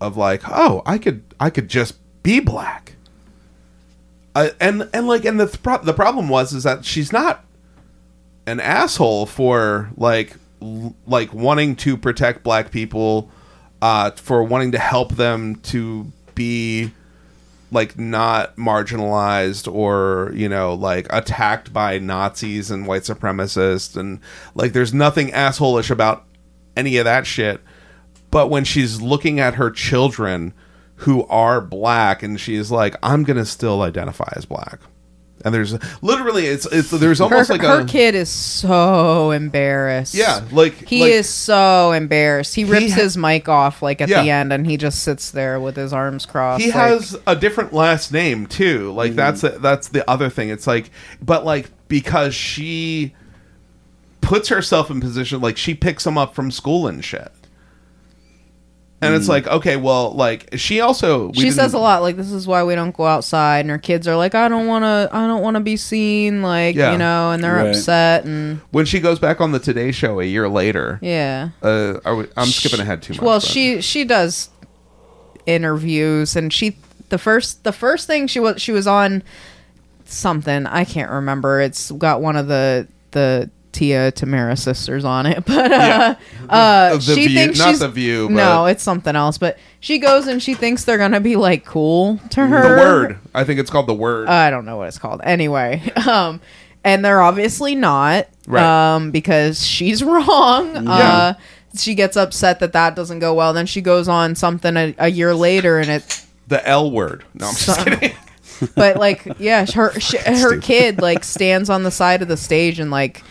F: of like, oh, I could I could just be black. Uh, and and like and the th- pro- the problem was is that she's not an asshole for like l- like wanting to protect black people uh for wanting to help them to be like not marginalized or you know like attacked by Nazis and white supremacists and like there's nothing assholish about any of that shit but when she's looking at her children who are black and she's like I'm going to still identify as black and there's literally it's it's there's
C: Her,
F: almost like
C: her
F: a
C: kid is so embarrassed.
F: Yeah, like-
C: he
F: like-
C: is so embarrassed. He rips
F: ha-
C: his mic off like at the
F: Yeah.
C: end, and he just sits there with his arms crossed.
F: he
C: like- Mm-hmm.
F: has a different last name too. Like that's that's the other thing. It's like, but like because she puts herself in position, like she picks him up from school and shit. And it's like, okay, well, like she also we
C: Mm. she says
F: didn't-
C: a lot like this is why we don't go outside, and her kids are like, I don't want to, I don't want to be seen, like
F: Yeah.
C: you know, and they're
D: Right.
C: upset, and
F: when she goes back on the Today Show a year later.
C: yeah.
F: Uh, are we, I'm skipping ahead too much.
C: Well,
F: but-
C: she she does interviews, and she the first the first thing she was she was on something I can't remember. It's got one of the the Tia Tamara sisters on it, (laughs) but uh, uh,
F: The
C: she
F: View-
C: thinks
F: not
C: she's
F: The View,
C: no,
F: but-
C: it's something else. But she goes and she thinks they're gonna be like cool to her. Uh,
F: the word. I think it's called the word.
C: I don't know what it's called. Anyway, (laughs) um, and they're obviously not,
F: Right.
C: um, because she's (laughs) wrong. Uh, she gets upset that that doesn't go well. Then she goes on something a, a year later, and it.
F: the L word. No, I'm
C: (laughs)
F: just kidding.
C: But like, yeah, her sh
F: (laughs)
C: her kid like stands on the side of the stage and like,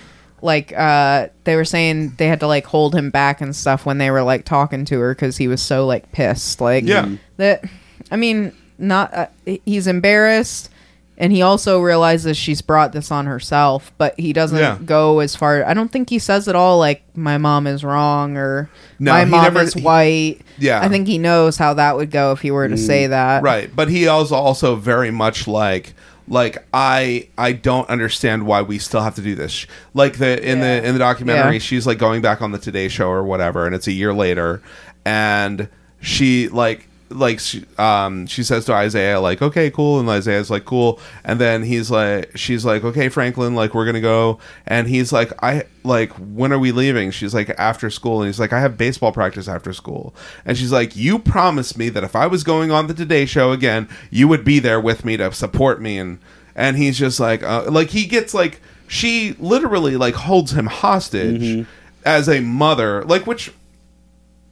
C: like uh, they were saying they had to like hold him back and stuff when they were like talking to her because he was so like pissed. Like,
F: Yeah.
C: that i mean not uh, he's embarrassed and he also realizes she's brought this on herself but he doesn't
F: Yeah.
C: go as far i don't think he says at all like my mom is wrong or
F: No,
C: my
F: he
C: mom
F: never-
C: is white
F: Yeah.
C: i think he knows how that would go if he were to say that
F: right but he also also very much like like i i don't understand why we still have to do this like the in
C: Yeah.
F: the in the documentary
C: Yeah.
F: she's like going back on the today show or whatever and it's a year later and she like like she, um she says to Isaiah like okay cool and Isaiah's like cool and then he's like she's like okay Franklin like we're going to go and he's like I like when are we leaving she's like after school and he's like I have baseball practice after school and she's like you promised me that if I was going on the Today show again you would be there with me to support me and and he's just like uh, like he gets like she literally like holds him hostage as a mother like which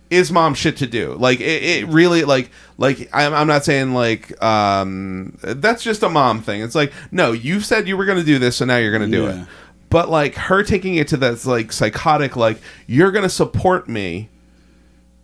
F: is mom shit to do like it, it really like like I'm, I'm not saying like um that's just a mom thing it's like no you said you were gonna do this so now you're gonna do
D: Yeah.
F: it but like her taking it to that like psychotic like you're gonna support me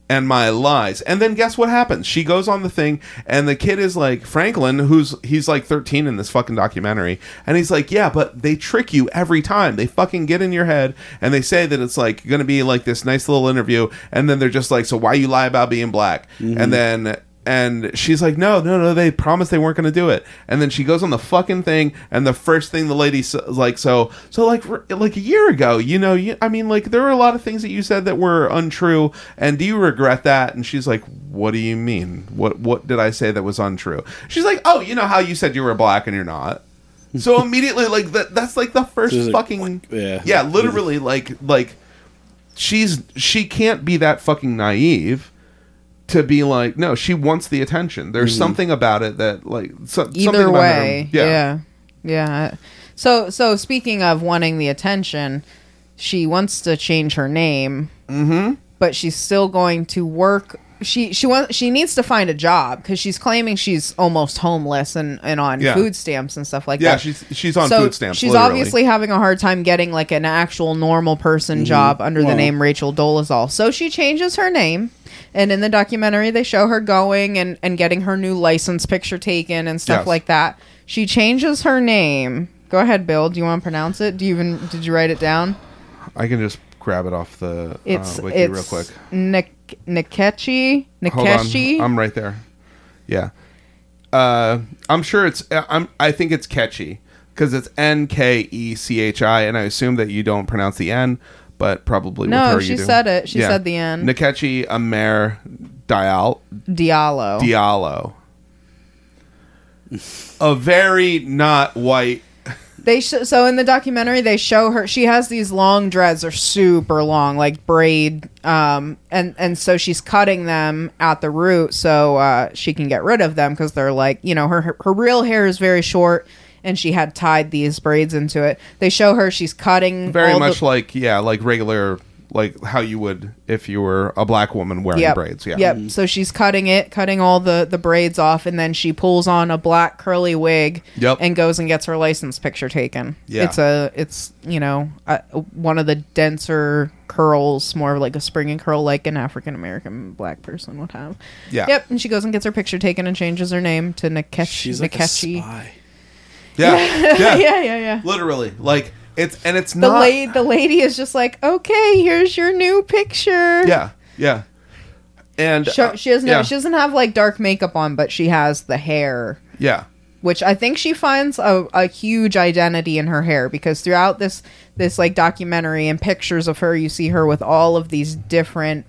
F: and my lies. And then guess what happens? She goes on the thing, and the kid is like Franklin, who's he's like 13 in this fucking documentary, and he's like, yeah, but they trick you every time. They fucking get in your head, and they say that it's like going to be like this nice little interview, and then they're just like, so why you lie about being black? And then. And she's like, no, no, no. They promised they weren't going to do it. And then she goes on the fucking thing. And the first thing the lady s- like, so, so like, r- like a year ago, you know, you, I mean, like there were a lot of things that you said that were untrue. And do you regret that? And she's like, what do you mean? What, what did I say that was untrue? She's like, oh, you know how you said you were black and you're not.
D: (laughs)
F: So immediately, like that, that's like the first
D: Just like,
F: fucking,
D: yeah.
F: yeah, literally, like, like she's she can't be that fucking naive to be like no she wants the attention there's something about it that like so, something
C: Either
F: about her-
C: way, yeah. yeah, So, so speaking of wanting the attention, she wants to change her name, mm-hmm. but she's still going to work. She she wants she needs to find a job because she's claiming she's almost homeless and and on
F: Yeah.
C: food stamps and stuff like
F: yeah
C: that.
F: she's she's on
C: so
F: food stamps
C: She's
F: literally.
C: obviously having a hard time getting like an actual normal person
F: Mm-hmm.
C: job under the
D: Well-
C: name Rachel Dolezal. So she changes her name. And in the documentary, they show her going and, and getting her new license picture taken and stuff
F: Yes.
C: like that. She changes her name. Go ahead, Bill. Do you want to pronounce it? Do you even did you write it down?
F: i can just grab it off the
C: It's
F: uh, wiki
C: it's
F: real quick
C: Nik- Nikechi
F: hold
C: Nikeshi.
F: on i'm right there yeah uh i'm sure it's uh, i'm i think it's catchy because it's n-k-e-c-h-i and i assume that you don't pronounce the n but probably
C: No,
F: with her
C: she
F: you do.
C: said it. She said the N.
F: nikechi amer dial
C: Diallo.
F: Diallo. A very not white.
C: They sh- so in the documentary they show her she has these long dreads are super long like braid um and and so she's cutting them at the root so uh, she can get rid of them because they're like you know her, her her real hair is very short and she had tied these braids into it. They show her she's cutting
F: Very
C: all
F: much
C: the-
F: like yeah, like regular, like how you would if you were a black woman wearing braids. Yeah.
D: Mm.
C: Yep. So she's cutting it, cutting all the the braids off, and then she pulls on a black curly wig.
F: Yep.
C: And goes and gets her license picture taken.
F: Yeah.
C: It's a it's you know a, one of the denser curls, more of like a springing curl, like an African American black person would have.
F: Yeah.
C: Yep. And she goes and gets her picture taken and changes her name to Nikesh.
D: She's like a
C: Nikeshi.
D: spy.
F: Yeah. yeah.
C: (laughs) yeah, yeah, yeah.
F: Literally. Like it's and it's
C: The
F: not
C: lady, the lady is just like, okay, here's your new picture.
F: Yeah. Yeah. And
C: She,
F: uh,
C: she doesn't.
F: yeah,
C: Have, she doesn't have like dark makeup on, but she has the hair.
F: yeah.
C: which I think she finds a, a huge identity in her hair because throughout this this like documentary and pictures of her, you see her with all of these different,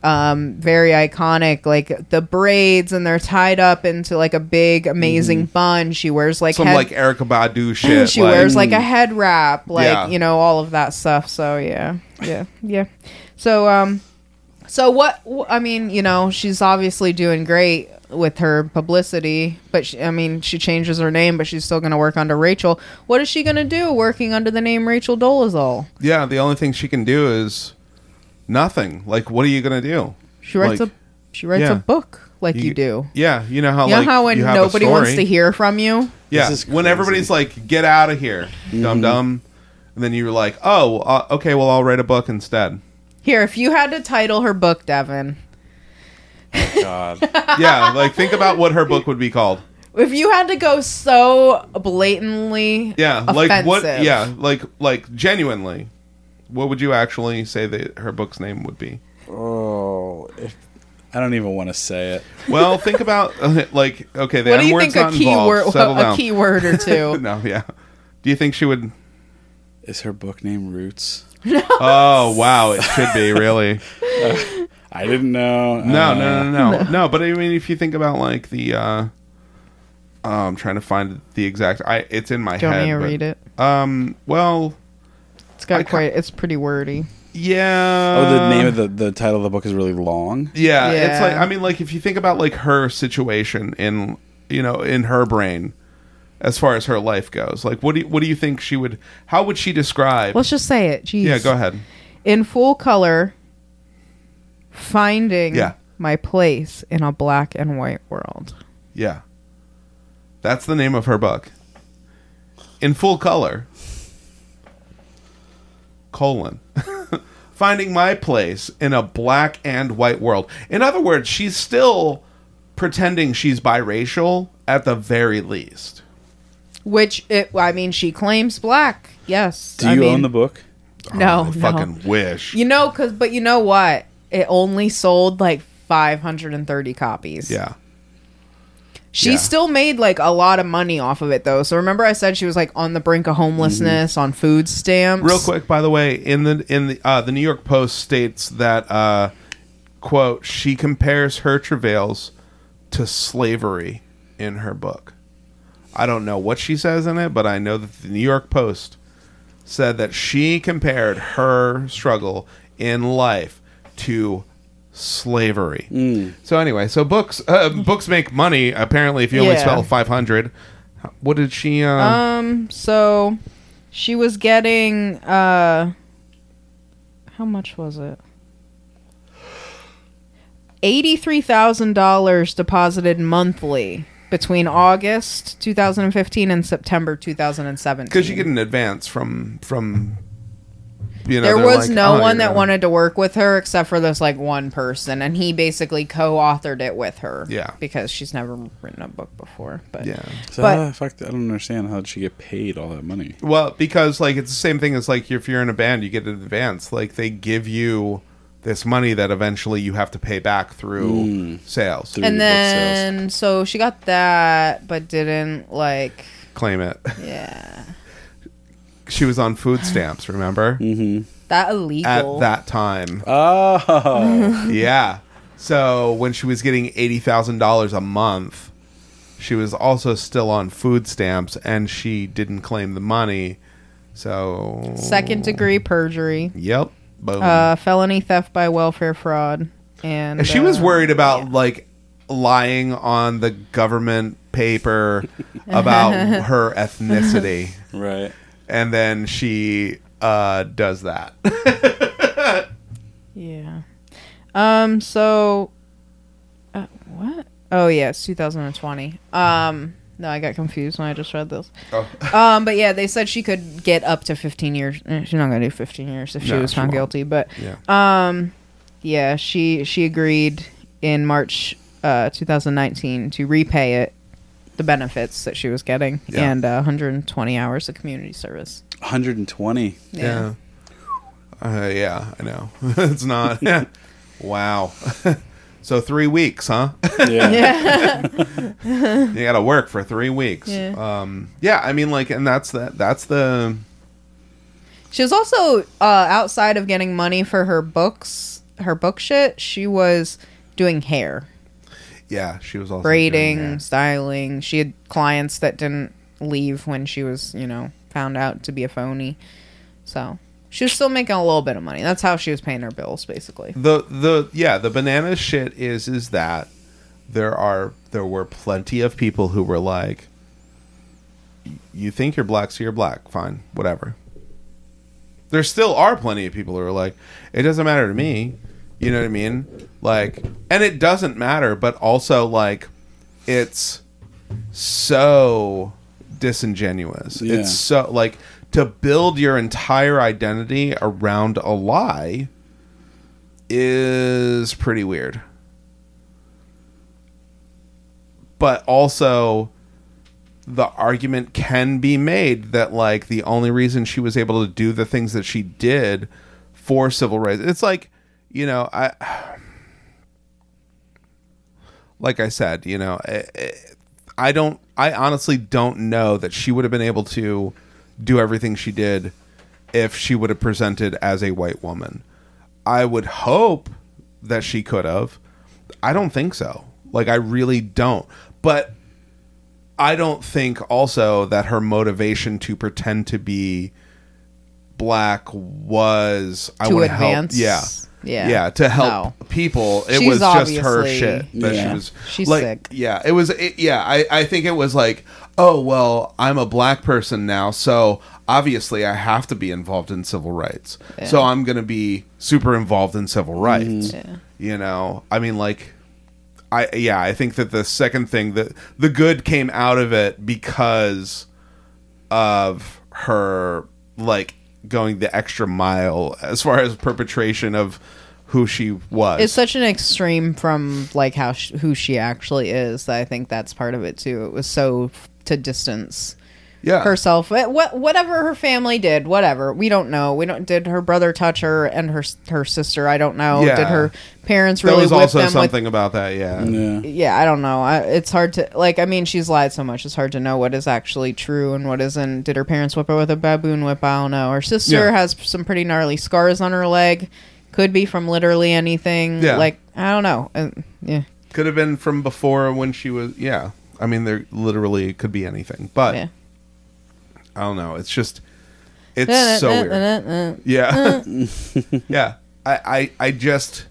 C: um, very iconic like the braids and they're tied up into like a big amazing bun. She wears like
F: Mm-hmm. Some
C: head,
F: like
C: (clears throat)
F: Erica Badu shit.
C: she
F: like-
C: wears like a head wrap, like
F: Yeah.
C: you know all of that stuff. So yeah, yeah, yeah. So um, so what? wh- I mean, you know, she's obviously doing great with her publicity, but she, I mean, she changes her name, but she's still going to work under Rachel. What is she going to do working under the name Rachel Dolezal?
F: Yeah, the only thing she can do is nothing. Like what are you gonna do?
C: She writes
F: Like,
C: a she writes
F: yeah.
C: a book like you, do.
F: Yeah, you know how
C: You know
F: like,
C: how when
F: you have a
C: nobody wants
F: story.
C: to hear from you.
F: Yeah,
D: This is crazy.
F: when
D: Mm-hmm.
F: everybody's like, "Get out of here, dum dum," and then you're like, "Oh, uh, okay, well, I'll write a book instead."
C: Here, if you had to title her book, Devin,
D: God.
C: (laughs)
F: yeah, like think about what her book would be called.
C: if you had to go so blatantly,
F: Yeah, like what?
C: offensive,
F: Yeah, like like genuinely, what would you actually say that her book's name would be?
D: oh, if, I don't even want to say it.
F: Well, think about (laughs) like okay, the
C: what do
F: N
C: you
F: word's
C: think a
F: not
C: key
F: involved.
C: word
F: Settle
C: a
F: down.
C: key word or
F: (laughs)
C: two
F: no, yeah. Do you think she would?
D: Is her book name Roots? (laughs)
F: Oh wow, it should be really.
D: I didn't know.
F: No,
D: Uh,
F: no, no, no, no, no. But I mean, if you think about like the, uh, oh, I'm trying to find the exact. I it's in my
C: Do you want
F: head.
C: me to
F: but-
C: read it?
F: Um. Well,
C: It's got
F: I ca-
C: quite. It's pretty wordy.
F: yeah.
D: Oh, the name of the, the title of the book is really long.
F: Yeah, it's
C: Yeah.
F: like I mean, like if you think about like her situation in you know in her brain, as far as her life goes, like what do you, what do you think she would? How would she describe?
C: Let's just say it. Jeez.
F: yeah, go ahead.
C: In full color, finding
F: Yeah.
C: my place in a black and white world.
F: Yeah, that's the name of her book. In full color. Colon. (laughs) Finding my place in a black and white world. In other words, she's still pretending she's biracial at the very least.
C: Which it, I mean, she claims black. Yes.
D: Do
C: I
D: you
C: mean,
D: own the Oh, book?
C: Oh, No,
F: I
C: no.
F: fucking wish.
C: You know, cause but you know what? It only sold like 530 copies.
F: Yeah.
C: She
F: Yeah.
C: still made like a lot of money off of it though. So remember I said she was like on the brink of homelessness on food stamps.
F: Real quick, by the way, in the in the uh, the New York Post states that uh, quote she compares her travails to slavery in her book. I don't know what she says in it, but I know that the New York Post said that she compared her struggle in life to slavery. So anyway, so books uh, books make money apparently if you only
C: Yeah.
F: spell 500. What did she uh,
C: So she was getting uh how much was it? $83,000 deposited monthly between August 2015 and September 2017.
F: because you get an advance from from you know
C: there
F: they're
C: was
F: like,
C: no
F: "Oh,
C: one
F: you're
C: that
F: gonna-"
C: wanted to work with her except for this like one person and he basically co-authored it with her
F: Yeah.
C: because she's never written a book before but
F: yeah
D: So,
C: But-
D: ah, fuck, I don't understand how did she get paid all that money.
F: well because like it's the same thing as like if you're in a band you get an advance like they give you this money that eventually you have to pay back through sales
D: Through-
C: and
D: Book sales.
C: then so she got that but didn't like
F: claim it (laughs)
C: yeah
F: she was on food stamps remember
C: that illegal
F: at that time
D: Oh,
F: yeah so when she was getting $80000 a month she was also still on food stamps and she didn't claim the money so
C: second
F: Oh.
C: degree perjury
F: Yep. Boom.
C: uh felony theft by welfare fraud and
F: she was
C: uh,
F: worried about like lying on the government paper
C: (laughs)
F: about her ethnicity,
D: (laughs) right.
F: and then she uh, does that.
C: yeah um so uh, what oh yes 2020 um no i got confused when i just read this
F: Oh.
C: (laughs) Um, but yeah, they said she could get up to 15 years. Eh, She's not gonna do 15 years if she
F: No,
C: was
F: she
C: found
F: won't.
C: guilty. But um,
F: Yeah.
C: yeah, she she agreed in March uh, 2019 to repay it, the benefits that she was getting,
F: Yeah.
C: and uh, 120 hours of community service.
D: 120.
F: yeah. Uh, yeah, I know. (laughs) it's not. wow. (laughs) so three weeks, huh?
D: Yeah.
F: you got to work for three weeks.
C: Yeah.
F: Um, yeah, I mean, like, and that's the that's the
C: She was also uh, outside of getting money for her books, her book shit. She was doing hair,
F: yeah. She was also
C: braiding,
F: doing that.
C: styling. She had clients that didn't leave when she was, you know, found out to be a phony. So she was still making a little bit of money. That's how she was paying her bills, basically.
F: the the yeah the banana shit is is that there are there were plenty of people who were like you think you're black so you're black fine whatever there still are plenty of people who are like it doesn't matter to me you know what i mean like and it doesn't matter but also like it's so disingenuous
D: Yeah.
F: it's so like to build your entire identity around a lie is pretty weird. But also, the argument can be made that, like, the only reason she was able to do the things that she did for civil rights, it's like, you know, I, like I said, you know, I, I don't, I honestly don't know that she would have been able to do everything she did if she would have presented as a white woman. I would hope that she could have? I don't think so. Like I really don't. But I don't think also that her motivation to pretend to be black was I
C: To
F: want to help.
C: advance?
F: Yeah.
C: Yeah.
F: Yeah, to
C: No.
F: help people. It
C: She's
F: was just her
C: obviously-
F: shit that
D: Yeah.
F: she was
C: She's
F: like,
C: sick.
F: Yeah, it was it, yeah, I I think it was like, "Oh, well, I'm a black person now, so obviously I have to be involved in civil rights. So I'm going to be super involved in civil
C: Mm-hmm.
F: rights." You know, I mean like I yeah, I think that the second thing that the good came out of it because of her like going the extra mile as far as perpetration of who she was.
C: It's such an extreme from like how sh- who she actually is that I think that's part of it too. It was so f- to distance
F: yeah.
C: herself. eh, What whatever her family did, whatever we don't know. We don't did her brother touch her and her s- her sister. I don't know.
F: Yeah.
C: Did her parents
F: there
C: really
F: was
C: whip
F: also
C: them with
F: something about that, yeah.
D: Yeah.
C: yeah, I don't know. I, it's hard to like. I mean, she's lied so much. It's hard to know what is actually true and what isn't. Did her parents whip her with a baboon whip? I don't know. Her sister
F: Yeah.
C: has some pretty gnarly scars on her leg. Could be from literally anything.
F: Yeah.
C: Like I don't know. Uh, yeah,
F: Could have been from before when she was yeah. I mean there literally could be anything. But
C: yeah.
F: I don't know. It's just it's so weird. Yeah. Uh. (laughs) yeah. I, I I just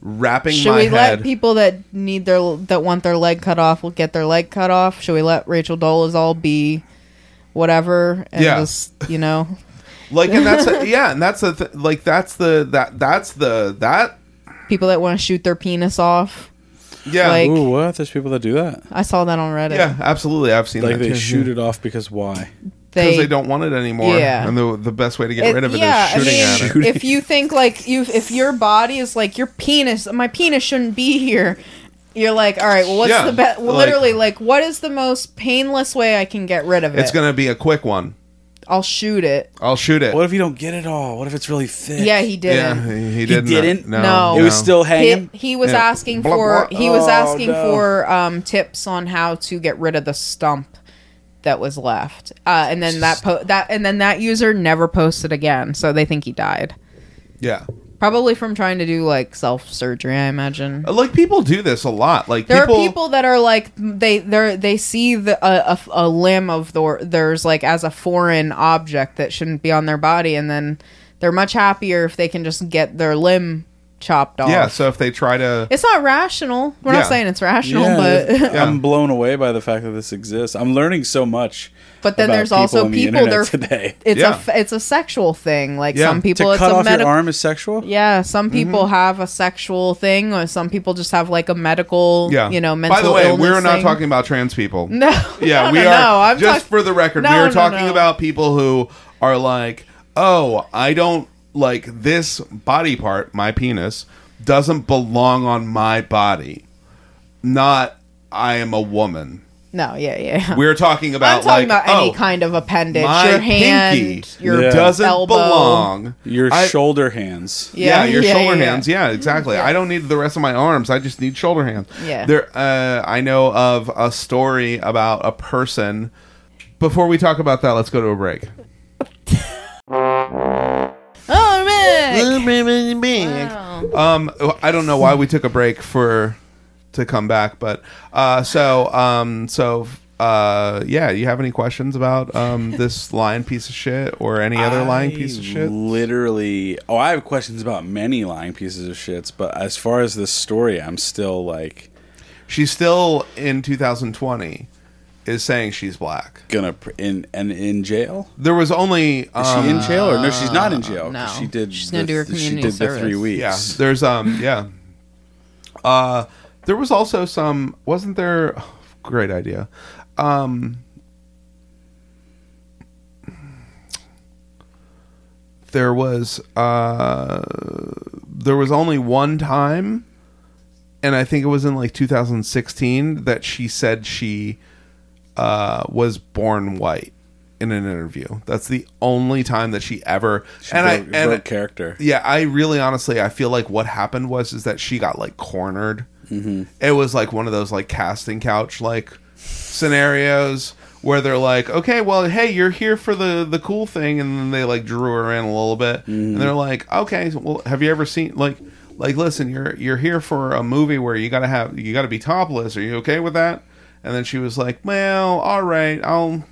F: wrapping
C: Should
F: my
C: we
F: head.
C: let people that need their that want their leg cut off will get their leg cut off? Should we let Rachel Dolezal be whatever and
F: Yeah.
C: just you know?
F: like and that's (laughs) a, yeah, and that's the th- like that's the that that's the that
C: People that want to shoot their penis off.
F: yeah.
C: Like-
D: Ooh, what? There's people that do that.
C: I saw that on Reddit.
F: yeah, absolutely. I've seen
D: Like
F: that
D: they
F: too.
D: shoot it off because why?
F: because they don't want it anymore.
C: Yeah.
F: And the the best way to get
C: It-
F: rid of it is shooting at it.
D: Shooting.
C: if you think like you, if your body is like your penis, my penis shouldn't be here. You're like, all right, well, what's
F: Yeah,
C: the best?
F: like-
C: literally, like, what is the most painless way I can get rid of it?
F: It's gonna be a quick one.
C: I'll shoot it.
F: I'll shoot it.
D: What if you don't get it all? What if it's really thick?
C: Yeah, he
F: yeah,
C: didn't.
F: he, he didn't. uh,
D: didn't?
F: No,
C: No.
D: It was still
C: He,
D: hanging.
C: he was
F: Yeah.
C: asking
F: Blah,
C: for
F: blah.
C: he was
D: Oh,
C: asking
D: no.
C: for um, tips on how to get rid of the stump that was left, uh, and then that po- that and then that user never posted again, so they think he died.
F: Yeah,
C: Probably from trying to do like self surgery, I imagine.
F: like people do this a lot. Like
C: There
F: people,
C: are people that are like they they they see the a, a, a limb of the there's like as a foreign object that shouldn't be on their body, and then they're much happier if they can just get their limb chopped off.
F: Yeah, so if they try to,
C: it's not rational. We're
F: Yeah.
C: not saying it's rational,
D: Yeah,
C: but
D: that- I'm blown away by the fact that this exists. I'm learning so much.
C: but then
D: about
C: there's also
D: on the
C: people
D: internet
C: they're
D: today.
C: (laughs) it's
F: Yeah.
C: a f- it's a sexual thing. Like (laughs)
F: Yeah.
C: some people,
D: to
C: it's
D: cut
C: a
D: off
C: medical
D: your arm is sexual.
C: Yeah,
F: Mm-hmm.
C: some people have a sexual thing, or some people just have like a medical,
F: yeah,
C: you know, mental.
F: By the way,
C: illness
F: we're not
C: thing.
F: talking about trans
C: (laughs)
F: people.
C: No,
F: yeah,
C: no,
F: we
C: no,
F: are.
C: No, I'm
F: just
C: talk-
F: for the record,
C: No,
F: we are
C: no,
F: talking
C: no.
F: about people who are like, oh, I don't like this body part, my penis, doesn't belong on my body. Not, I am a woman.
C: no, yeah, yeah.
F: (laughs) We're talking about
C: I'm talking
F: like,
C: about any
F: oh,
C: kind of appendage,
F: my
C: your hand,
F: pinky
C: your
D: Yeah.
F: doesn't
C: elbow.
F: belong.
D: Your
F: I-
D: shoulder hands.
F: Yeah, your shoulder
C: yeah.
F: hands. Yeah, exactly. I don't need the rest of my arms. I just need shoulder hands.
C: Yeah.
F: There, uh, I know of a story about a person. Before we talk about that, let's go to a break.
C: All right.
F: Um, I don't know why we took a break for to come back, but uh, so um, so uh, yeah. You have any questions about um, this lying piece of shit or any other lying piece of shit?
D: Literally. Oh, I have questions about many lying pieces of shits, but as far as this story, I'm still like
F: She's still in 2020 is saying she's black.
D: gonna pr- in and in jail.
F: There was only um,
D: Is she in jail or no? She's not in jail.
C: no.
D: 'cause she did.
C: She's gonna
D: the-
C: do her
D: She
C: community
D: did the
C: service.
D: three weeks.
F: Yeah, there's um yeah. Uh there was also some wasn't there (sighs) great idea. Um there was uh there was only one time and I think it was in like 2016 that she said she uh, was born white in an interview. That's the only time that she ever
D: She
F: and
D: broke-
F: I and
D: broke character.
F: yeah, I really honestly, I feel like what happened was is that she got like cornered. Mm-hmm. It was like one of those like casting couch like scenarios where they're like, okay, well, hey, you're here for the the cool thing, and then they like drew her in a little bit, and they're like, okay, well, have you ever seen like like listen you're you're here for a movie where you gotta have you gotta be topless are you okay with that and then she was like well all right i'll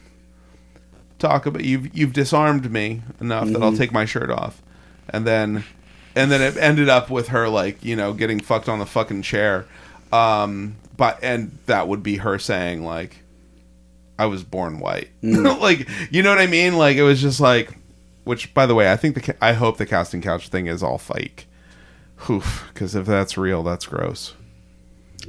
F: talk about you've you've disarmed me enough that i'll take my shirt off and then and then it ended up with her like you know getting fucked on the fucking chair um but and that would be her saying like I was born white. (laughs) like, you know what I mean? Like, it was just like, which, by the way, I think the, ca- I hope the casting couch thing is all fake. Oof, because if that's real, that's (laughs) gross.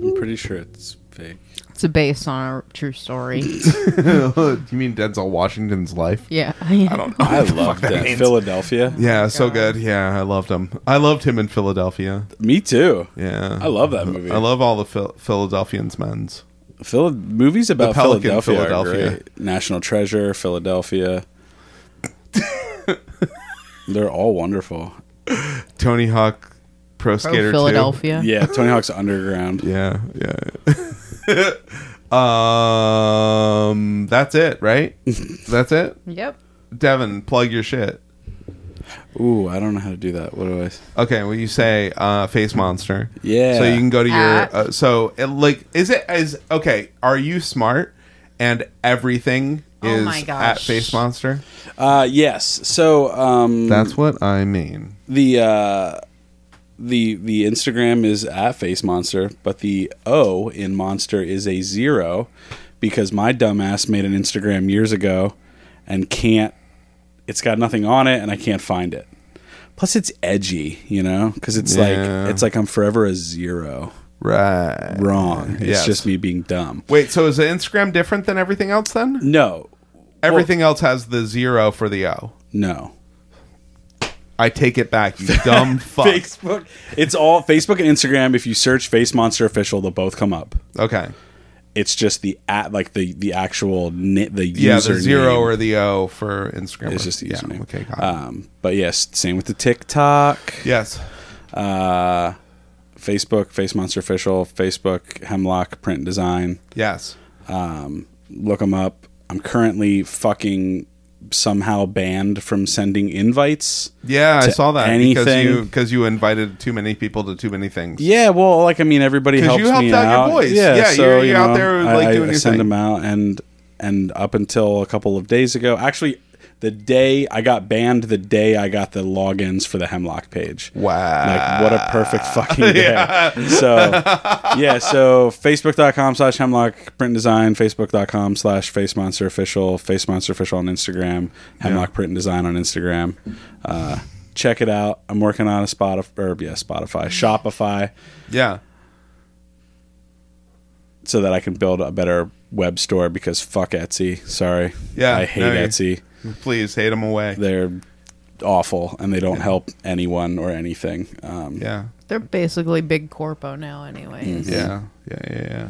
D: I'm pretty sure it's fake.
C: It's based on a true story.
F: (laughs) you mean Denzel Washington's life?
C: yeah.
F: Oh
D: I love that. Philadelphia.
F: Yeah, so good. Yeah, I loved him. I loved him in Philadelphia.
D: Me too.
F: Yeah.
D: I love that movie.
F: I love all the Phil- Philadelphians men's.
D: Phil- movies about
F: Pelican,
D: Philadelphia. Philadelphia.
F: Philadelphia.
D: National Treasure,
F: (laughs)
D: Philadelphia. They're all wonderful.
F: Tony Hawk Pro
C: Pro
F: Skater 2.
C: Philadelphia.
D: Yeah, Tony Hawk's Underground.
F: Yeah, (laughs) yeah. um, that's
C: (laughs)
F: it, right? that's it.
C: Yep.
F: Devin, plug your shit.
D: Ooh, I don't know how to do that. What do I? s-
F: Okay, well you say uh, face monster.
D: Yeah.
F: So you can go to your.
C: At-
F: Uh, so it, like, is it is okay? Are you smart? And everything
C: Oh
F: is
C: my
F: at
C: gosh.
F: face monster.
D: Uh, yes. So um,
F: That's what I mean.
D: the uh, the the Instagram is at Face Monster, but the O in Monster is a zero because my dumbass made an Instagram years ago and can't. It's got nothing on it, and I can't find it. Plus, it's edgy, you know, because it's
F: Yeah.
D: like it's like I'm forever a zero.
F: Right.
D: Wrong. It's
F: Yes.
D: just me being dumb.
F: Wait. So is the Instagram different than everything else? Then
D: No,
F: everything else has the zero for the O.
D: no.
F: I take it
D: (laughs)
F: back. You dumb fuck.
D: Facebook. It's all Facebook and Instagram. If you search Face Monster Official, they'll both come up.
F: Okay.
D: It's just the at like the the actual ni- the
F: Yeah,
D: user
F: the zero or the O for Instagram.
D: it's just the
F: yeah,
D: username.
F: Okay. Got it.
D: Um, but yes, same with the TikTok,
F: yes.
D: uh, Facebook, Face Monster Official, Facebook Hemlock Print and Design.
F: Yes.
D: Look them up. I'm currently fucking somehow banned from sending invites.
F: Yeah, I
D: to
F: saw that because
D: anything.
F: you because you invited too many people to too many things.
D: Yeah, well, like I mean, everybody
F: Because
D: helps
F: you helped
D: me
F: out
D: out.
F: your boys.
D: Yeah,
F: Yeah,
D: so,
F: you're-
D: you
F: you're out
D: know,
F: there, like,
D: I,
F: doing
D: I
F: your
D: send
F: thing.
D: them out, and and up until a couple of days ago, actually, the day I got banned, the day I got the logins for the Hemlock page.
F: Wow.
D: Like what a perfect fucking day. So yeah, so facebook.com slash hemlock print design, facebook.com slash face monster official, face monster official on Instagram, hemlock print and design on Instagram. Uh, check it out. I'm working on a Spotify or yeah, Spotify, Shopify
F: Yeah.
D: so that I can build a better web store because fuck Etsy. Sorry.
F: Yeah,
D: I hate
F: no, you-
D: Etsy.
F: Please hate them away.
D: They're awful and they don't help anyone or anything. Um,
F: Yeah.
C: They're basically big corpo now, anyways.
F: Yeah. Yeah. Yeah. Yeah.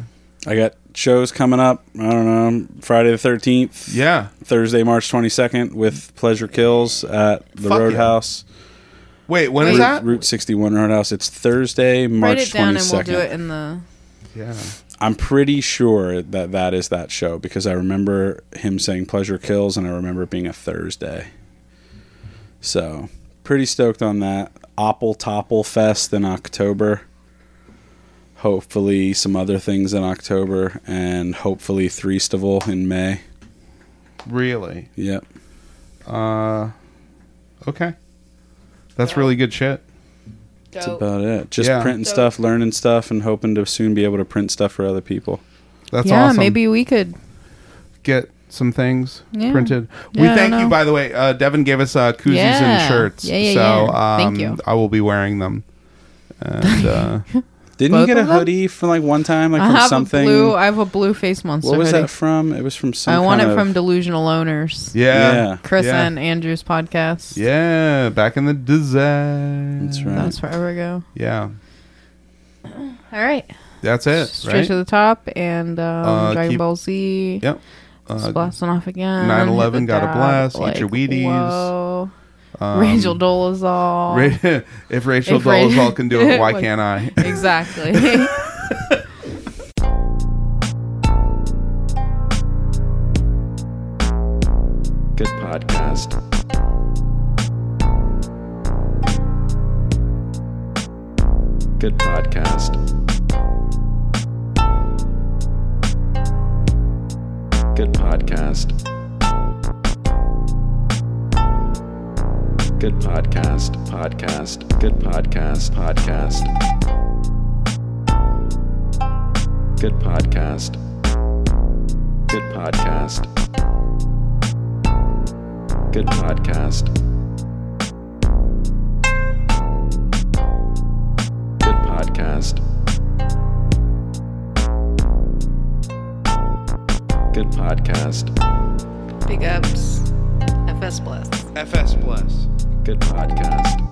D: I got shows coming up. I don't know. Friday the 13th.
F: Yeah.
D: Thursday, March 22nd with Pleasure Kills at the
F: Fuck yeah.
D: Roadhouse.
F: Wait, when is
C: Wait.
F: that?
D: Route 61 Roadhouse. It's Thursday, March
C: Write it down
D: 22nd.
C: and we'll do it in the.
F: Yeah.
D: I'm pretty sure that that is that show because I remember him saying Pleasure Kills and I remember it being a Thursday. So, pretty stoked on that. Opple Topple Fest in October. Hopefully, some other things in October and hopefully Threestival in May.
F: Really?
D: Yep.
F: Okay. That's really good shit.
C: Dope.
D: That's about it. Just
F: Yeah.
D: printing
C: So-
D: stuff, learning stuff, and hoping to soon be able to print stuff for other people.
F: That's
C: yeah,
F: awesome.
C: maybe we could.
F: get some things
C: Yeah.
F: printed. We
C: Yeah, I
F: thank
C: don't
F: you,
C: know.
F: by the way. Uh, Devin gave us uh, koozies
C: Yeah.
F: and shirts,
C: Yeah, yeah,
F: so
C: yeah.
F: Um,
C: Thank you.
F: I will be wearing them. And uh,
D: Didn't
C: Both
D: you get a
C: of them?
D: hoodie for like one time, like
C: I
D: from
C: have
D: something?
C: a blue. I have a blue face monster.
D: what was
C: hoodie.
D: that from? It was from some.
C: I want
D: kind
C: it from
D: of-
C: Delusional Owners.
F: yeah,
D: Yeah.
C: Chris
F: yeah.
C: and Andrew's podcast.
F: yeah, back in the design.
D: That's right.
C: That was forever ago.
F: Yeah,
C: All right.
F: that's it.
C: Straight
F: right?
C: to the top and um,
F: Uh,
C: Dragon
F: keep-
C: Ball Z.
F: Yep.
C: Just
F: Uh,
C: blasting off again.
F: 9/11,
C: Hit the
F: gotta
C: dab,
F: blast, eat your Wheaties. Um,
C: whoa. Rachel Dolezal.
F: Ra- (laughs) if Rachel
C: If Ra-
F: Dolezal can
C: (laughs)
F: do it, why
C: Like-
F: can't I? (laughs)
C: exactly.
G: Good podcast. Good podcast. Good podcast. Good podcast. Podcast. Good podcast. Podcast. Good podcast. Good podcast. Good podcast. Good podcast. Good podcast.
H: Big ups. FS Plus.
E: FS Plus.
G: Good podcast.